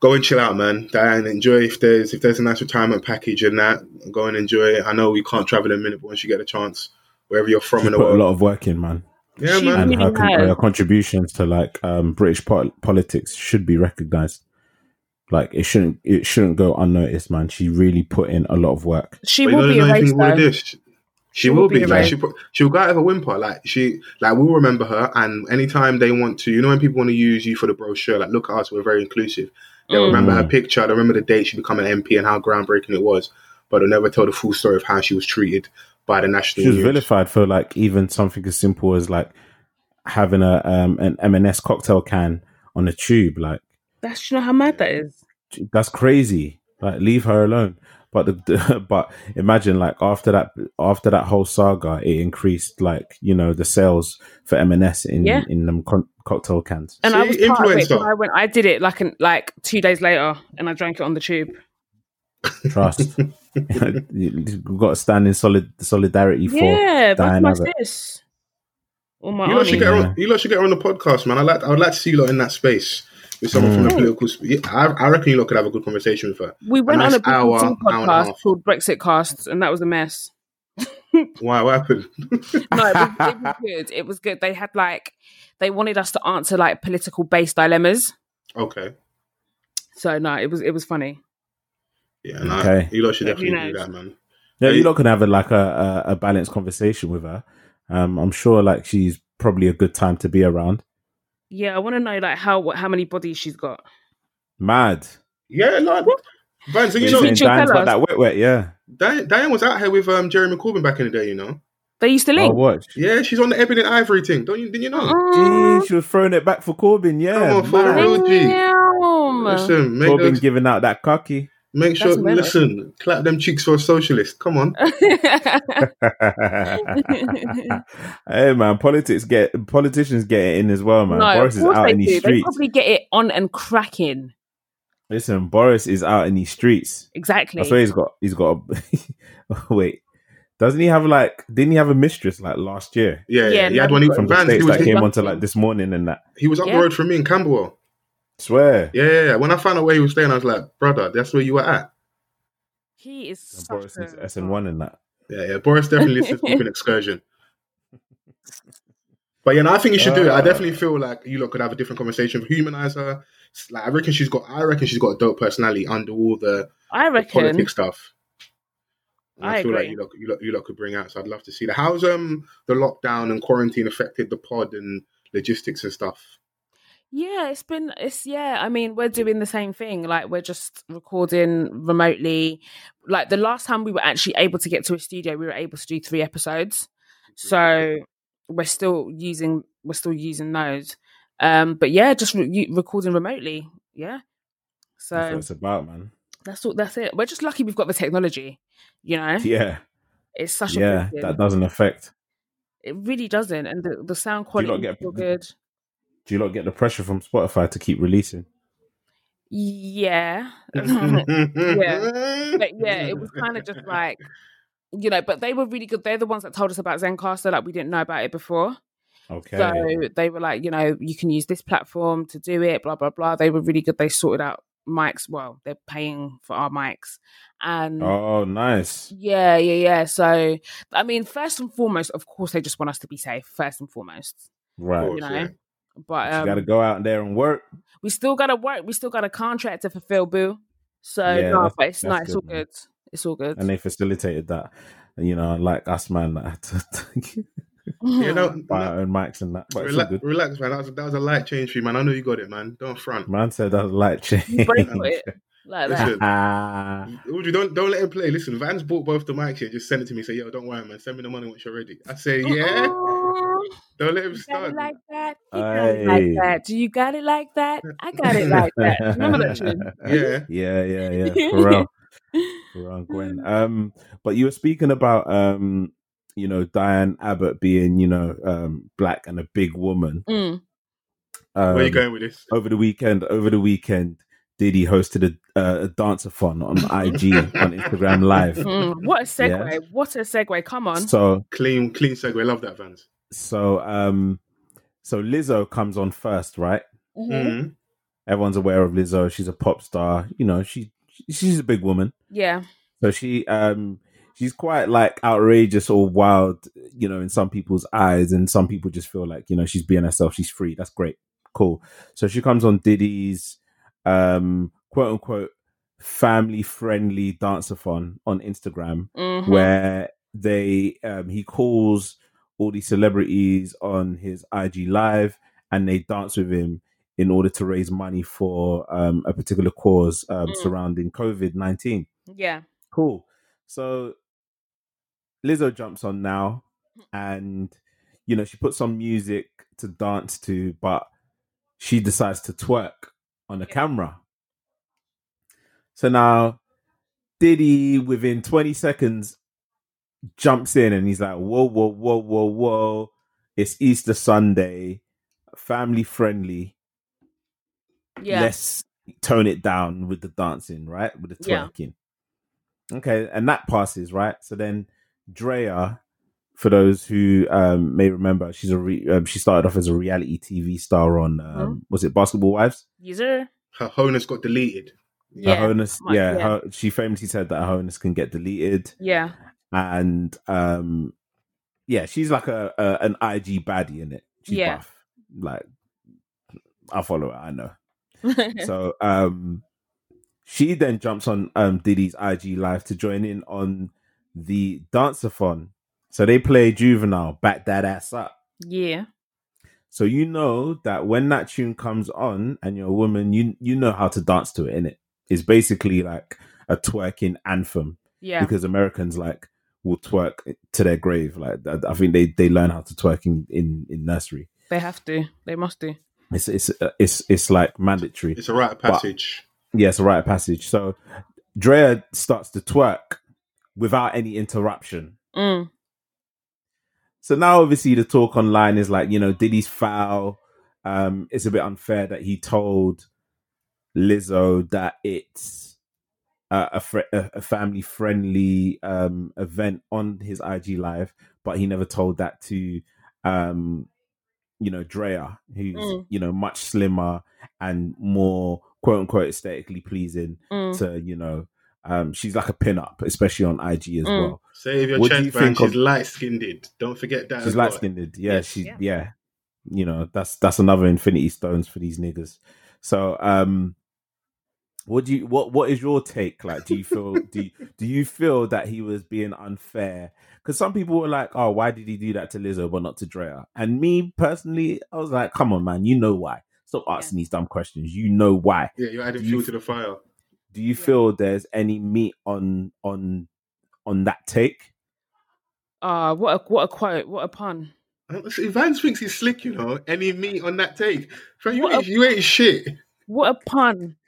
Speaker 5: go and chill out, man. And enjoy if there's if there's a nice retirement package and that, go and enjoy it. I know we can't travel in a minute, but once you get a chance, wherever you're from
Speaker 3: She's
Speaker 5: in the
Speaker 3: put a
Speaker 5: world,
Speaker 3: lot of work in, man.
Speaker 5: yeah,
Speaker 4: She
Speaker 5: man.
Speaker 3: and
Speaker 4: really
Speaker 3: her, con-
Speaker 4: has.
Speaker 3: her contributions to like um, British pol- politics should be recognised. Like it shouldn't it shouldn't go unnoticed, man. She really put in a lot of work.
Speaker 4: She
Speaker 5: But you
Speaker 4: will
Speaker 5: don't
Speaker 4: be
Speaker 5: know anything
Speaker 4: erased
Speaker 5: about
Speaker 4: though.
Speaker 5: this. She, she will be. Like
Speaker 4: erased.
Speaker 5: she, pro- she'll go out of a whimper. Like she, like we'll remember her. And anytime they want to, you know, when people want to use you for the brochure, like look at us, we're very inclusive. They'll
Speaker 4: Mm.
Speaker 5: remember her picture. They'll remember the date she became an MP and how groundbreaking it was. But they'll never tell the full story of how she was treated by the national.
Speaker 3: She was
Speaker 5: news.
Speaker 3: vilified for like even something as simple as like having a um, an M&S cocktail can on a tube. Like
Speaker 4: That's you know how mad that is.
Speaker 3: that's crazy. Like leave her alone. But the, the but imagine like after that after that whole saga, it increased like you know the sales for M&S in
Speaker 4: Yeah.
Speaker 3: in them con- cocktail cans.
Speaker 4: And
Speaker 5: See,
Speaker 4: I was part of it.
Speaker 5: influencer.
Speaker 4: when I went. I did it like an, like two days later, and I drank it on the tube.
Speaker 3: trust. You've got to stand in solid solidarity for.
Speaker 4: yeah, that's
Speaker 3: Diana
Speaker 4: my
Speaker 3: that-
Speaker 4: sis. Or my
Speaker 5: You lot
Speaker 4: auntie.
Speaker 5: should get her
Speaker 3: Yeah.
Speaker 5: on. You lot should get her on the podcast, man. I like. I would like to see you lot in that space with someone from the
Speaker 4: Mm.
Speaker 5: political. Sp- yeah, I, I reckon you lot could have a good conversation with her.
Speaker 4: We went
Speaker 5: nice
Speaker 4: on a BBC
Speaker 5: hour, hour and a
Speaker 4: podcast
Speaker 5: half.
Speaker 4: called Brexit Casts, and that was a mess.
Speaker 5: Why? What happened?
Speaker 4: No, it was, it was good. It was good. They had like they wanted us to answer like political based dilemmas.
Speaker 5: Okay.
Speaker 4: So no, it was it was funny.
Speaker 5: Yeah, no,
Speaker 3: Okay.
Speaker 5: you lot should
Speaker 4: Who
Speaker 5: definitely do
Speaker 4: knows?
Speaker 5: that, man.
Speaker 3: No,
Speaker 5: Hey.
Speaker 3: you're not gonna have a, like a, a a balanced conversation with her. Um, I'm sure like she's probably a good time to be around.
Speaker 4: Yeah, I want to know like how what, how many bodies she's got.
Speaker 3: Mad.
Speaker 5: Yeah, no, Van, so you
Speaker 3: She's
Speaker 5: know,
Speaker 4: Did
Speaker 3: saying
Speaker 4: you
Speaker 3: Diane's
Speaker 4: tell
Speaker 3: got
Speaker 4: us?
Speaker 3: that wet wet. Yeah.
Speaker 5: Diane, Diane was out here with um, Jeremy Corbyn back in the day, you know.
Speaker 4: They used to
Speaker 3: Oh,
Speaker 4: link.
Speaker 3: watch.
Speaker 5: Yeah, she's on the Ebony and Ivory thing. Don't you? Didn't you
Speaker 4: Um,
Speaker 5: know?
Speaker 4: Mm,
Speaker 3: Gee, she was throwing it back for Corbyn. Yeah.
Speaker 5: Come on, for
Speaker 3: mad.
Speaker 5: real. G.
Speaker 4: Damn.
Speaker 5: Listen, make,
Speaker 3: Corbyn
Speaker 5: those,
Speaker 3: giving out that cocky.
Speaker 5: make sure.
Speaker 4: That's mad.
Speaker 5: Listen, clap them cheeks for a socialist. Come on.
Speaker 3: hey man, politics get politicians get it in as well, man.
Speaker 4: no,
Speaker 3: Boris
Speaker 4: of
Speaker 3: is
Speaker 4: course
Speaker 3: out
Speaker 4: they
Speaker 3: in these
Speaker 4: do. They
Speaker 3: streets.
Speaker 4: probably get it on and cracking.
Speaker 3: Listen, Boris is out in these streets.
Speaker 4: Exactly.
Speaker 3: That's why he's got he's got a wait. Doesn't he have like didn't he have a mistress like last year?
Speaker 5: Yeah, yeah.
Speaker 4: Yeah,
Speaker 5: He had
Speaker 4: no,
Speaker 5: one. He,
Speaker 4: but-
Speaker 3: From the
Speaker 5: Vans, he
Speaker 3: States
Speaker 5: was,
Speaker 3: that
Speaker 5: he,
Speaker 3: came onto like this morning and that.
Speaker 5: he was up
Speaker 4: Yeah.
Speaker 5: the road from me in Camberwell.
Speaker 3: Swear.
Speaker 5: Yeah, yeah, yeah. When I found out where he was staying, I was like, brother, that's where you were at.
Speaker 4: He is
Speaker 3: And
Speaker 4: such
Speaker 3: Boris is
Speaker 4: a-
Speaker 3: SN one and that.
Speaker 5: Yeah, yeah. Boris definitely listens to an excursion. But yeah, no, I think you should do it. I
Speaker 3: Uh.
Speaker 5: definitely feel like you lot could have a different conversation, humanize her. Like I reckon she's got, I reckon she's got a dope personality under all the,
Speaker 4: I
Speaker 5: the
Speaker 4: reckon
Speaker 5: politics stuff. And
Speaker 4: I
Speaker 5: I, feel
Speaker 4: agree.
Speaker 5: like you lot, you, lot, you lot could bring out. So I'd love to see that. How's um the lockdown and quarantine affected the pod and logistics and stuff?
Speaker 4: Yeah, it's been it's yeah, I mean, we're doing the same thing. Like we're just recording remotely. Like the last time we were actually able to get to a studio, we were able to do three episodes. So we're still using we're still using those. Um but yeah, just re- you- recording remotely. Yeah.
Speaker 3: That's what
Speaker 4: So
Speaker 3: it's about, man.
Speaker 4: that's all that's it. We're just lucky we've got the technology, you know?
Speaker 3: Yeah,
Speaker 4: It's such a
Speaker 3: yeah,
Speaker 4: blessing.
Speaker 3: that doesn't affect.
Speaker 4: it really doesn't and the, the sound
Speaker 3: Do you
Speaker 4: quality
Speaker 3: not
Speaker 4: is
Speaker 3: get-
Speaker 4: still good.
Speaker 3: Do you not get the pressure from Spotify to keep releasing?
Speaker 4: Yeah.
Speaker 5: yeah,
Speaker 4: but yeah, it was kind of just like, you know, but they were really good. They're the ones that told us about Zencaster, like we didn't know about it before.
Speaker 3: Okay,
Speaker 4: So they were like, you know, you can use this platform to do it, blah blah blah. They were really good. They sorted out mics. Well, they're paying for our mics, and
Speaker 3: oh, nice.
Speaker 4: yeah, yeah, yeah. So I mean, first and foremost, of course, they just want us to be safe, first and foremost.
Speaker 3: Right,
Speaker 5: Of course,
Speaker 4: you know,
Speaker 5: yeah.
Speaker 4: But
Speaker 3: But you got to
Speaker 4: um,
Speaker 3: go out there and work.
Speaker 4: we still got to work. We still got a contract to fulfill, boo. So
Speaker 3: Yeah,
Speaker 4: no,
Speaker 3: that's-
Speaker 4: but it's
Speaker 3: that's
Speaker 4: not. It's
Speaker 3: good,
Speaker 4: all
Speaker 3: man.
Speaker 4: good. It's all good.
Speaker 3: and they facilitated that. And, you know, like us, man, I had to
Speaker 5: You know,
Speaker 3: buy our own mics and that. But it's all
Speaker 5: relax,
Speaker 3: good.
Speaker 5: relax, man. That was, that was a light change for you, man. I know you got it, man. Don't front.
Speaker 3: Man said that was light change.
Speaker 4: Break for it like that.
Speaker 5: Listen,
Speaker 3: Ah,
Speaker 5: Audrey, don't don't let him play. Listen, Van's bought both the mics here. Just send it to me. Say, yo, don't worry, man. Send me the money once you're ready. I say, yeah. Don't let him
Speaker 4: You got
Speaker 5: start.
Speaker 4: it like that. You got it like
Speaker 3: Aye.
Speaker 4: that. Do you got it like that? I got it like that. Do you Remember that tune?
Speaker 5: yeah.
Speaker 3: yeah, yeah, yeah. For real. For real, Gwen. Um, but you were speaking about um, you know, Diane Abbott being, you know, um black and a big woman.
Speaker 4: Mm.
Speaker 3: Um,
Speaker 5: Where are you going with this?
Speaker 3: over the weekend, over the weekend, Diddy hosted a uh, a danceathon on IG on Instagram Live.
Speaker 4: Mm. What a segue.
Speaker 3: Yeah.
Speaker 4: What a segue. Come on.
Speaker 3: So
Speaker 5: Clean, clean segue. Love that, Vans.
Speaker 3: So um so Lizzo comes on first, right?
Speaker 4: Mhm.
Speaker 5: Mm.
Speaker 3: Everyone's aware of Lizzo. She's a pop star. You know, she she's a big woman.
Speaker 4: Yeah.
Speaker 3: So she um she's quite like outrageous or wild, you know, in some people's eyes and some people just feel like, you know, she's being herself, she's free. That's great. Cool. So she comes on Diddy's um quote unquote family friendly danceathon on Instagram
Speaker 4: Mhm.
Speaker 3: where they um, he calls all these celebrities on his IG live and they dance with him in order to raise money for um, a particular cause um,
Speaker 4: Mm.
Speaker 3: surrounding COVID nineteen.
Speaker 4: Yeah.
Speaker 3: Cool. So Lizzo jumps on now, and you know she puts some music to dance to, but she decides to twerk on the camera. So now Diddy, within 20 seconds, jumps in and he's like, "Whoa, whoa, whoa, whoa, whoa! It's Easter Sunday, family friendly.
Speaker 4: Yeah.
Speaker 3: Let's tone it down with the dancing, right? With the
Speaker 4: Yeah.
Speaker 3: twerking." Okay, and that passes, right? So then Drea, for those who um, may remember, she's a re- um, she started off as a reality TV star on um,
Speaker 4: Mm-hmm.
Speaker 3: was it Basketball Wives?
Speaker 4: User.
Speaker 5: Her honus got deleted.
Speaker 4: Yeah.
Speaker 3: her honest,
Speaker 4: Right,
Speaker 3: yeah,
Speaker 4: yeah.
Speaker 3: Her, she famously said that her honest can get deleted,
Speaker 4: yeah.
Speaker 3: and um, yeah, she's like a, a an IG baddie in it. She's
Speaker 4: Yeah.
Speaker 3: buff. Like I follow her, I know. so um she then jumps on um Diddy's IG live to join in on the danceathon. So they play Juvenile, back that ass up.
Speaker 4: yeah.
Speaker 3: So you know that when that tune comes on and you're a woman, you you know how to dance to it, innit? It's basically like a twerking anthem
Speaker 4: Yeah.
Speaker 3: because Americans like will twerk to their grave. Like I- I think they they learn how to twerk in in, in nursery.
Speaker 4: They have to. They must do.
Speaker 3: It's it's uh, it's it's like mandatory.
Speaker 5: It's a rite of passage.
Speaker 3: Yeah, it's a rite of passage. So Drea starts to twerk without any interruption.
Speaker 4: Mm.
Speaker 3: So now obviously the talk online is like, you know, Diddy's foul. Um, it's a bit unfair that he told Lizzo that it's uh, a, fr- a a family-friendly um, event on his IG live, but he never told that to, um, you know, Drea, who's
Speaker 4: Mm.
Speaker 3: you know much slimmer and more quote unquote aesthetically pleasing
Speaker 4: Mm.
Speaker 3: to you know um she's like a pin-up especially on ig
Speaker 4: Mm.
Speaker 3: as well
Speaker 5: Save your
Speaker 3: What do you
Speaker 5: chest, man.
Speaker 3: think of-
Speaker 5: She's light skinned. Don't forget that.
Speaker 3: she's
Speaker 5: as well.
Speaker 3: light-skinned yeah
Speaker 4: Yes,
Speaker 3: she
Speaker 4: yeah.
Speaker 3: yeah. you know that's that's another infinity stones for these niggas so um What do you what what is your take? Like, do you feel do you, do you feel that he was being unfair? Because some people were like, "Oh, why did he do that to Lizzo but not to Drea?" And me personally, I was like, "Come on, man, you know why? Stop asking these dumb questions. You know why."
Speaker 5: Yeah, you're adding
Speaker 3: Do you
Speaker 5: fuel
Speaker 3: f-
Speaker 5: to the fire.
Speaker 3: Do you feel there's any meat on on on that take?
Speaker 4: Ah, what a what a quote, what a pun.
Speaker 5: See, Vance thinks he's slick, you know. Any meat on that take? Fam, you,
Speaker 4: What a-
Speaker 5: ain't, you ain't shit.
Speaker 4: What a pun.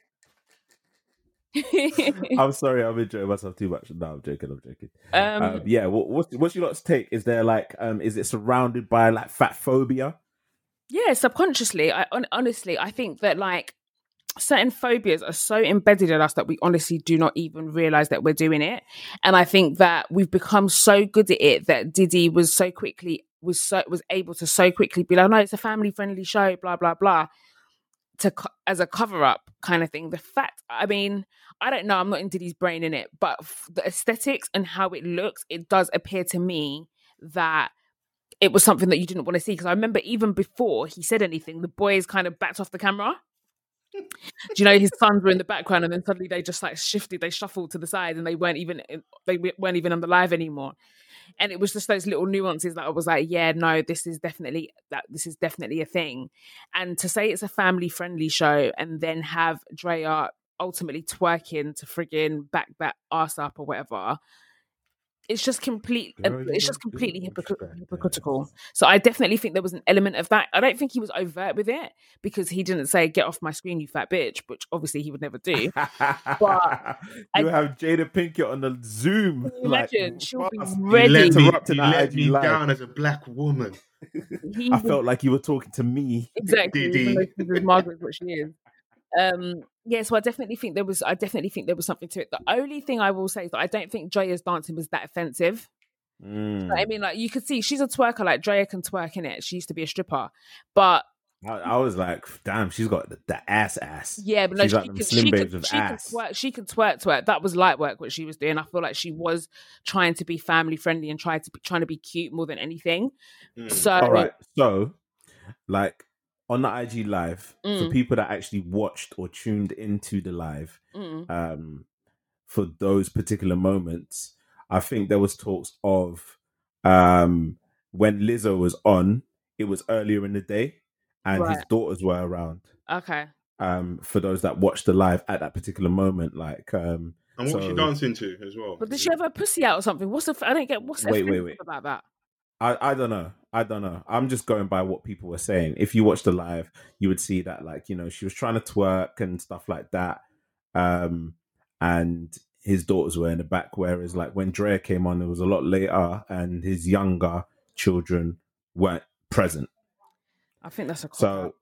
Speaker 3: I'm sorry, I'm enjoying myself too much. No, I'm joking. I'm joking.
Speaker 4: um,
Speaker 3: Um, yeah, what, what's what's your lot's take? Is there like um is it surrounded by like fat phobia?
Speaker 4: yeah, subconsciously, I on, honestly, I think that like certain phobias are so embedded in us that we honestly do not even realize that we're doing it. And I think that we've become so good at it that Diddy was so quickly was so was able to so quickly be like, no, it's a family friendly show, blah blah blah, to co- as a cover up kind of thing. The fact, I mean, I don't know, I'm not in Diddy's brain in it, but f- the aesthetics and how it looks, it does appear to me that it was something that you didn't want to see because I remember even before he said anything, the boys kind of backed off the camera. Do you know his sons were in the background, and then suddenly they just like shifted, they shuffled to the side, and they weren't even they weren't even on the live anymore. And it was just those little nuances that I was like, yeah, no, this is definitely that this is definitely a thing. And to say it's a family friendly show, and then have Drea ultimately twerking to friggin' back that ass up or whatever. It's just complete. um,
Speaker 3: Girl, you
Speaker 4: it's just
Speaker 3: don't do
Speaker 4: completely
Speaker 3: much
Speaker 4: hypocr-
Speaker 3: back then.
Speaker 4: hypocritical. So I definitely think there was an element of that. I don't think he was overt with it because he didn't say "get off my screen, you fat bitch," which obviously he would never do. But
Speaker 3: you have Jada Pinkett on the Zoom. like,
Speaker 4: Imagine she'll be
Speaker 3: whilst
Speaker 5: He
Speaker 4: ready.
Speaker 5: let me,
Speaker 3: interrupted
Speaker 5: he
Speaker 3: that
Speaker 5: let
Speaker 3: as you
Speaker 5: me
Speaker 3: lied.
Speaker 5: down as a black woman.
Speaker 4: He
Speaker 3: I
Speaker 4: would-
Speaker 3: felt like you were talking to me.
Speaker 4: exactly even though
Speaker 5: Diddy.
Speaker 4: she's as Margaret's what she is. Um, yeah, so I definitely think there was. I definitely think there was something to it. The only thing I will say is that I don't think Drea's dancing was that offensive.
Speaker 3: Mm.
Speaker 4: Like, I mean, like you could see she's a twerker. Like Drea can twerk in it. She used to be a stripper, but
Speaker 3: I, I was like, damn, she's got the, the ass ass.
Speaker 4: Yeah, but no,
Speaker 3: She's
Speaker 4: she
Speaker 3: like them
Speaker 4: can,
Speaker 3: slim
Speaker 4: she
Speaker 3: babes
Speaker 4: can,
Speaker 3: with
Speaker 4: she
Speaker 3: ass.
Speaker 4: can twerk. She can twerk twerk. That was light work what she was doing. I feel like she was trying to be family friendly and try to be, trying to be cute more than anything.
Speaker 5: Mm.
Speaker 4: So
Speaker 3: All right, so like on the IG live for
Speaker 4: Mm.
Speaker 3: people that actually watched or tuned into the live,
Speaker 4: mm,
Speaker 3: um, for those particular moments, I think there was talks of um, when Lizzo was on. It was earlier in the day, and his
Speaker 4: Right.
Speaker 3: daughters were around.
Speaker 4: okay,
Speaker 3: Um, for those that watched the live at that particular moment, like um,
Speaker 5: And what was she
Speaker 3: So-
Speaker 5: dancing to as well?
Speaker 4: but did she have her pussy out or something? What's the? F- I don't get what's the
Speaker 3: Wait, wait,
Speaker 4: offensive
Speaker 3: wait.
Speaker 4: about that.
Speaker 3: I, I don't know. I don't know. I'm just going by what people were saying. If you watched the live, you would see that like, you know, she was trying to twerk and stuff like that. Um and his daughters were in the back, whereas like when Drea came on, it was a lot later and his younger children weren't present.
Speaker 4: I think that's a cop out.
Speaker 3: So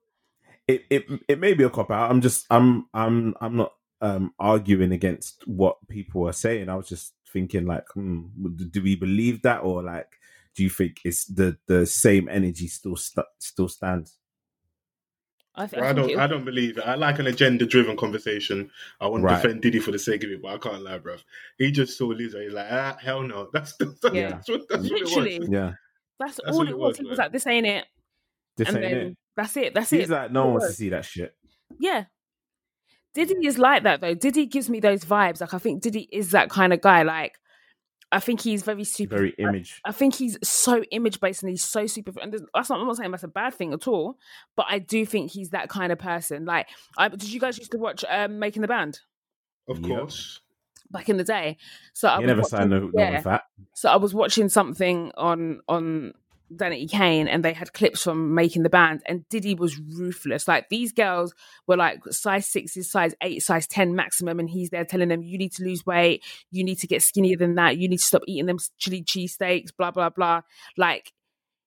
Speaker 3: it, it it may be a cop out. I'm just I'm I'm I'm not um arguing against what people are saying. I was just thinking like, hmm, do we believe that or like do you think it's the the same energy still st- still stands?
Speaker 4: I, th-
Speaker 5: Well, I
Speaker 4: I think
Speaker 5: don't.
Speaker 4: it-
Speaker 5: I don't believe it. I like an agenda-driven conversation. I want
Speaker 3: Right.
Speaker 5: to defend Diddy for the sake of it, but I can't lie, bruv. He just saw Lizzo. He's like, ah, hell no. That's that's, that's,
Speaker 4: Yeah.
Speaker 5: what, that's what it was.
Speaker 4: Literally.
Speaker 3: Yeah,
Speaker 4: that's,
Speaker 5: That's
Speaker 4: all
Speaker 5: what
Speaker 4: it
Speaker 5: it
Speaker 4: was.
Speaker 5: was,
Speaker 4: He was
Speaker 5: man.
Speaker 4: like, "This ain't it,"
Speaker 3: this
Speaker 4: and
Speaker 3: ain't
Speaker 4: then
Speaker 3: it.
Speaker 4: that's it. That's
Speaker 3: He's
Speaker 4: it.
Speaker 3: like, no one wants to
Speaker 4: was.
Speaker 3: see that shit.
Speaker 4: Yeah. Diddy is like that though. Diddy gives me those vibes. Like I think Diddy is that kind of guy. Like I think he's very super.
Speaker 3: Very image.
Speaker 4: I think he's so image based and he's so super. And there's- that's not. I'm not saying that's a bad thing at all. But I do think he's that kind of person. Like, I, did you guys used to watch um, Making the Band
Speaker 5: Of
Speaker 3: Yeah.
Speaker 5: course.
Speaker 4: back in the day? So I
Speaker 3: He
Speaker 4: was
Speaker 3: never
Speaker 4: watching-
Speaker 3: signed no, no
Speaker 4: yeah.
Speaker 3: one fat.
Speaker 4: so I was watching something on on Danny E. Kane, and they had clips from making the band, and Diddy was ruthless. Like these girls were like size sixes, size eight, size ten maximum, and he's there telling them, "You need to lose weight, you need to get skinnier than that, you need to stop eating them chili cheesesteaks, blah blah blah." Like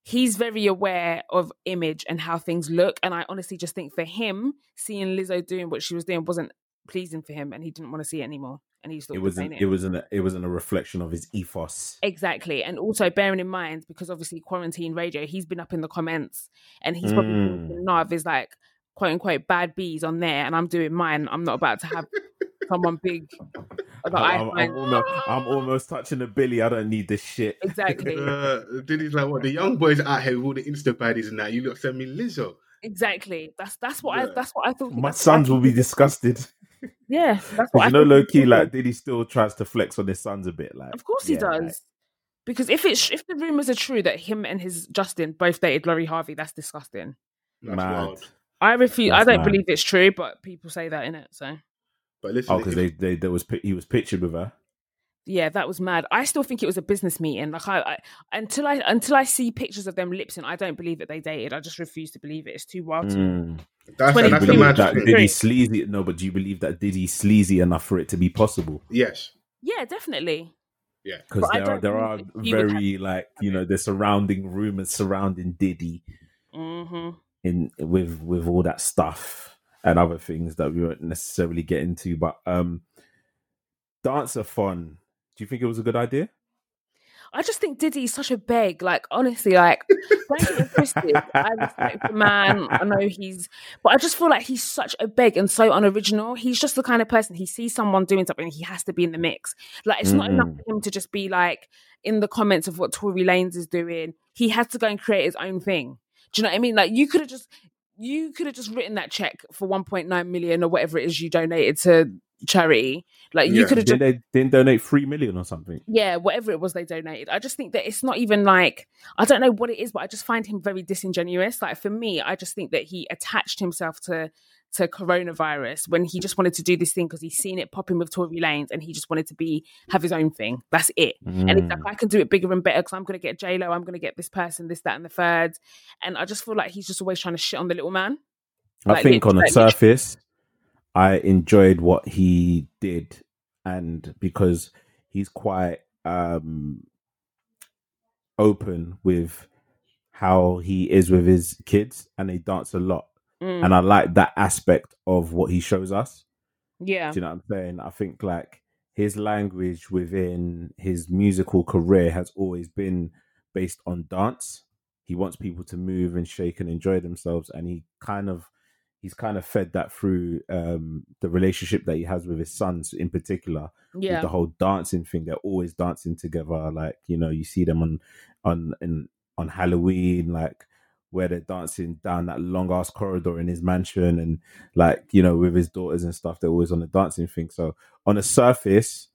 Speaker 4: he's very aware of image and how things look, and I honestly just think for him, seeing Lizzo doing what she was doing wasn't pleasing for him, and he didn't want to see it anymore, and he just thought
Speaker 3: It
Speaker 4: "This
Speaker 3: wasn't.
Speaker 4: ain't
Speaker 3: It wasn't. a- It wasn't a reflection of his ethos.
Speaker 4: Exactly. And also bearing in mind, because obviously quarantine radio, he's been up in the comments and he's probably
Speaker 3: Mm.
Speaker 4: thinking, Nav is like quote unquote bad bees on there and I'm doing mine. I'm not about to have someone big that I
Speaker 3: I'm, I'm
Speaker 4: find
Speaker 3: almost, I'm almost touching the billy. I don't need this shit.
Speaker 4: exactly.
Speaker 5: Uh, Diddy's like, what? The young boys out here with all the Insta baddies and that. You look, send me Lizzo.
Speaker 4: Exactly. That's that's what I
Speaker 5: Yeah.
Speaker 4: that's what I thought.
Speaker 3: My
Speaker 4: that's what I
Speaker 3: sons will be
Speaker 4: thought.
Speaker 3: disgusted.
Speaker 7: Yeah, that's what
Speaker 3: Because
Speaker 7: I
Speaker 3: you know,
Speaker 7: think
Speaker 3: low
Speaker 7: he
Speaker 3: key,
Speaker 7: did.
Speaker 3: like Diddy still tries to flex on his sons a bit. Like,
Speaker 4: Of course he
Speaker 3: yeah,
Speaker 4: does.
Speaker 3: like,
Speaker 4: because if it's if the rumors are true that him and his Justin both dated Laurie Harvey, that's disgusting.
Speaker 5: That's
Speaker 3: mad.
Speaker 5: wild.
Speaker 4: I refuse. I
Speaker 3: That's
Speaker 4: don't
Speaker 3: mad.
Speaker 4: believe it's true, but people say that in it. So
Speaker 5: But listen,
Speaker 3: Oh, because
Speaker 5: if-
Speaker 3: they, they, there was pi- he was pictured with her.
Speaker 4: yeah, that was mad. I still think it was a business meeting. Like I, I until I until I see pictures of them lips and I don't believe that they dated. I just refuse to believe it. It's too wild.
Speaker 3: Mm.
Speaker 4: to
Speaker 5: that's,
Speaker 3: Do you
Speaker 5: and that's the
Speaker 3: believe
Speaker 5: mad
Speaker 3: that
Speaker 5: thing.
Speaker 3: Diddy sleazy? No, but do you believe that Diddy sleazy enough for it to be possible?
Speaker 5: Yes.
Speaker 4: Yeah, definitely.
Speaker 3: Because
Speaker 4: But I
Speaker 3: there
Speaker 4: don't
Speaker 3: are there are
Speaker 4: believe that he would have-
Speaker 3: very like you know the surrounding rumors surrounding Diddy
Speaker 4: hmm
Speaker 3: in with with all that stuff and other things that we won't necessarily get into. But um, dancer fun. Do you think it was a good idea?
Speaker 4: I just think Diddy's such a beg. Like honestly, like don't get me twisted. I respect the man. I know he's, but I just feel like he's such a beg and so unoriginal. He's just the kind of person he sees someone doing something, he has to be in the mix. Like it's not enough for him to just be like in the comments of what Tory Lanez is doing. He has to go and create his own thing. Do you know what I mean? Like you could have just. You could have just written that check for 1.9 million or whatever it is you donated to charity. Like you
Speaker 5: Yeah.
Speaker 4: could have just
Speaker 3: Didn't they didn't donate three million or something?
Speaker 4: yeah, whatever it was they donated. I just think that it's not even like I don't know what it is, but I just find him very disingenuous. Like for me, I just think that he attached himself to to coronavirus when he just wanted to do this thing because he's seen it popping with Tory Lanez and he just wanted to be have his own thing. That's it. And it's like
Speaker 3: Mm.
Speaker 4: I can do it bigger and better because I'm gonna get J Lo, I'm gonna get this person, this, that, and the third. And I just feel like he's just always trying to shit on the little man.
Speaker 3: I
Speaker 4: Like,
Speaker 3: think on
Speaker 4: literally-
Speaker 3: the
Speaker 4: like,
Speaker 3: surface, I enjoyed what he did, and because he's quite um, open with how he is with his kids, and they dance a lot,
Speaker 4: Mm,
Speaker 3: and I like that aspect of what he shows us.
Speaker 4: yeah.
Speaker 3: Do you know what I'm saying? I think like his language within his musical career has always been based on dance. He wants people to move and shake and enjoy themselves, and he kind of he's kind of fed that through um, the relationship that he has with his sons in particular. With
Speaker 4: Yeah.
Speaker 3: the whole dancing thing, they're always dancing together. Like you know, you see them on on in, on Halloween, like where they're dancing down that long ass corridor in his mansion, and like you know with his daughters and stuff they're always on the dancing thing so on the surface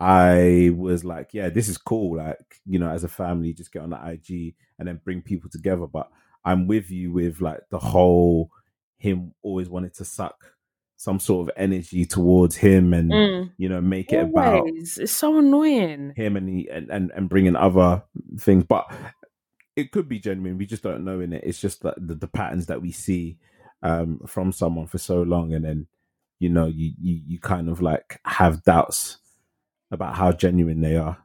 Speaker 3: i was like yeah this is cool like you know as a family just get on the ig and then bring people together but i'm with you with like the whole him always wanted to suck some sort of energy towards him and
Speaker 4: Mm.
Speaker 3: you know make it about
Speaker 4: Always. It's so annoying.
Speaker 3: him and he and, and and bringing other things but it could be genuine we just don't know in it it's just that the, the patterns that we see um from someone for so long and then you know you you, you kind of like have doubts about how genuine they are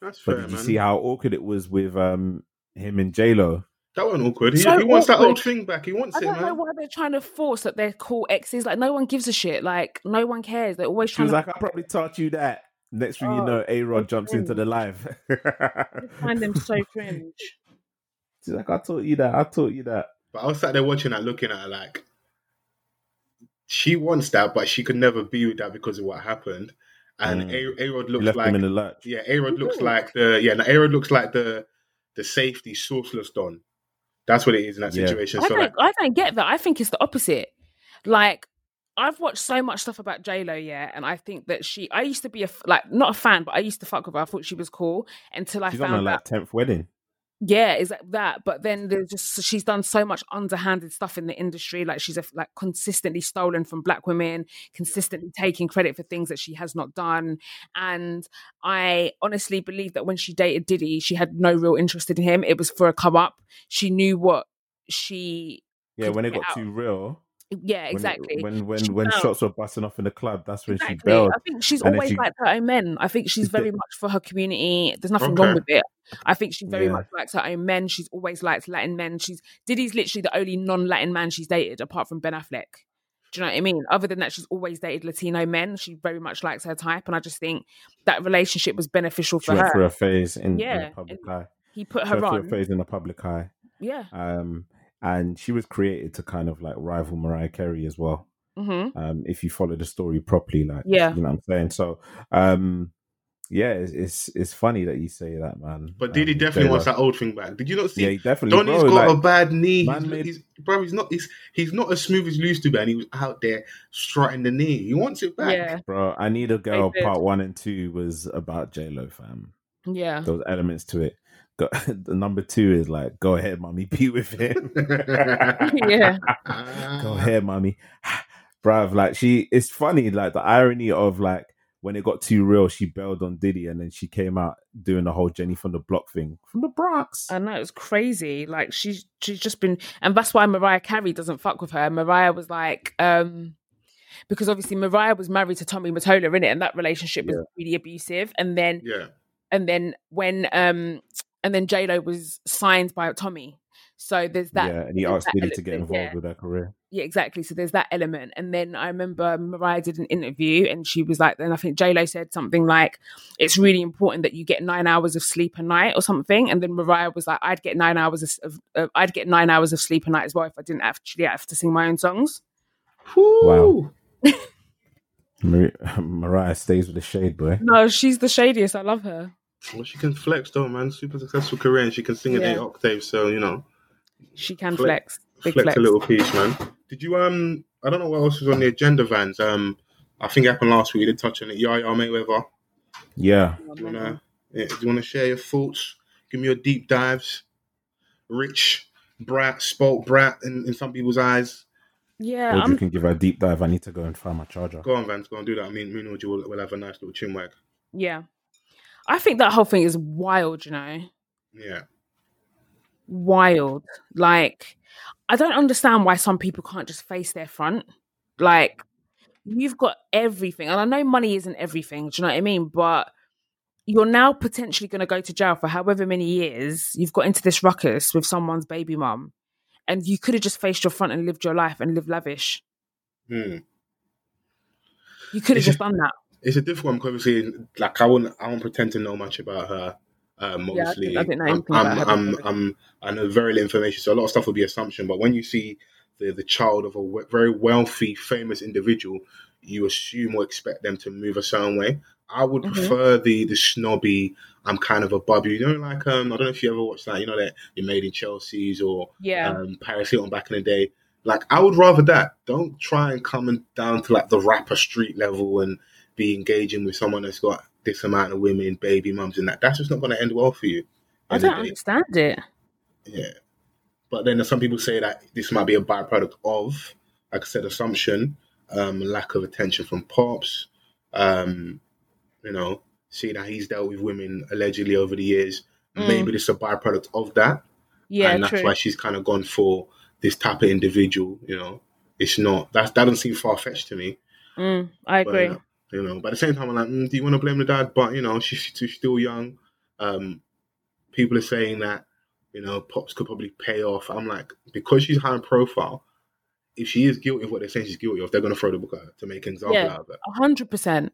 Speaker 5: That's
Speaker 3: but
Speaker 5: fair,
Speaker 3: did you
Speaker 5: man.
Speaker 3: see how awkward it was with um him and j-lo
Speaker 5: that wasn't awkward. He,
Speaker 4: So
Speaker 5: he wants that
Speaker 4: awkward.
Speaker 5: old thing back. He wants
Speaker 4: I
Speaker 5: it,
Speaker 4: don't know
Speaker 5: man.
Speaker 4: why they're trying to force that they're cool exes. Like no one gives a shit. Like no one cares. They're always
Speaker 3: she
Speaker 4: trying
Speaker 3: was
Speaker 4: to
Speaker 3: like i probably taught you that next thing you
Speaker 4: Oh,
Speaker 3: know a rod jumps into the live
Speaker 4: find them so cringe.
Speaker 3: she's like i taught you that i taught you that
Speaker 5: But I was sat there watching that, looking at her like, she wants that, but she could never be with that because of what happened. And
Speaker 3: Mm.
Speaker 5: A Rod
Speaker 3: you
Speaker 5: looks
Speaker 3: left him in
Speaker 5: like
Speaker 3: the lurch
Speaker 5: yeah, A Rod looks like the yeah, A Rod looks like the the safety sourceless don. That's what it is in that
Speaker 3: Yeah.
Speaker 5: situation.
Speaker 4: I
Speaker 5: So
Speaker 4: don't.
Speaker 5: like,
Speaker 4: I don't get that. I think it's the opposite. Like I've watched so much stuff about J Lo, yeah, and I think that she. I used to be a f- like not a fan, but I used to fuck with her. I thought she was cool until I
Speaker 3: she's on
Speaker 4: found
Speaker 3: her
Speaker 4: out.
Speaker 3: like 10th wedding
Speaker 4: yeah, is like that. But then there's just she's done so much underhanded stuff in the industry. Like she's like consistently stolen from black women, consistently taking credit for things that she has not done. And I honestly believe that when she dated Diddy, she had no real interest in him. It was for a come up. She knew what she.
Speaker 3: yeah
Speaker 4: could
Speaker 3: when it
Speaker 4: get
Speaker 3: got
Speaker 4: out.
Speaker 3: too real
Speaker 4: Yeah, exactly.
Speaker 3: When when
Speaker 4: She
Speaker 3: when, when
Speaker 4: felt-
Speaker 3: shots were busting off in the club, that's when she
Speaker 4: Exactly.
Speaker 3: bailed.
Speaker 4: I think she's
Speaker 3: And then
Speaker 4: always
Speaker 3: she-
Speaker 4: liked her own men. I think she's
Speaker 3: Is that-
Speaker 4: very much for her community. There's nothing
Speaker 5: Okay.
Speaker 4: wrong with it. I think she very
Speaker 3: Yeah.
Speaker 4: much likes her own men. She's always liked Latin men. She's Diddy's literally the only non-Latin man she's dated apart from Ben Affleck. Do you know what I mean? Other than that, she's always dated Latino men. She very much likes her type, and I just think that relationship was beneficial
Speaker 3: She
Speaker 4: for
Speaker 3: went
Speaker 4: her.
Speaker 3: through a phase in, in
Speaker 4: Yeah,
Speaker 3: the public
Speaker 4: and
Speaker 3: eye.
Speaker 4: He put
Speaker 3: She went
Speaker 4: her
Speaker 3: through a
Speaker 4: on.
Speaker 3: phase in the public eye.
Speaker 4: Yeah.
Speaker 3: Um, and she was created to kind of like rival Mariah Carey as well.
Speaker 4: hmm
Speaker 3: Um, if you follow the story properly, like
Speaker 4: Yeah.
Speaker 3: you know what I'm saying. So, um, yeah, it's, it's it's funny that you say that, man.
Speaker 5: But Diddy
Speaker 3: Um,
Speaker 5: definitely
Speaker 3: Bella.
Speaker 5: wants that old thing back. Did you not see?
Speaker 3: Yeah, he definitely.
Speaker 5: Donny's
Speaker 3: bro,
Speaker 5: got
Speaker 3: like,
Speaker 5: a bad knee.
Speaker 3: man
Speaker 5: He's,
Speaker 3: made-
Speaker 5: he's- bro, he's not. He's, he's not as smooth as he used to be, and he was out there strutting the knee. He wants it back.
Speaker 4: Yeah,
Speaker 3: bro. I need a girl.
Speaker 4: did.
Speaker 3: Part one and two was about J Lo, fam.
Speaker 4: yeah.
Speaker 3: Those elements to it. Go, the number two is like, go ahead, mommy, be with him.
Speaker 4: yeah, Uh-huh.
Speaker 3: go ahead, mommy, bruv. Like she, it's funny. Like the irony of like when it got too real, she bailed on Diddy, and then she came out doing the whole Jenny from the Block thing from the Bronx.
Speaker 4: I know it's crazy. Like she's she's just been, and that's why Mariah Carey doesn't fuck with her. Mariah was like, um, because obviously Mariah was married to Tommy Mottola in it, and that relationship was really abusive. And then
Speaker 5: Yeah,
Speaker 4: and then when um and then J Lo was signed by Tommy, so there's that
Speaker 3: yeah, and he
Speaker 4: there's
Speaker 3: asked
Speaker 4: that
Speaker 3: Diddy to get
Speaker 4: element,
Speaker 3: involved
Speaker 4: yeah.
Speaker 3: with her career.
Speaker 4: Yeah, exactly. So there's that element. And then I remember Mariah did an interview and she was like, then I think JLo said something like, it's really important that you get nine hours of sleep a night or something. And then Mariah was like, I'd get nine hours of, of uh, I'd get nine hours of sleep a night as well if I didn't actually have to sing my own songs.
Speaker 3: Wow. Mar- Mariah stays with the shade boy.
Speaker 4: No, she's the shadiest. I love her.
Speaker 5: Well, she can flex though, man. Super successful career, and she can sing in
Speaker 4: Yeah.
Speaker 5: eight octaves. So you know,
Speaker 4: She can flex.
Speaker 5: Flex.
Speaker 4: Big
Speaker 5: flex,
Speaker 4: flex.
Speaker 5: a little piece, man. Did you um? I don't know what else was on the agenda, Vans. Um, I think it happened last week. We did touch on it. Yaya Mayweather.
Speaker 3: Yeah,
Speaker 5: Do you
Speaker 4: Mm-hmm.
Speaker 5: wanna? Yeah, do you wanna share your thoughts? Give me your deep dives. Rich brat, spoke brat in, in some people's eyes.
Speaker 4: Yeah,
Speaker 3: Audrey
Speaker 4: I'm
Speaker 3: can give her a deep dive. I need to go and find my charger.
Speaker 5: Go on, Vans. Go and do that. Me and me and Audrey will, will have a nice little chin wag.
Speaker 4: yeah. I think that whole thing is wild, you know.
Speaker 5: Yeah.
Speaker 4: wild. Like, I don't understand why some people can't just face their front. Like, you've got everything. And I know money isn't everything. Do you know what I mean? But you're now potentially going to go to jail for however many years you've got into this ruckus with someone's baby mum. And you could have just faced your front and lived your life and lived lavish.
Speaker 5: Hmm.
Speaker 4: You could have
Speaker 5: It's
Speaker 4: just done that.
Speaker 5: It's a difficult one 'cause obviously, like I won't, I won't pretend to know much about her. Uh,
Speaker 4: Yeah, I
Speaker 5: mostly,
Speaker 4: didn't- I didn't know
Speaker 5: I'm,
Speaker 4: anything
Speaker 5: I'm,
Speaker 4: about her
Speaker 5: I'm,
Speaker 4: before.
Speaker 5: I'm- I know very little information, so a lot of stuff will be assumption. But when you see the the child of a we- very wealthy, famous individual, you assume or expect them to move a certain way. I would
Speaker 4: Mhm.
Speaker 5: prefer the the snobby. I'm kind of above you. You know, like um, I don't know if you ever watched that. You know that you made in Chelsea's or
Speaker 4: Yeah.
Speaker 5: um, Paris Hilton back in the day. Like, I would rather that. Don't try and come and down to like the rapper street level and be engaging with someone that's got this amount of women, baby mums, and that. That's just not going to end well for you.
Speaker 4: I
Speaker 5: End of
Speaker 4: don't
Speaker 5: the day.
Speaker 4: understand it.
Speaker 5: Yeah. But then some people say that this might be a byproduct of, like I said, assumption, um, lack of attention from pops, um, you know, seeing that he's dealt with women allegedly over the years.
Speaker 4: Mm.
Speaker 5: Maybe this is a byproduct of that
Speaker 4: Yeah,
Speaker 5: and that's
Speaker 4: true.
Speaker 5: why she's kind of gone for this type of individual. You know, it's not that that doesn't seem far fetched to me.
Speaker 4: Mm, I
Speaker 5: But,
Speaker 4: agree.
Speaker 5: uh, you know, but at the same time, I'm like, mm, do you want to blame the dad? But you know, she's, she's still young. Um, people are saying that you know, pops could probably pay off. I'm like, because she's high profile. If she is guilty of what they're saying she's guilty of, they're going to throw the book at her to make an example
Speaker 4: Yeah.
Speaker 5: out of her.
Speaker 4: A 100%.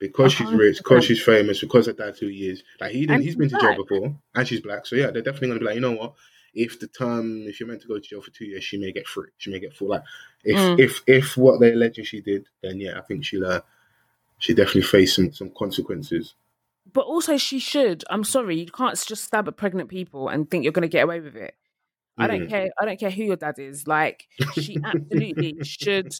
Speaker 5: Because she's rich,
Speaker 4: 100%.
Speaker 5: because she's famous, because her dad who he is. Like he didn't,
Speaker 4: Uh-huh. And
Speaker 5: he's
Speaker 4: she's
Speaker 5: been to jail
Speaker 4: black.
Speaker 5: before, and she's black. So yeah, they're definitely gonna be like, you know what? If the term, if you're meant to go to jail for two years, she may get free. She may get full. Like if
Speaker 4: Mm.
Speaker 5: if if what they're alleging she did, then yeah, I think she'll uh, she definitely face some some consequences.
Speaker 4: But also, she should. I'm sorry, you can't just stab at pregnant people and think you're going to get away with it. I don't
Speaker 5: Mm.
Speaker 4: care. I don't care who your dad is. Like, she absolutely should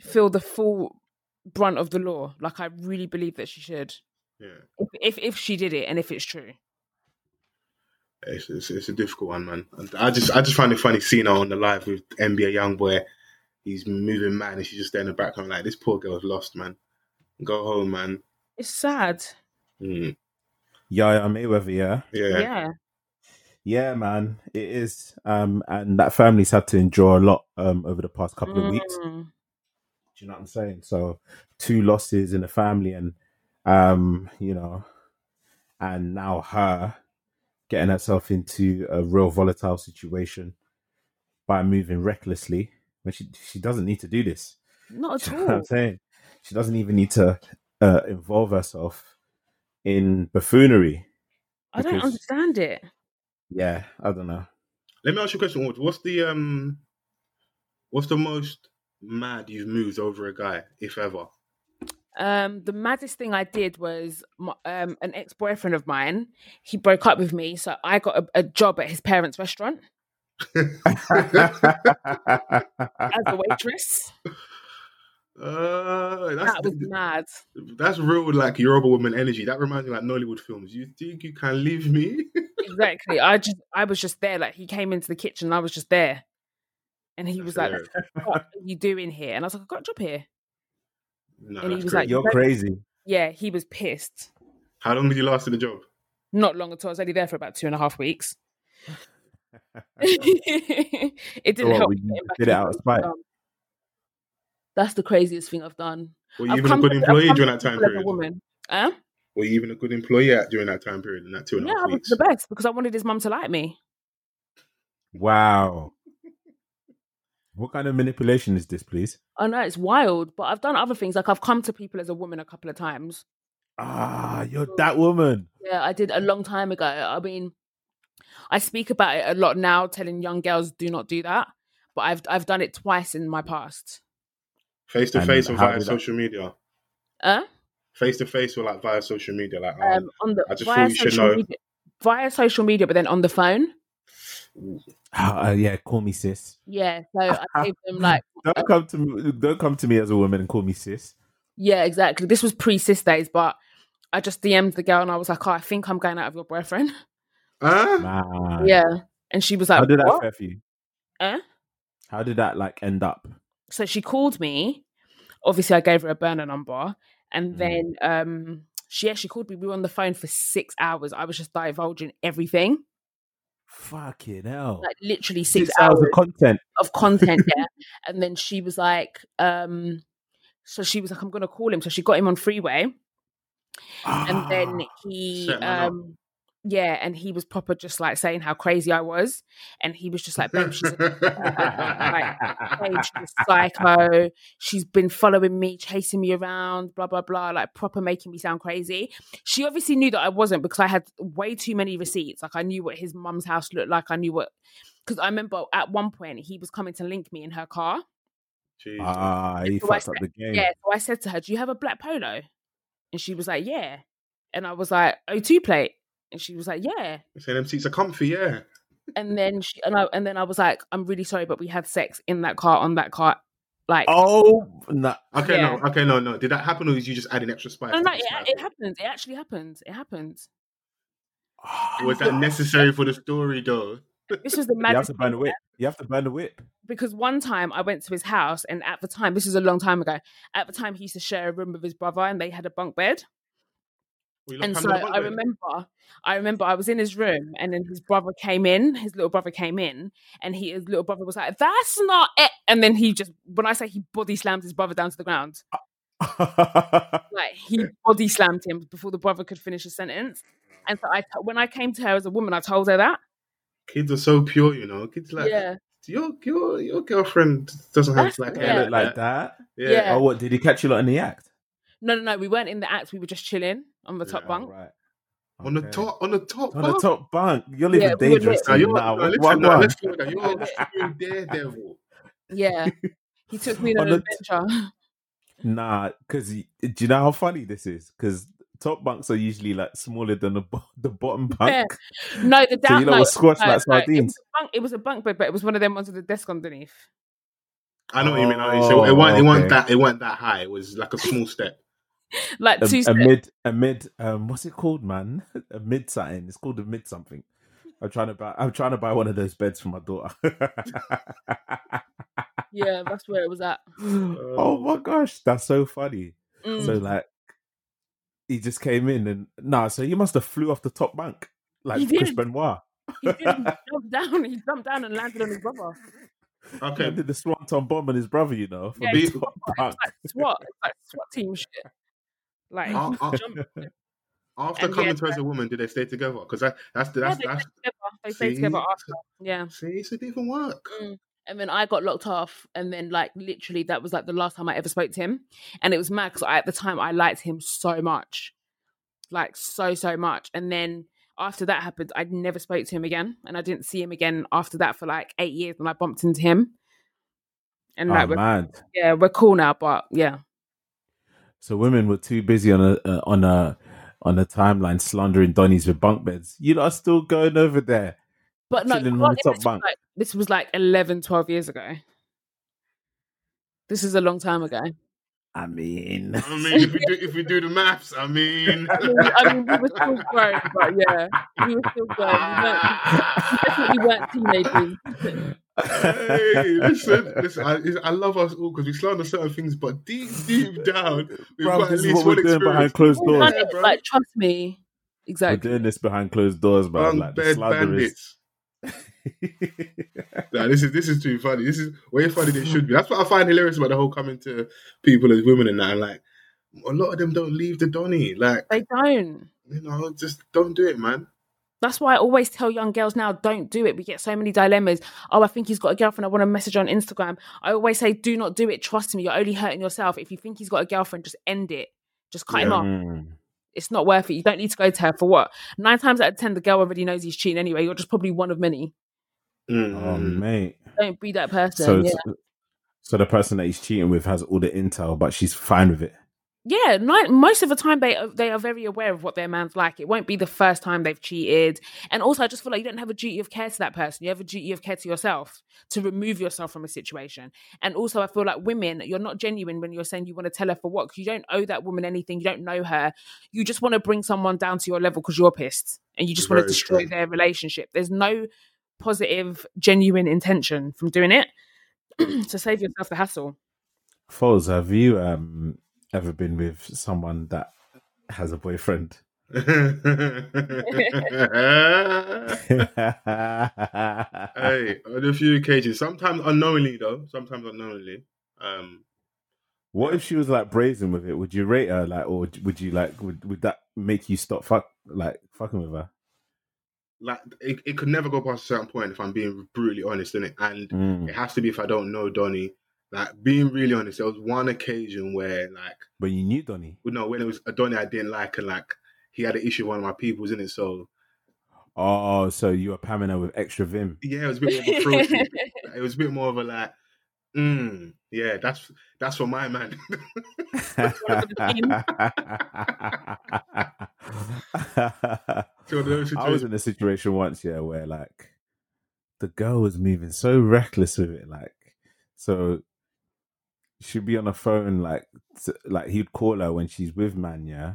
Speaker 4: feel the full brunt of the law. Like, I really believe that she should.
Speaker 5: Yeah,
Speaker 4: If if, if she did it and if it's true,
Speaker 5: it's, it's it's a difficult one, man. And I just I just find it funny seeing her on the live with NBA YoungBoy. He's moving mad, and she's just there in the background like this poor girl's lost, man. Go home, man.
Speaker 4: it's sad.
Speaker 5: Mm.
Speaker 3: Yaya Mayweather, yeah,
Speaker 4: Yeah,
Speaker 5: Yeah,
Speaker 3: yeah, man, it is. Um, and that family's had to endure a lot um over the past couple of weeks.
Speaker 4: Mm.
Speaker 3: Do you know what I'm saying? So two losses in the family, and um, you know, and now her getting herself into a real volatile situation by moving recklessly when she she doesn't need to do this.
Speaker 4: not at
Speaker 3: Do you know what
Speaker 4: all.
Speaker 3: I'm saying she doesn't even need to uh, involve herself in buffoonery.
Speaker 4: I don't
Speaker 3: Because-
Speaker 4: understand it.
Speaker 3: Yeah, I don't know.
Speaker 5: Let me ask you a question. Ward. What's the um, what's the most mad you've moved over a guy, if ever?
Speaker 4: Um, the maddest thing I did was my, um, an ex boyfriend of mine. He broke up with me, so I got a, a job at his parents' restaurant as a waitress.
Speaker 5: Uh, that's,
Speaker 4: that was mad.
Speaker 5: that's real like Yoruba woman energy. That reminds me like Nollywood films. You think you can leave me?
Speaker 4: Exactly. I just, I was just there. Like he came into the kitchen, and I was just there, and he was like,
Speaker 5: Hilarious.
Speaker 4: "What are you doing here?" And I was like, "I got a job here."
Speaker 5: no,
Speaker 4: And he
Speaker 5: that's
Speaker 4: was
Speaker 5: great.
Speaker 4: like-
Speaker 3: You're crazy.
Speaker 4: Yeah, he was pissed.
Speaker 5: How long did you last in the job?
Speaker 4: Not long at all. I was only there for about two and a half weeks. it didn't
Speaker 3: Well,
Speaker 4: help.
Speaker 3: we
Speaker 4: getting back
Speaker 3: did it
Speaker 4: in
Speaker 3: out of
Speaker 4: the
Speaker 3: spite.
Speaker 4: job. That's the craziest thing I've done.
Speaker 5: Were you
Speaker 4: I've
Speaker 5: even a
Speaker 4: come
Speaker 5: good
Speaker 4: to- I've
Speaker 5: employee
Speaker 4: come
Speaker 5: during
Speaker 4: to
Speaker 5: that time
Speaker 4: feel like a
Speaker 5: period?
Speaker 4: woman. Huh?
Speaker 5: Were you even a good employee at during that time period in that two and a
Speaker 4: Yeah,
Speaker 5: half
Speaker 4: I was
Speaker 5: weeks?
Speaker 4: the best because I wanted his mum to like me.
Speaker 3: Wow. What kind of manipulation is this, please?
Speaker 4: I know it's wild, but I've done other things. Like I've come to people as a woman a couple of times.
Speaker 3: Ah,
Speaker 4: Oh.
Speaker 3: you're that woman.
Speaker 4: Yeah, I did a long time ago. I mean, I speak about it a lot now, telling young girls do not do that. But I've I've done it twice in my past.
Speaker 5: Face to
Speaker 3: And
Speaker 5: face or
Speaker 3: how
Speaker 5: via
Speaker 3: did that-
Speaker 5: social media?
Speaker 4: Huh?
Speaker 5: Face to face or like via social media? Like, um,
Speaker 4: Uh, Um, on the
Speaker 5: I just
Speaker 4: via
Speaker 5: thought you should
Speaker 4: social
Speaker 5: know.
Speaker 4: media, via social media, but then on the phone.
Speaker 3: Ah, yeah, call me sis.
Speaker 4: Yeah, so I gave them like
Speaker 3: Don't come to me, don't come to me as a woman and call me sis.
Speaker 4: Yeah, exactly. This was pre sis days, but I just DM'd the girl and I was like, oh, I think I'm going out of your boyfriend.
Speaker 5: uh, huh?
Speaker 3: Man.
Speaker 4: Yeah. And she was
Speaker 3: How
Speaker 4: like,
Speaker 3: did that
Speaker 4: "What?"
Speaker 3: fare for you?
Speaker 4: Eh?
Speaker 3: How did that like end up?
Speaker 4: So she called me. Obviously, I gave her a burner number. And
Speaker 3: Mm.
Speaker 4: then um, she actually called me. We were on the phone for six hours. I was just divulging everything,
Speaker 3: Fucking hell.
Speaker 4: like literally six,
Speaker 3: Six hours of
Speaker 4: hours.
Speaker 3: content.
Speaker 4: of content yeah and then she was like um so she was like i'm gonna call him so she got him on freeway and
Speaker 3: Ah.
Speaker 4: then he
Speaker 5: set man up.
Speaker 4: um yeah and he was proper just like saying how crazy i was and he was just like babe she's a babe, she's a psycho she's been following me chasing me around blah blah blah like proper making me sound crazy she obviously knew that i wasn't because i had way too many receipts like i knew what his mum's house looked like i knew what because i remember at one point he was coming to link me in her car
Speaker 5: Jesus.
Speaker 3: Ah, he
Speaker 4: So I
Speaker 3: fucked up
Speaker 4: said-
Speaker 3: the game.
Speaker 4: yeah so i said to her do you have a black polo and she was like yeah and i was like oh two plate and she was like yeah
Speaker 5: Saying them seats are comfy, yeah.
Speaker 4: and then she and I and then I was like, I'm really sorry, but we had sex in that car on that car, like.
Speaker 3: Oh, no.
Speaker 5: Okay,
Speaker 4: Yeah.
Speaker 5: no, okay, no, no. Did that happen, or did you just add an extra spice?
Speaker 4: No,
Speaker 5: to
Speaker 4: no,
Speaker 5: the
Speaker 4: it,
Speaker 5: spice?
Speaker 4: it happened. It actually happened. It happened.
Speaker 5: Was that necessary for the story, though?
Speaker 4: This was the
Speaker 3: You have
Speaker 4: maddest
Speaker 3: to burn the
Speaker 4: thing,
Speaker 3: whip. You have to burn the whip.
Speaker 4: because one time I went to his house, and at the time, this was a long time ago. At the time, he used to share a room with his brother, and they had a bunk bed.
Speaker 5: Were you like
Speaker 4: And so
Speaker 5: Pamela Bunbury?
Speaker 4: I remember, I remember I was in his room, and then his brother came in. His little brother came in, and he, his little brother was like, "That's not it." And then he just, when I say he body slammed his brother down to the ground.
Speaker 3: Uh,
Speaker 4: like he body slammed him before the brother could finish a sentence. And so I, t- when I came to her as a woman, I told her that.
Speaker 5: Kids are so pure, you know. Kids like
Speaker 4: yeah,
Speaker 5: your your your girlfriend doesn't have
Speaker 4: That's-
Speaker 5: like
Speaker 4: yeah.
Speaker 5: hair
Speaker 3: Look like that.
Speaker 5: Yeah.
Speaker 4: Yeah.
Speaker 3: Oh, what did he catch you lot in the act?
Speaker 4: no, no, no. We weren't in the act. We were just chilling on the top
Speaker 5: Yeah,
Speaker 4: bunk.
Speaker 3: Right.
Speaker 5: On the
Speaker 3: Okay.
Speaker 5: top, on the top,
Speaker 3: On the
Speaker 5: bunk.
Speaker 3: top bunk. You're
Speaker 4: Yeah,
Speaker 3: living
Speaker 4: we were
Speaker 3: dangerous.
Speaker 5: Now,
Speaker 3: Now,
Speaker 5: you're,
Speaker 3: nah,
Speaker 5: no, listen,
Speaker 3: one,
Speaker 5: no,
Speaker 3: one.
Speaker 5: listen, no, you're a daredevil.
Speaker 4: Yeah, he took me on
Speaker 3: On
Speaker 4: an
Speaker 3: the t-
Speaker 4: adventure.
Speaker 3: Nah, because do you know how funny this is? Because top bunks are usually like smaller than the, bo- the bottom
Speaker 4: Yeah.
Speaker 3: bunk.
Speaker 4: No, the
Speaker 3: So
Speaker 4: down.
Speaker 3: you
Speaker 4: no,
Speaker 3: lot was squashed
Speaker 4: no,
Speaker 3: like
Speaker 4: no, it,
Speaker 3: sardines.
Speaker 4: was a bunk, it was a bunk bed, but it was one of them ones with a desk underneath.
Speaker 5: I know what you mean. I know what you mean. So it wasn't, it
Speaker 3: Oh, okay.
Speaker 5: wasn't that, it wasn't that high. It was like a small step.
Speaker 4: Like two.
Speaker 3: a, a
Speaker 4: steps.
Speaker 3: mid a mid um what's it called man a mid satin it's called a mid something i'm trying to buy i'm trying to buy one of those beds for my daughter
Speaker 4: yeah, that's where it was at.
Speaker 3: oh my gosh that's so funny
Speaker 4: Mm.
Speaker 3: so like he just came in and nah so he must have flew off the top bank
Speaker 4: He
Speaker 3: like
Speaker 4: did.
Speaker 3: chris benoit
Speaker 4: he didn't jump down. He jumped down and landed on his brother.
Speaker 3: He
Speaker 5: Okay,
Speaker 3: did the swanton bomb on his brother you know from
Speaker 4: Yeah,
Speaker 3: the
Speaker 5: he's
Speaker 3: top bank.
Speaker 4: SWAT, it's like SWAT team shit. Like
Speaker 5: Uh, uh,
Speaker 4: jump.
Speaker 5: after
Speaker 4: And
Speaker 5: coming
Speaker 4: yeah,
Speaker 5: to us as a woman, did they stay together? Because that, that's the
Speaker 4: Yeah,
Speaker 5: that's,
Speaker 4: they
Speaker 5: that's
Speaker 4: together. They stayed
Speaker 5: see?
Speaker 4: together after. Yeah.
Speaker 5: see, so it didn't even work.
Speaker 4: Mm. And then I got locked off, and then like literally, that was like the last time I ever spoke to him, and it was mad because I, at the time I liked him so much, like so so much. And then after that happened, I never spoke to him again, and I didn't see him again after that for like eight years. And I bumped into him, and like
Speaker 3: oh
Speaker 4: we're,
Speaker 3: man
Speaker 4: yeah, we're cool now, but yeah,
Speaker 3: So women were too busy on a uh, on a on a timeline slandering Donnies with bunk beds. You lot are still going over there.
Speaker 4: But no,
Speaker 3: Chilling on
Speaker 4: can't
Speaker 3: the
Speaker 4: it-
Speaker 3: top
Speaker 4: this,
Speaker 3: bunk.
Speaker 4: Was like, this was like 11, 12 years ago. This is a long time ago.
Speaker 3: I mean,
Speaker 5: I mean, if we do if we do the maths, I mean,
Speaker 4: I mean, I mean, we were still grown, but yeah, we were still grown. We weren't, we definitely weren't teenagers.
Speaker 5: hey, listen, listen. I, I love us all because we slander certain things, but deep, deep down, we've
Speaker 3: Bruv,
Speaker 5: got at
Speaker 3: this is
Speaker 5: least
Speaker 3: what we're
Speaker 5: one
Speaker 3: doing behind
Speaker 5: experience.
Speaker 3: closed
Speaker 4: No,
Speaker 3: doors.
Speaker 5: Yeah,
Speaker 4: no,
Speaker 5: bro.
Speaker 4: like, trust me.
Speaker 3: We're
Speaker 4: Exactly.
Speaker 3: doing this behind closed doors, but
Speaker 5: Bunk
Speaker 3: like the
Speaker 5: bed
Speaker 3: slander is.
Speaker 5: bandits. Nah, this is this is too funny. This is way funny than it should be. That's what I find hilarious about the whole coming to people as women and that. And like, a lot of them don't leave the Donny. Like,
Speaker 4: They don't.
Speaker 5: you know, just don't do it, man.
Speaker 4: That's why I always tell young girls now, don't do it. We get so many dilemmas. Oh, I think he's got a girlfriend. I want to message on Instagram. I always say, do not do it. Trust me. You're only hurting yourself. If you think he's got a girlfriend, just end it. Just cut him
Speaker 5: Yeah.
Speaker 4: off. It's not worth it. You don't need to go to her for what? Nine times out of 10, the girl already knows he's cheating anyway. You're just probably one of many.
Speaker 3: Oh,
Speaker 5: Mm.
Speaker 3: mate.
Speaker 4: Don't be that person.
Speaker 3: So,
Speaker 4: yeah.
Speaker 3: so, so the person that he's cheating with has all the intel, but she's fine with it.
Speaker 4: yeah ni- most of the time they are, they are very aware of what their man's like it won't be the first time they've cheated and also i just feel like you don't have a duty of care to that person you have a duty of care to yourself to remove yourself from a situation and also i feel like women you're not genuine when you're saying you want to tell her for what 'cause you don't owe that woman anything you don't know her you just want to bring someone down to your level because you're pissed and you just want to
Speaker 5: Very
Speaker 4: destroy
Speaker 5: true.
Speaker 4: their relationship there's no positive genuine intention from doing it so save yourself the hassle
Speaker 3: Foles, have you um, ever been with someone that has a boyfriend?
Speaker 5: Mm.
Speaker 3: yeah,
Speaker 5: hey, on a few occasions, sometimes unknowingly though, sometimes unknowingly. Um,
Speaker 3: What if she was like brazen with it? Would you rate her like, or would you like, would, would that make you stop fuck like fucking with her?
Speaker 5: like it, it could never go past a certain point if I'm being brutally honest in it, and
Speaker 3: Mm.
Speaker 5: it has to be if I don't know Donny. Like being really honest, there was one occasion where like
Speaker 3: But you knew Donny.
Speaker 5: well, no, when it was a Donny I didn't like, and like he had an issue with one of my peoples in it, so
Speaker 3: Oh, so you were pamming her with extra vim.
Speaker 5: yeah, it was a bit more of a throaty. Like, it was a bit more of a like, mm, yeah, that's that's for my man. So those
Speaker 3: I was in a situation once, yeah, where like the girl was moving so reckless with it, like so she'd be on the phone, like s- like he'd call her when she's with man, yeah,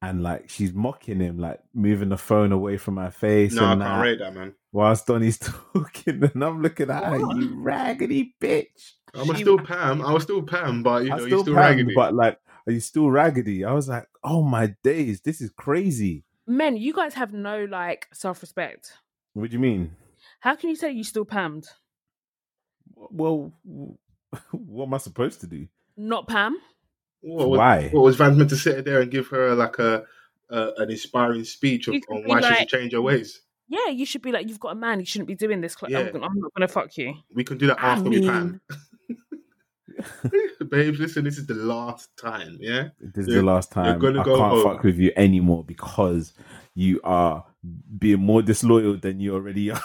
Speaker 3: and like she's mocking him, like moving the phone away from her face,
Speaker 5: no, I
Speaker 3: and
Speaker 5: can't
Speaker 3: that,
Speaker 5: rate that man.
Speaker 3: whilst Donny's talking, and I'm looking at her, you raggedy bitch.
Speaker 5: I was
Speaker 3: She-
Speaker 5: still Pam. I was still Pam, but you know,
Speaker 3: I
Speaker 5: you're
Speaker 3: still
Speaker 5: still
Speaker 3: panned,
Speaker 5: raggedy.
Speaker 3: but like, are you still raggedy? I was like, oh my days, this is crazy.
Speaker 4: men you guys have no like self-respect
Speaker 3: What do you mean?
Speaker 4: How can you say you still pammed?
Speaker 3: Well, what am I supposed to do?
Speaker 4: Not Pam?
Speaker 5: What was,
Speaker 3: Why?
Speaker 5: What was Vance meant to sit there and give her like a, a an inspiring speech of,
Speaker 4: You could
Speaker 5: on
Speaker 4: be
Speaker 5: why she
Speaker 4: like-
Speaker 5: should change her ways?
Speaker 4: Yeah, you should be like, you've got a man, you shouldn't be doing this. Cl-
Speaker 5: Yeah.
Speaker 4: I'm, gonna, I'm not going to fuck you.
Speaker 5: We can do that
Speaker 4: I
Speaker 5: after we
Speaker 4: mean-
Speaker 5: pan. Babes, listen, this is the last time. Yeah,
Speaker 3: This is
Speaker 5: You're-
Speaker 3: the last
Speaker 5: you're
Speaker 3: time
Speaker 5: gonna
Speaker 3: I
Speaker 5: go
Speaker 3: can't
Speaker 5: home.
Speaker 3: fuck with you anymore because you are being more disloyal than you already are.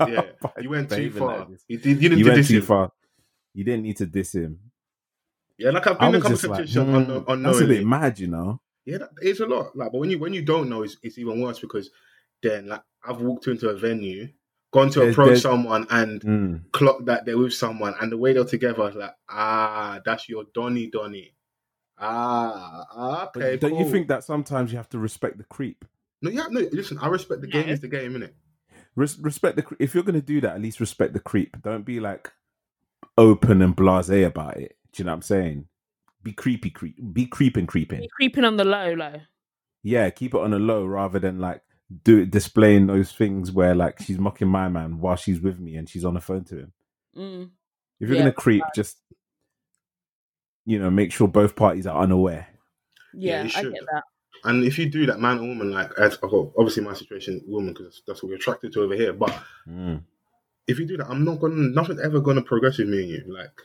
Speaker 5: yeah.
Speaker 3: By
Speaker 5: you went too
Speaker 3: behaving
Speaker 5: far.
Speaker 3: like this.
Speaker 5: you, did, you didn't
Speaker 3: you
Speaker 5: do
Speaker 3: went
Speaker 5: this
Speaker 3: too
Speaker 5: in-
Speaker 3: far. You didn't need to diss him.
Speaker 5: Yeah, like I've
Speaker 3: I
Speaker 5: been in a
Speaker 3: was
Speaker 5: couple
Speaker 3: just
Speaker 5: of
Speaker 3: like,
Speaker 5: situations
Speaker 3: hmm,
Speaker 5: unknow-
Speaker 3: that's a
Speaker 5: unknowingly.
Speaker 3: bit mad, you know.
Speaker 5: Yeah, that, it's a lot. Like, but when you when you don't know, it's, it's even worse because then like I've walked into a venue, gone to
Speaker 3: There's-
Speaker 5: approach
Speaker 3: there's-
Speaker 5: someone, and
Speaker 3: Mm.
Speaker 5: clocked that they're with someone, and the way they're together, I was like, ah, that's your Donny Donny. Ah,
Speaker 3: But
Speaker 5: okay.
Speaker 3: don't you
Speaker 5: cool.
Speaker 3: think that sometimes you have to respect the creep?
Speaker 5: No, yeah, no. Listen, I respect the game.
Speaker 4: No.
Speaker 5: Is the game, innit?
Speaker 3: Res- respect the cre- if you're going to do that, at least respect the creep. Don't be like open and blasé about it. Do you know what I'm saying? Be creepy, creep. Be creeping, creeping.
Speaker 4: You're creeping on the low, low.
Speaker 3: yeah, keep it on a low rather than like do it displaying those things where like she's mocking my man while she's with me and she's on the phone to him.
Speaker 4: Mm.
Speaker 3: If you're
Speaker 4: Yeah,
Speaker 3: gonna creep, just you know, make sure both parties are unaware.
Speaker 5: Yeah,
Speaker 4: Yeah,
Speaker 5: you
Speaker 4: I
Speaker 5: should.
Speaker 4: get that.
Speaker 5: And if you do that, man or woman, like as, well, obviously my situation, woman, because that's what we're attracted to over here. But
Speaker 3: Hmm,
Speaker 5: if you do that, I'm not gonna nothing's ever gonna progress with me and you. Like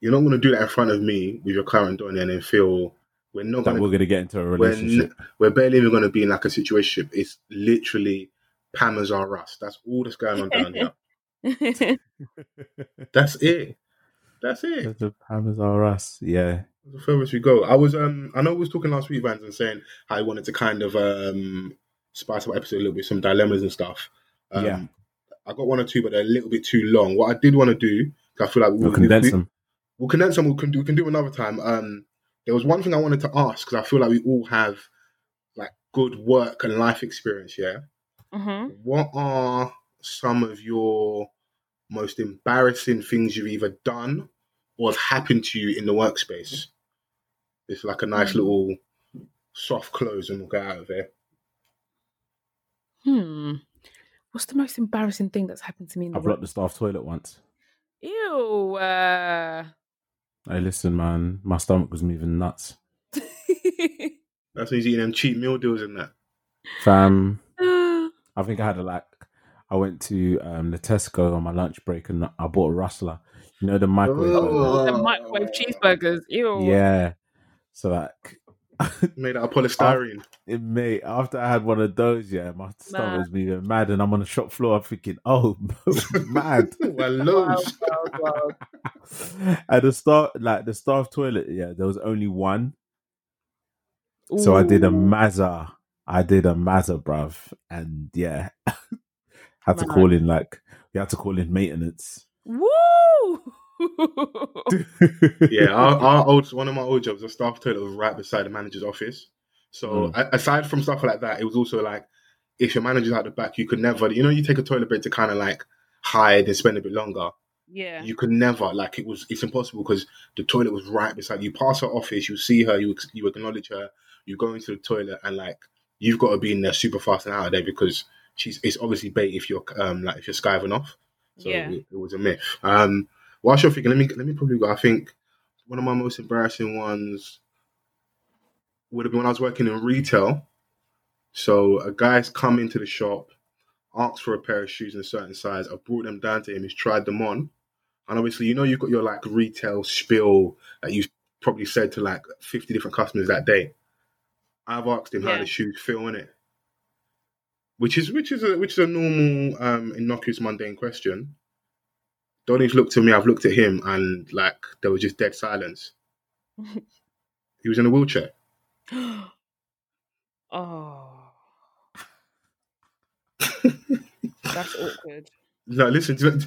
Speaker 5: you're not gonna do that in front of me with your current Donny and then feel we're not
Speaker 3: That
Speaker 5: gonna
Speaker 3: we're gonna get into a
Speaker 5: we're,
Speaker 3: relationship.
Speaker 5: n- we're barely even gonna be in like a situation. It's literally Pammers are us. That's all that's going on down here. That's it. That's it.
Speaker 3: the Hammers are us. Yeah.
Speaker 5: the furthest we go. I was um I know we was talking last week, Vans, and saying how I wanted to kind of um spice up episode a little bit, some dilemmas and stuff. Um,
Speaker 3: Yeah.
Speaker 5: I got one or two, but they're a little bit too long. What I did want to do, 'cause I feel like we-
Speaker 3: We'll
Speaker 5: we-
Speaker 3: condense
Speaker 5: we-
Speaker 3: them.
Speaker 5: We'll condense them. We can do. We can do another time. Um, there was one thing I wanted to ask because I feel like we all have like good work and life experience. Yeah.
Speaker 4: Mm-hmm.
Speaker 5: What are some of your most embarrassing things you've either done or have happened to you in the workspace? It's like a nice little soft close, and we'll get out of here.
Speaker 4: Hmm. What's the most embarrassing thing that's happened to me in
Speaker 3: I
Speaker 4: the
Speaker 3: blocked
Speaker 4: world?
Speaker 3: the staff toilet once.
Speaker 4: Ew. Uh...
Speaker 3: Hey, listen, man, my stomach was moving nuts.
Speaker 5: That's when he's eating them cheap meal deals and that.
Speaker 3: Fam, I think I had a like. I went to um, the Tesco on my lunch break and I bought a rustler. You know the microwave. burger?
Speaker 4: the microwave cheeseburgers. Ew.
Speaker 3: Yeah. So like,
Speaker 5: Made out of polystyrene.
Speaker 3: it, mate, after I had one of those, yeah, my stomach
Speaker 4: Mad.
Speaker 3: was moving mad, and I'm on the shop floor. I'm thinking, oh, mad.
Speaker 5: well, loads.
Speaker 4: Wild, wild.
Speaker 3: At the start, like the staff toilet, yeah, there was only one. So I did a mazza. I did a mazza, bruv. And yeah, had to
Speaker 4: Mad.
Speaker 3: call in, like, we had to call in maintenance.
Speaker 4: Woo!
Speaker 5: yeah, our, our old one of my old jobs, the staff toilet was right beside the manager's office. So
Speaker 3: Mm.
Speaker 5: a aside from stuff like that, it was also like if your manager's out the back, you could never, you know, you take a toilet break to kind of like hide and spend a bit longer.
Speaker 4: yeah.
Speaker 5: You could never, like, it was, it's impossible because the toilet was right beside you. Pass her office, you see her, you ex- you acknowledge her, you go into the toilet, and like you've got to be in there super fast and out of there because she's it's obviously bait if you're um like if you're skiving off. So
Speaker 4: Yeah.
Speaker 5: it, it was a myth. Um, whilst you're thinking, let me let me probably go. I think one of my most embarrassing ones would have been when I was working in retail. So a guy's come into the shop, asked for a pair of shoes in a certain size. I brought them down to him. He's tried them on, and obviously, you know, you've got your like retail spiel that you've probably said to like fifty different customers that day. I've asked him how
Speaker 4: Yeah.
Speaker 5: the shoes feel in it, which is which is a which is a normal um, innocuous mundane question. Donnie's looked at me. I've looked at him, and like there was just dead silence. he was in a wheelchair.
Speaker 4: oh. That's awkward.
Speaker 5: No, listen. Do you, know, do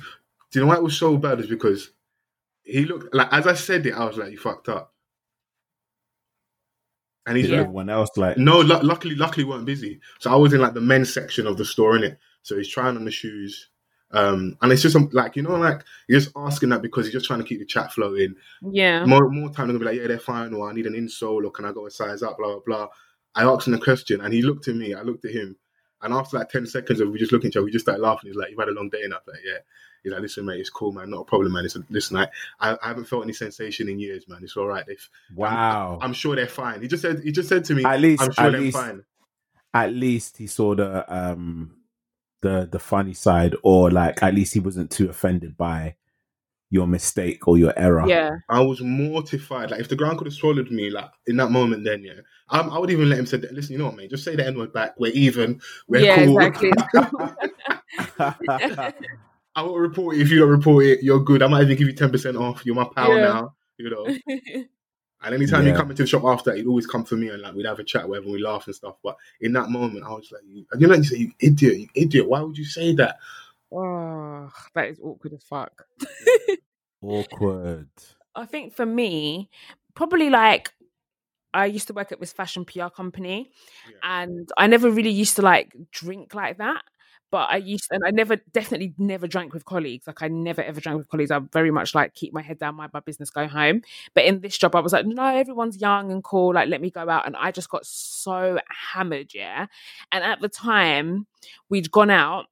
Speaker 5: you know why it was so bad? Is because he looked like as I said it, I was like, "You fucked up." And he's
Speaker 3: Did
Speaker 5: like,
Speaker 3: everyone else, like,
Speaker 5: No, lu luckily, luckily we weren't busy. So I was in like the men's section of the store, in it. So he's trying on the shoes, um, and it's just um, like you know, like you're just asking that because he's just trying to keep the chat flowing.
Speaker 4: Yeah.
Speaker 5: More more time they're gonna be like, yeah, they're fine, or I need an insole, or can I go a size up, blah blah blah. I asked him a question, and he looked at me. I looked at him, and after like ten seconds of we just looking at each other, we just started laughing. He's like, "You've had a long day," and I'm like, "Yeah." He's like, "Listen, mate, it's cool, man. Not a problem, man. It's, listen, I, I I haven't felt any sensation in years, man. It's all right. If
Speaker 3: wow.
Speaker 5: I'm sure they're fine." He just said, he just said to me,
Speaker 3: at least,
Speaker 5: "I'm sure
Speaker 3: at
Speaker 5: they're
Speaker 3: least,
Speaker 5: fine."
Speaker 3: at least he saw the um the the funny side, or like at least he wasn't too offended by your mistake or your error.
Speaker 4: Yeah.
Speaker 5: I was mortified. Like if the ground could have swallowed me, like in that moment, then yeah, I, I would even let him say, that, "Listen, you know what, mate? Just say the N word back. We're even. We're
Speaker 4: yeah,
Speaker 5: cool.
Speaker 4: exactly. It's cool.
Speaker 5: I will report it if you don't report it. You're good. I might even give you ten percent off. You're my pal
Speaker 4: Yeah.
Speaker 5: now. You know. And anytime
Speaker 3: Yeah.
Speaker 5: you come into the shop after, he'd always come for me and like we'd have a chat, whatever, and we laugh and stuff. But in that moment, I was like, you, you know, you say, you idiot, you idiot. Why would you say that?
Speaker 4: oh, that is awkward as fuck.
Speaker 3: Awkward.
Speaker 4: I think for me, probably like I used to work at this fashion PR company and I never really used to like drink like that. But I used and I never definitely never drank with colleagues. Like I never ever drank with colleagues. I very much like keep my head down, mind my business, go home. But in this job, I was like, no, everyone's young and cool. Like let me go out. And I just got so hammered, yeah. And at the time, we'd gone out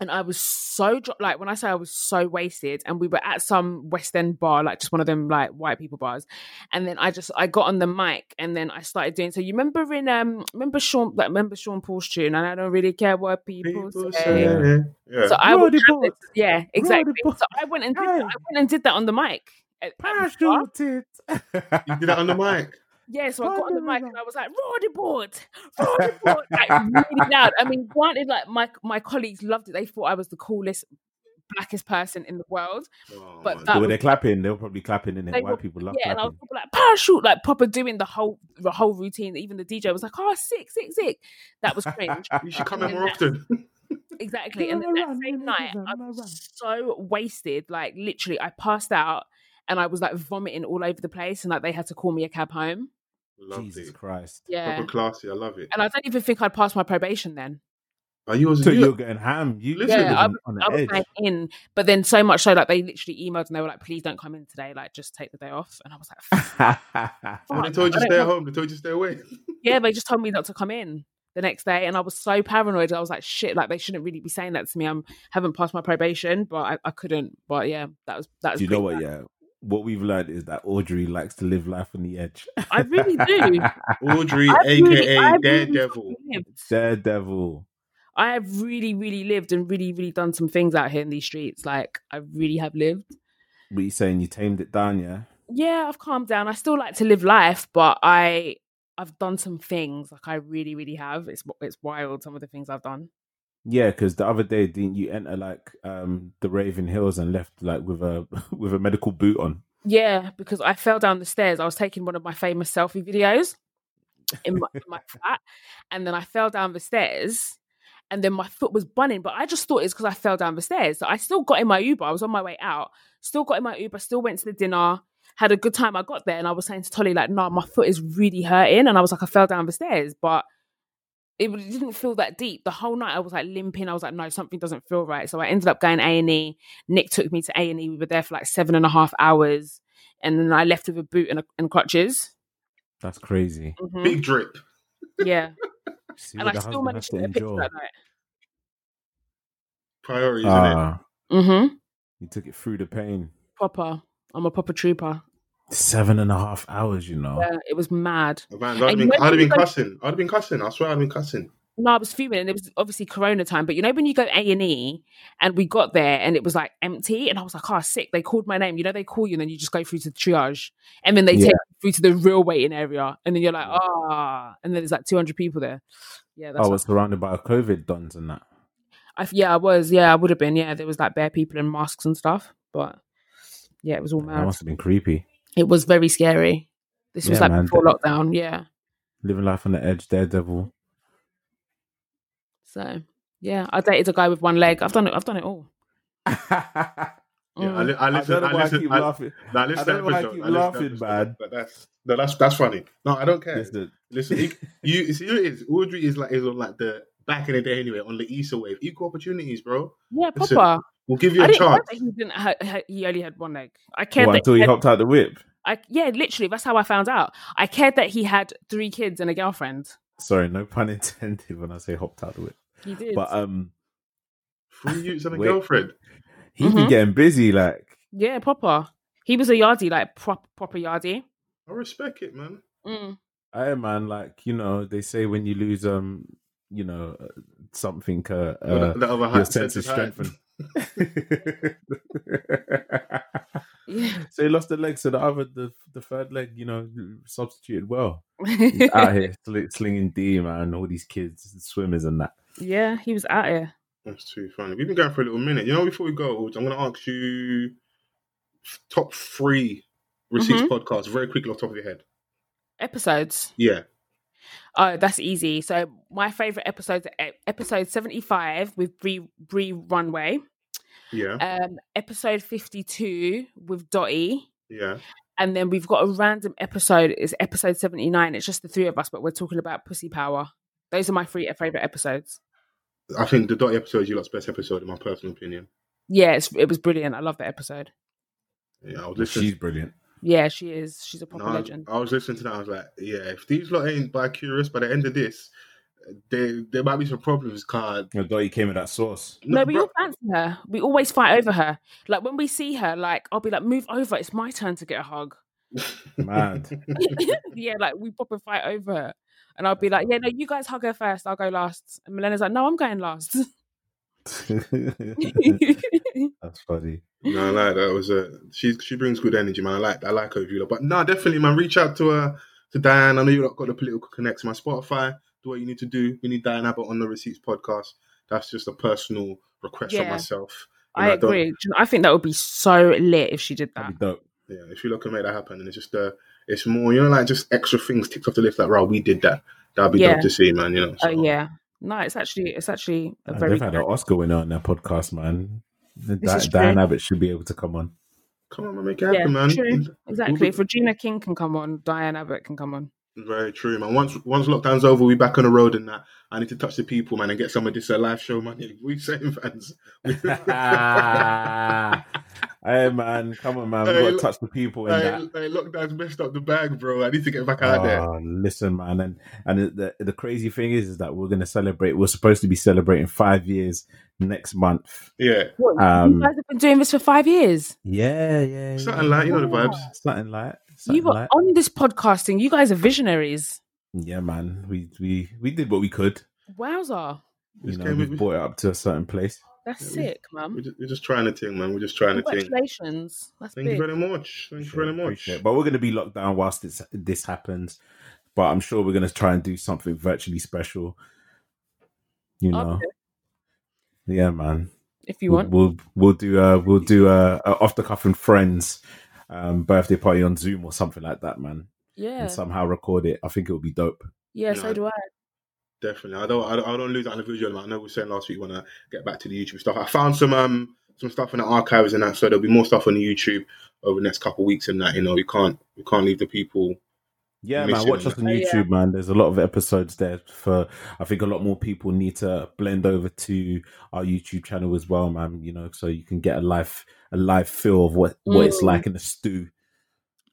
Speaker 4: and I was so dr- like when I say I was so wasted, and we were at some West End bar, like just one of them like white people bars, and then I just I got on the mic and then I started doing. So you remember in um remember Sean like remember Sean Paul's tune, and I don't really care what people, say.
Speaker 5: yeah. yeah.
Speaker 4: So I would
Speaker 3: Roddy boy.
Speaker 4: yeah exactly.
Speaker 3: boy.
Speaker 4: So I went and did that. I
Speaker 3: Hey.
Speaker 4: went and did that on the mic. at- at the bar.
Speaker 3: Parachute it.
Speaker 5: you did that on the mic.
Speaker 4: Yeah, so I got on the mic
Speaker 3: Wonderland.
Speaker 4: and I was like, "Roddy board, Roddy board," like really loud. I mean, granted, like my my colleagues loved it; they thought I was the coolest blackest person in the world.
Speaker 5: Oh,
Speaker 4: But
Speaker 5: man.
Speaker 4: that-
Speaker 3: But when
Speaker 4: was-
Speaker 3: they're clapping, they were probably clapping in
Speaker 4: They
Speaker 3: it.
Speaker 4: were-
Speaker 3: White people love
Speaker 4: yeah, and I was
Speaker 3: clapping.
Speaker 4: proper like parachute, like proper doing the whole the whole routine. Even the DJ was like, "Oh, sick, sick, sick." That was cringe.
Speaker 5: you should come in more often.
Speaker 4: Exactly. And then that same night, I was so wasted. Like literally, I passed out and I was like vomiting all over the place, and like they had to call me a cab home.
Speaker 5: Lovely.
Speaker 3: Jesus Christ.
Speaker 4: Yeah.
Speaker 5: Proper classy. I love it.
Speaker 4: And I don't even think I'd passed my probation then.
Speaker 5: Are you was
Speaker 3: So
Speaker 5: you,
Speaker 3: you're getting ham. You
Speaker 5: Listen,
Speaker 3: living
Speaker 4: I
Speaker 3: on
Speaker 4: I
Speaker 3: the
Speaker 4: was
Speaker 3: edge.
Speaker 4: like Oh, in, but then so much so like they literally emailed and they were like, "Please don't come in today. Like just take the day off." And I was like, "Fuck."
Speaker 5: Well, Oh, they
Speaker 4: fuck,
Speaker 5: told you
Speaker 4: I don't
Speaker 5: stay at
Speaker 4: know.
Speaker 5: home. They told you stay away.
Speaker 4: "Yeah." They just told me not to come in the next day, and I was so paranoid. I was like, "Shit! Like they shouldn't really be saying that to me. I'm haven't passed my probation, but I, I couldn't." But yeah, that was that was.
Speaker 3: Do you know
Speaker 4: pretty
Speaker 3: what? Yeah. What we've learned is that Audrey likes to live life on the edge.
Speaker 4: bad. I really do.
Speaker 5: Audrey,
Speaker 4: I really-
Speaker 5: aka
Speaker 4: I really Mm-hmm.
Speaker 5: Daredevil.
Speaker 4: fucking lived.
Speaker 3: Daredevil.
Speaker 4: I have really, really lived and really, really done some things out here in these streets. Like I really have lived.
Speaker 3: But you're saying you tamed it down, yeah?
Speaker 4: Yeah, I've calmed down. I still like to live life, but I I've done some things. Like I really, really have. It's it's wild some of the things I've done.
Speaker 3: Yeah, because the other day didn't you enter like um the Raven Hills and left like with a with a medical boot on?
Speaker 4: Yeah, because I fell down the stairs. I was taking one of my famous selfie videos in my, in my flat, and then I fell down the stairs, and then my foot was bunning. But I just thought it's because I fell down the stairs. So I still got in my Uber. I was on my way out. Still got in my Uber. Still went to the dinner. Had a good time. I got there, and I was saying to Tolly like, "No, my foot is really hurting," and I was like, "I fell down the stairs," but. It w- didn't feel that deep. The whole night I was like limping. I was like, no, something doesn't feel right. So I ended up going A and E. Nick took me to A and E. We were there for like seven and a half hours, and then I left with a boot and, a, and crutches.
Speaker 3: That's crazy.
Speaker 4: Mhm.
Speaker 5: Big drip.
Speaker 4: Yeah,
Speaker 3: See
Speaker 4: and
Speaker 3: what
Speaker 4: I
Speaker 3: the
Speaker 4: still
Speaker 3: husband
Speaker 4: managed
Speaker 3: has
Speaker 4: to get a picture that night.
Speaker 5: Priorities, innit?
Speaker 3: Ah,
Speaker 4: Mm-hmm.
Speaker 3: you took it through the pain.
Speaker 4: Proper. I'm a proper trooper.
Speaker 3: Seven and a half hours, you know.
Speaker 4: Yeah, it was mad.
Speaker 5: Man, I'd have
Speaker 4: And
Speaker 5: been,
Speaker 4: when
Speaker 5: I'd have
Speaker 4: you
Speaker 5: been
Speaker 4: go-
Speaker 5: cussing. I'd have been cussing. I swear I'd have been cussing.
Speaker 4: No, I was fuming, and it was obviously Corona time. But you know when you go A and E, and we got there, and it was like empty, and I was like, "Oh, sick!" They called my name. You know, they call you, and then you just go through to the triage, and then they
Speaker 3: Yeah.
Speaker 4: take you through to the real waiting area, and then you're like, "Ah!" and then there's like 200 people there. Yeah, that's
Speaker 3: I was Oh, surrounded by COVID dons and that.
Speaker 4: I, yeah, I was. Yeah, I would have been. Yeah, there was like bare people in masks and stuff. But yeah, it was all
Speaker 3: That
Speaker 4: mad.
Speaker 3: must have been creepy.
Speaker 4: It was very scary. This was
Speaker 3: Yeah,
Speaker 4: like
Speaker 3: man.
Speaker 4: before lockdown. Yeah.
Speaker 3: Living life on the edge, Daredevil.
Speaker 4: So yeah, I dated a guy with one leg. I've done it. I've done it all.
Speaker 5: Yeah, I,
Speaker 4: Mm.
Speaker 5: li- I listen. I,
Speaker 3: why
Speaker 5: listen.
Speaker 3: keep
Speaker 5: I,
Speaker 3: laughing.
Speaker 5: nah, I listen
Speaker 3: I
Speaker 5: to
Speaker 3: don't know why I
Speaker 5: episode.
Speaker 3: keep
Speaker 5: listen to
Speaker 3: laughing,
Speaker 5: episode,
Speaker 3: man.
Speaker 5: But that's no, that's that's funny. No, I don't care.
Speaker 3: Listen,
Speaker 5: Listen, you, you you see, what it is Audrey is like is on like the back in the day anyway on the Easter wave. Equal opportunities, bro.
Speaker 4: Yeah,
Speaker 5: Listen,
Speaker 4: Papa.
Speaker 5: We'll give you
Speaker 4: I
Speaker 5: a
Speaker 4: didn't know
Speaker 5: chance.
Speaker 4: that he didn't. Ha- ha- he only had one leg. I cared
Speaker 3: well,
Speaker 4: that.
Speaker 3: until
Speaker 4: he
Speaker 3: you
Speaker 4: had-
Speaker 3: hopped out the whip.
Speaker 4: I, yeah, literally. That's how I found out. I cared that he had three kids and a girlfriend.
Speaker 3: Sorry, no pun intended when I say hopped out the whip.
Speaker 4: He did.
Speaker 3: But um,
Speaker 5: Three youths and a
Speaker 3: Wait.
Speaker 5: girlfriend.
Speaker 3: he's been
Speaker 4: Mhm.
Speaker 3: getting busy. Like
Speaker 4: yeah, Papa. He was a yardie, like prop, proper yardie.
Speaker 5: I respect it, man.
Speaker 4: Mm.
Speaker 3: Hey man, like you know, they say when you lose um, you know, uh, something, uh,
Speaker 5: Well,
Speaker 3: uh
Speaker 5: that- that other
Speaker 3: your
Speaker 5: hat-
Speaker 3: sense is
Speaker 5: sensitive hat.
Speaker 3: strengthened.
Speaker 4: Yeah.
Speaker 3: so he lost a leg, so the other, the, the third leg, you know, substituted well. He's out here sli- slinging D, man. All these kids, swimmers and that.
Speaker 4: yeah, he was out here.
Speaker 5: That's too funny. We've been going for a little minute. You know, before we go, Audrey, I'm going to ask you f- top three receipts
Speaker 4: Mhm.
Speaker 5: podcasts very quickly off the top of your head.
Speaker 4: Episodes.
Speaker 5: Yeah.
Speaker 4: Oh, that's easy. So my favorite episodes, e- episode seventy-five with Bree Bree Runway,
Speaker 5: Yeah.
Speaker 4: um, episode fifty-two with Dotty,
Speaker 5: Yeah.
Speaker 4: and then we've got a random episode. It's episode seventy-nine. It's just the three of us, but we're talking about pussy power. Those are my three favorite episodes.
Speaker 5: I think the Dotty episode is your lot's best episode, in my personal opinion.
Speaker 4: Yeah, it's, it was brilliant. I love that episode.
Speaker 5: Yeah. I was
Speaker 3: She's
Speaker 5: listening.
Speaker 3: brilliant.
Speaker 4: Yeah, she is. She's a proper
Speaker 5: No, I, was,
Speaker 4: legend.
Speaker 5: I was listening to that. I was like, yeah, if these lot ain't bi curious by the end of this, there there might be some problems. Card.
Speaker 3: I thought he came with that sauce.
Speaker 4: No, we all fancy her. We always fight over her. Like when we see her, like I'll be like, "Move over. It's my turn to get a hug."
Speaker 3: Mad.
Speaker 4: yeah, like we proper fight over her. And I'll be like, yeah, no, you guys hug her first. I'll go last. And Milena's like, no, I'm going last.
Speaker 3: That's funny.
Speaker 5: No, I like that was a she. She brings good energy, man. I like I like her view, but no, definitely, man. Reach out to her to Diane. I know you've got the political connects. My Spotify, do what you need to do. We need Diane Abbott on the Receipts podcast. That's just a personal request
Speaker 4: Yeah.
Speaker 5: from myself.
Speaker 4: I,
Speaker 5: I don't-
Speaker 4: agree. Do you know, I think that would be so lit if she did that.
Speaker 3: That'd be dope.
Speaker 5: Yeah, if you look and make that happen, and it's just uh, it's more you know like just extra things ticked off the list. Like, right, we did that. That'd be
Speaker 4: Yeah.
Speaker 5: dope to see, man. You know.
Speaker 4: Oh
Speaker 5: so-
Speaker 4: yeah. No, it's actually it's actually a
Speaker 3: Uh,
Speaker 4: very
Speaker 3: They've had an Oscar winner on their podcast, man. Di-
Speaker 4: is
Speaker 3: Diane
Speaker 4: true.
Speaker 3: Abbott should be able to come on.
Speaker 5: Come on, man, make it
Speaker 4: yeah,
Speaker 5: happen, man.
Speaker 4: true. Exactly.
Speaker 5: All
Speaker 4: If Regina King can come on, Diane Abbott can come on.
Speaker 5: Very true, man. Once once lockdown's over, we back on the road and that. I need to touch the people, man, and get some of this uh, live show money. We same fans.
Speaker 3: hey man, come on, man. We
Speaker 5: Hey,
Speaker 3: got to
Speaker 5: look-
Speaker 3: touch the people in
Speaker 5: Hey,
Speaker 3: that.
Speaker 5: hey, lockdown's messed up the bag, bro. I need to get back out there.
Speaker 3: Oh, listen, man, and and the the crazy thing is, is that we're gonna celebrate. We're supposed to be celebrating five years next month.
Speaker 5: Yeah,
Speaker 4: What, you
Speaker 3: Um,
Speaker 4: guys have been doing this for five years.
Speaker 3: Yeah, yeah,
Speaker 5: something like you know the vibes.
Speaker 3: something like, something
Speaker 4: You were
Speaker 3: like.
Speaker 4: on this podcasting. You guys are visionaries.
Speaker 3: Yeah, man. We we we did what we could.
Speaker 4: Wowza.
Speaker 3: You
Speaker 5: Just
Speaker 3: know,
Speaker 5: came
Speaker 3: we
Speaker 5: with-
Speaker 3: brought it up to a certain place.
Speaker 4: That's
Speaker 5: Yeah, we-
Speaker 4: sick, mum.
Speaker 5: We're just, we're just trying to thing, man. We're just trying to thing.
Speaker 4: Congratulations. That's
Speaker 5: Thank
Speaker 4: big.
Speaker 5: you very much. Thank you very much.
Speaker 3: Appreciate it. But we're going to be locked down whilst it's, this happens. But I'm sure we're going to try and do something virtually special. You know,
Speaker 4: Okay,
Speaker 3: yeah, man.
Speaker 4: if you
Speaker 3: we'll,
Speaker 4: want.
Speaker 3: we'll we'll do uh we'll do uh a off the cuff and friends um birthday party on Zoom or something like that, man.
Speaker 4: Yeah.
Speaker 3: And somehow record it. I think it would be dope.
Speaker 4: Yeah,
Speaker 5: No.
Speaker 4: so do I.
Speaker 5: Definitely. I don't. I don't, I don't lose that on the visual. man. I know we were saying last week we want to get back to the YouTube stuff. I found some um some stuff in the archives and that, so there'll be more stuff on the YouTube over the next couple of weeks and that. You know, we can't we can't leave the people.
Speaker 3: Yeah,
Speaker 5: Mission
Speaker 3: man. Watch us on
Speaker 5: on
Speaker 4: that.
Speaker 3: YouTube,
Speaker 4: Yeah.
Speaker 3: man. There's a lot of episodes there for. I think a lot more people need to blend over to our YouTube channel as well, man. You know, so you can get a live a live feel of what what it's
Speaker 4: Mm.
Speaker 3: like in the stew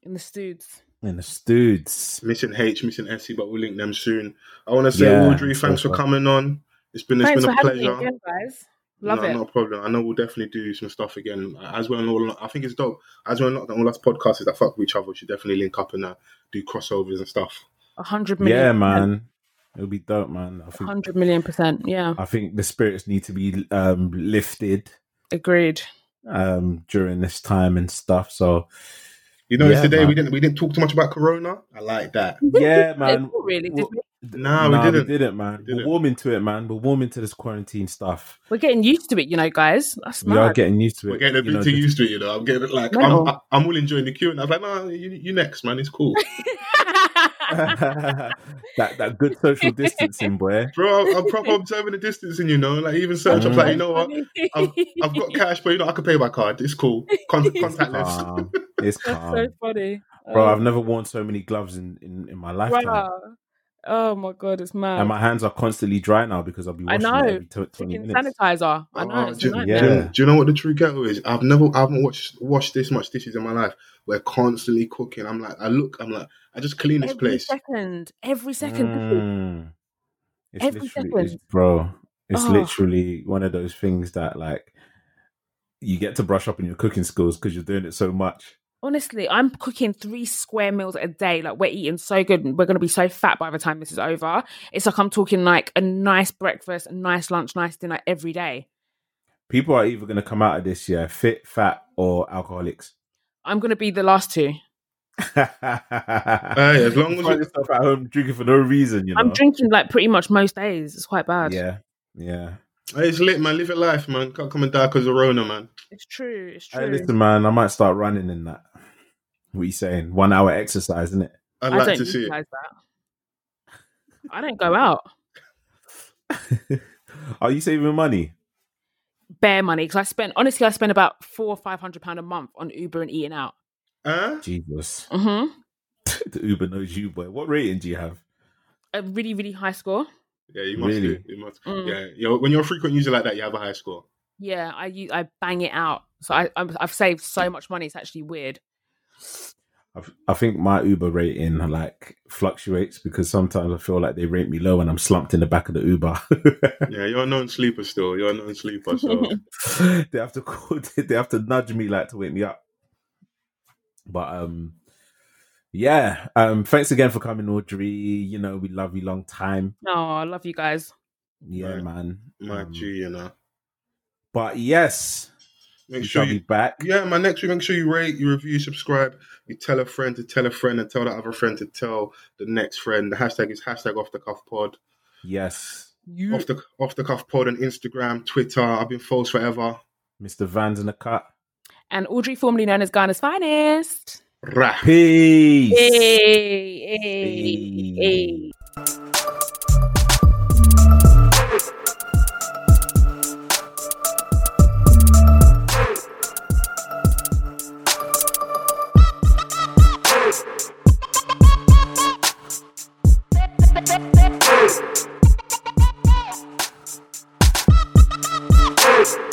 Speaker 4: In the studs.
Speaker 3: in the studs.
Speaker 5: Missing H, missing Essie, but we'll link them soon. I want to say,
Speaker 3: Yeah,
Speaker 5: Audrey, thanks for
Speaker 3: definitely.
Speaker 5: coming on. It's been it's
Speaker 4: Thanks
Speaker 5: been
Speaker 4: for
Speaker 5: a
Speaker 4: having me
Speaker 5: pleasure.
Speaker 4: again, guys. Love
Speaker 5: no,
Speaker 4: it.
Speaker 5: Not a problem. I know we'll definitely do some stuff again as well. And all I think it's dope as well. Not all us podcasters that fuck with each other we should definitely link up and uh, do crossovers and stuff.
Speaker 4: A hundred million.
Speaker 3: Yeah, man. It'll be dope, man. I think
Speaker 4: Hundred million percent. Yeah.
Speaker 3: I think the spirits need to be um lifted
Speaker 4: Agreed.
Speaker 3: um during this time and stuff. So
Speaker 5: You notice
Speaker 3: Yeah,
Speaker 5: today we
Speaker 3: man.
Speaker 5: didn't we didn't talk too much about Corona. I like that.
Speaker 3: yeah, man.
Speaker 4: Not really, did
Speaker 3: Well,
Speaker 4: we?
Speaker 5: Nah, we didn't.
Speaker 3: man.
Speaker 5: We didn't.
Speaker 3: We're warming to it, man. We're warming to this quarantine stuff.
Speaker 4: We're getting used to it, you know, guys. That's
Speaker 3: We are
Speaker 4: mad.
Speaker 3: getting used to it.
Speaker 5: We're getting a
Speaker 3: you
Speaker 5: bit
Speaker 3: know,
Speaker 5: too
Speaker 3: the-
Speaker 5: used to it, you know. I'm getting like
Speaker 4: No.
Speaker 5: I'm, I- I'm all enjoying the queue, and I was like, no, you, you next, man. It's cool,
Speaker 3: that that good social distancing, boy.
Speaker 5: bro. I'm proper observing the distancing, you know. Like even search, I'm like, you know
Speaker 3: Uh-huh.
Speaker 5: what? I've got cash, but you know I can pay by card. It's cool. Con- contactless.
Speaker 3: Calm. It's
Speaker 4: That's
Speaker 3: calm,
Speaker 4: so funny.
Speaker 3: bro.
Speaker 4: Oh,
Speaker 3: I've never worn so many gloves in in, in my lifetime,
Speaker 4: bruh. Oh my god, it's mad.
Speaker 3: and my hands are constantly dry now because I've been
Speaker 4: I
Speaker 3: washing
Speaker 4: know.
Speaker 3: it every tw- twenty
Speaker 4: Freaking
Speaker 3: minutes.
Speaker 4: sanitizer. I know.
Speaker 5: Oh,
Speaker 4: it's
Speaker 5: do,
Speaker 4: a
Speaker 5: you-
Speaker 4: nightmare.
Speaker 5: do you-
Speaker 3: Yeah.
Speaker 5: do you know what the true ghetto is? I've never, I haven't watched washed this much dishes in my life. We're constantly cooking. I'm like, I look, I'm like, I just clean this
Speaker 4: Every
Speaker 5: place.
Speaker 4: second. Every second.
Speaker 3: Mm. It's
Speaker 4: Every
Speaker 3: literally,
Speaker 4: second.
Speaker 3: It's, bro, it's
Speaker 4: Oh.
Speaker 3: literally one of those things that like you get to brush up in your cooking skills because you're doing it so much.
Speaker 4: Honestly, I'm cooking three square meals a day. Like we're eating so good, and we're gonna be so fat by the time this is over. It's like I'm talking like a nice breakfast, a nice lunch, nice dinner every day.
Speaker 3: People are either going to come out of this year fit, fat, or alcoholics.
Speaker 4: I'm gonna be the last two.
Speaker 5: Hey, as long as
Speaker 3: Find
Speaker 5: we-
Speaker 3: yourself at home drinking for no reason, you know.
Speaker 4: I'm drinking like pretty much most days. It's quite bad.
Speaker 3: Yeah, yeah.
Speaker 5: Hey, it's lit, man. Live your life, man. Can't come and die because of Rona, man.
Speaker 4: It's true. It's true.
Speaker 3: Hey, Uh, listen, man, I might start running in that. What you saying? One hour exercise, isn't it?
Speaker 5: I'd
Speaker 4: I
Speaker 5: like
Speaker 4: don't
Speaker 5: to see it.
Speaker 4: utilize that. I don't go out.
Speaker 3: Are you saving money?
Speaker 4: Bare money because I spend honestly I spend about four or five hundred pound a month on Uber and eating out.
Speaker 5: Huh?
Speaker 3: Jesus,
Speaker 4: hmm
Speaker 3: the Uber knows you, boy. What rating do you have?
Speaker 4: A really really high score.
Speaker 5: Yeah, you must
Speaker 3: Really?
Speaker 5: do. You must.
Speaker 4: Mm.
Speaker 5: Yeah, Yo, when you're a frequent user like that, you have a high score.
Speaker 4: Yeah, I u- I bang it out. So I I'm, I've saved so much money. It's actually weird.
Speaker 3: I th- I think my Uber rating like fluctuates because sometimes I feel like they rate me low and I'm slumped in the back of the Uber.
Speaker 5: Yeah, you're a known sleeper still. You're a known sleeper. So
Speaker 3: they have to call, they have to nudge me like to wake me up. But um, yeah, um, thanks again for coming, Audrey. You know we love you long time.
Speaker 4: No, I love you guys.
Speaker 3: Yeah,
Speaker 5: Right.
Speaker 3: man.
Speaker 5: my
Speaker 3: Um,
Speaker 5: G, you know.
Speaker 3: but yes,
Speaker 5: Make
Speaker 3: we
Speaker 5: sure
Speaker 3: shall
Speaker 5: you
Speaker 3: be back.
Speaker 5: Yeah, man. Next week, make sure you rate, you review, subscribe. You tell a friend to tell a friend and tell that other friend to tell the next friend. The hashtag is hashtag off the cuff pod.
Speaker 3: Yes.
Speaker 4: Mm.
Speaker 5: Off the off the cuff pod on Instagram, Twitter. I've been false forever.
Speaker 3: Mr. Vans in the cut.
Speaker 4: and Audrey, formerly known as Ghana's finest.
Speaker 5: Rah.
Speaker 3: Peace.
Speaker 4: Hey, hey,
Speaker 3: Hey.
Speaker 4: hey.
Speaker 8: Hey!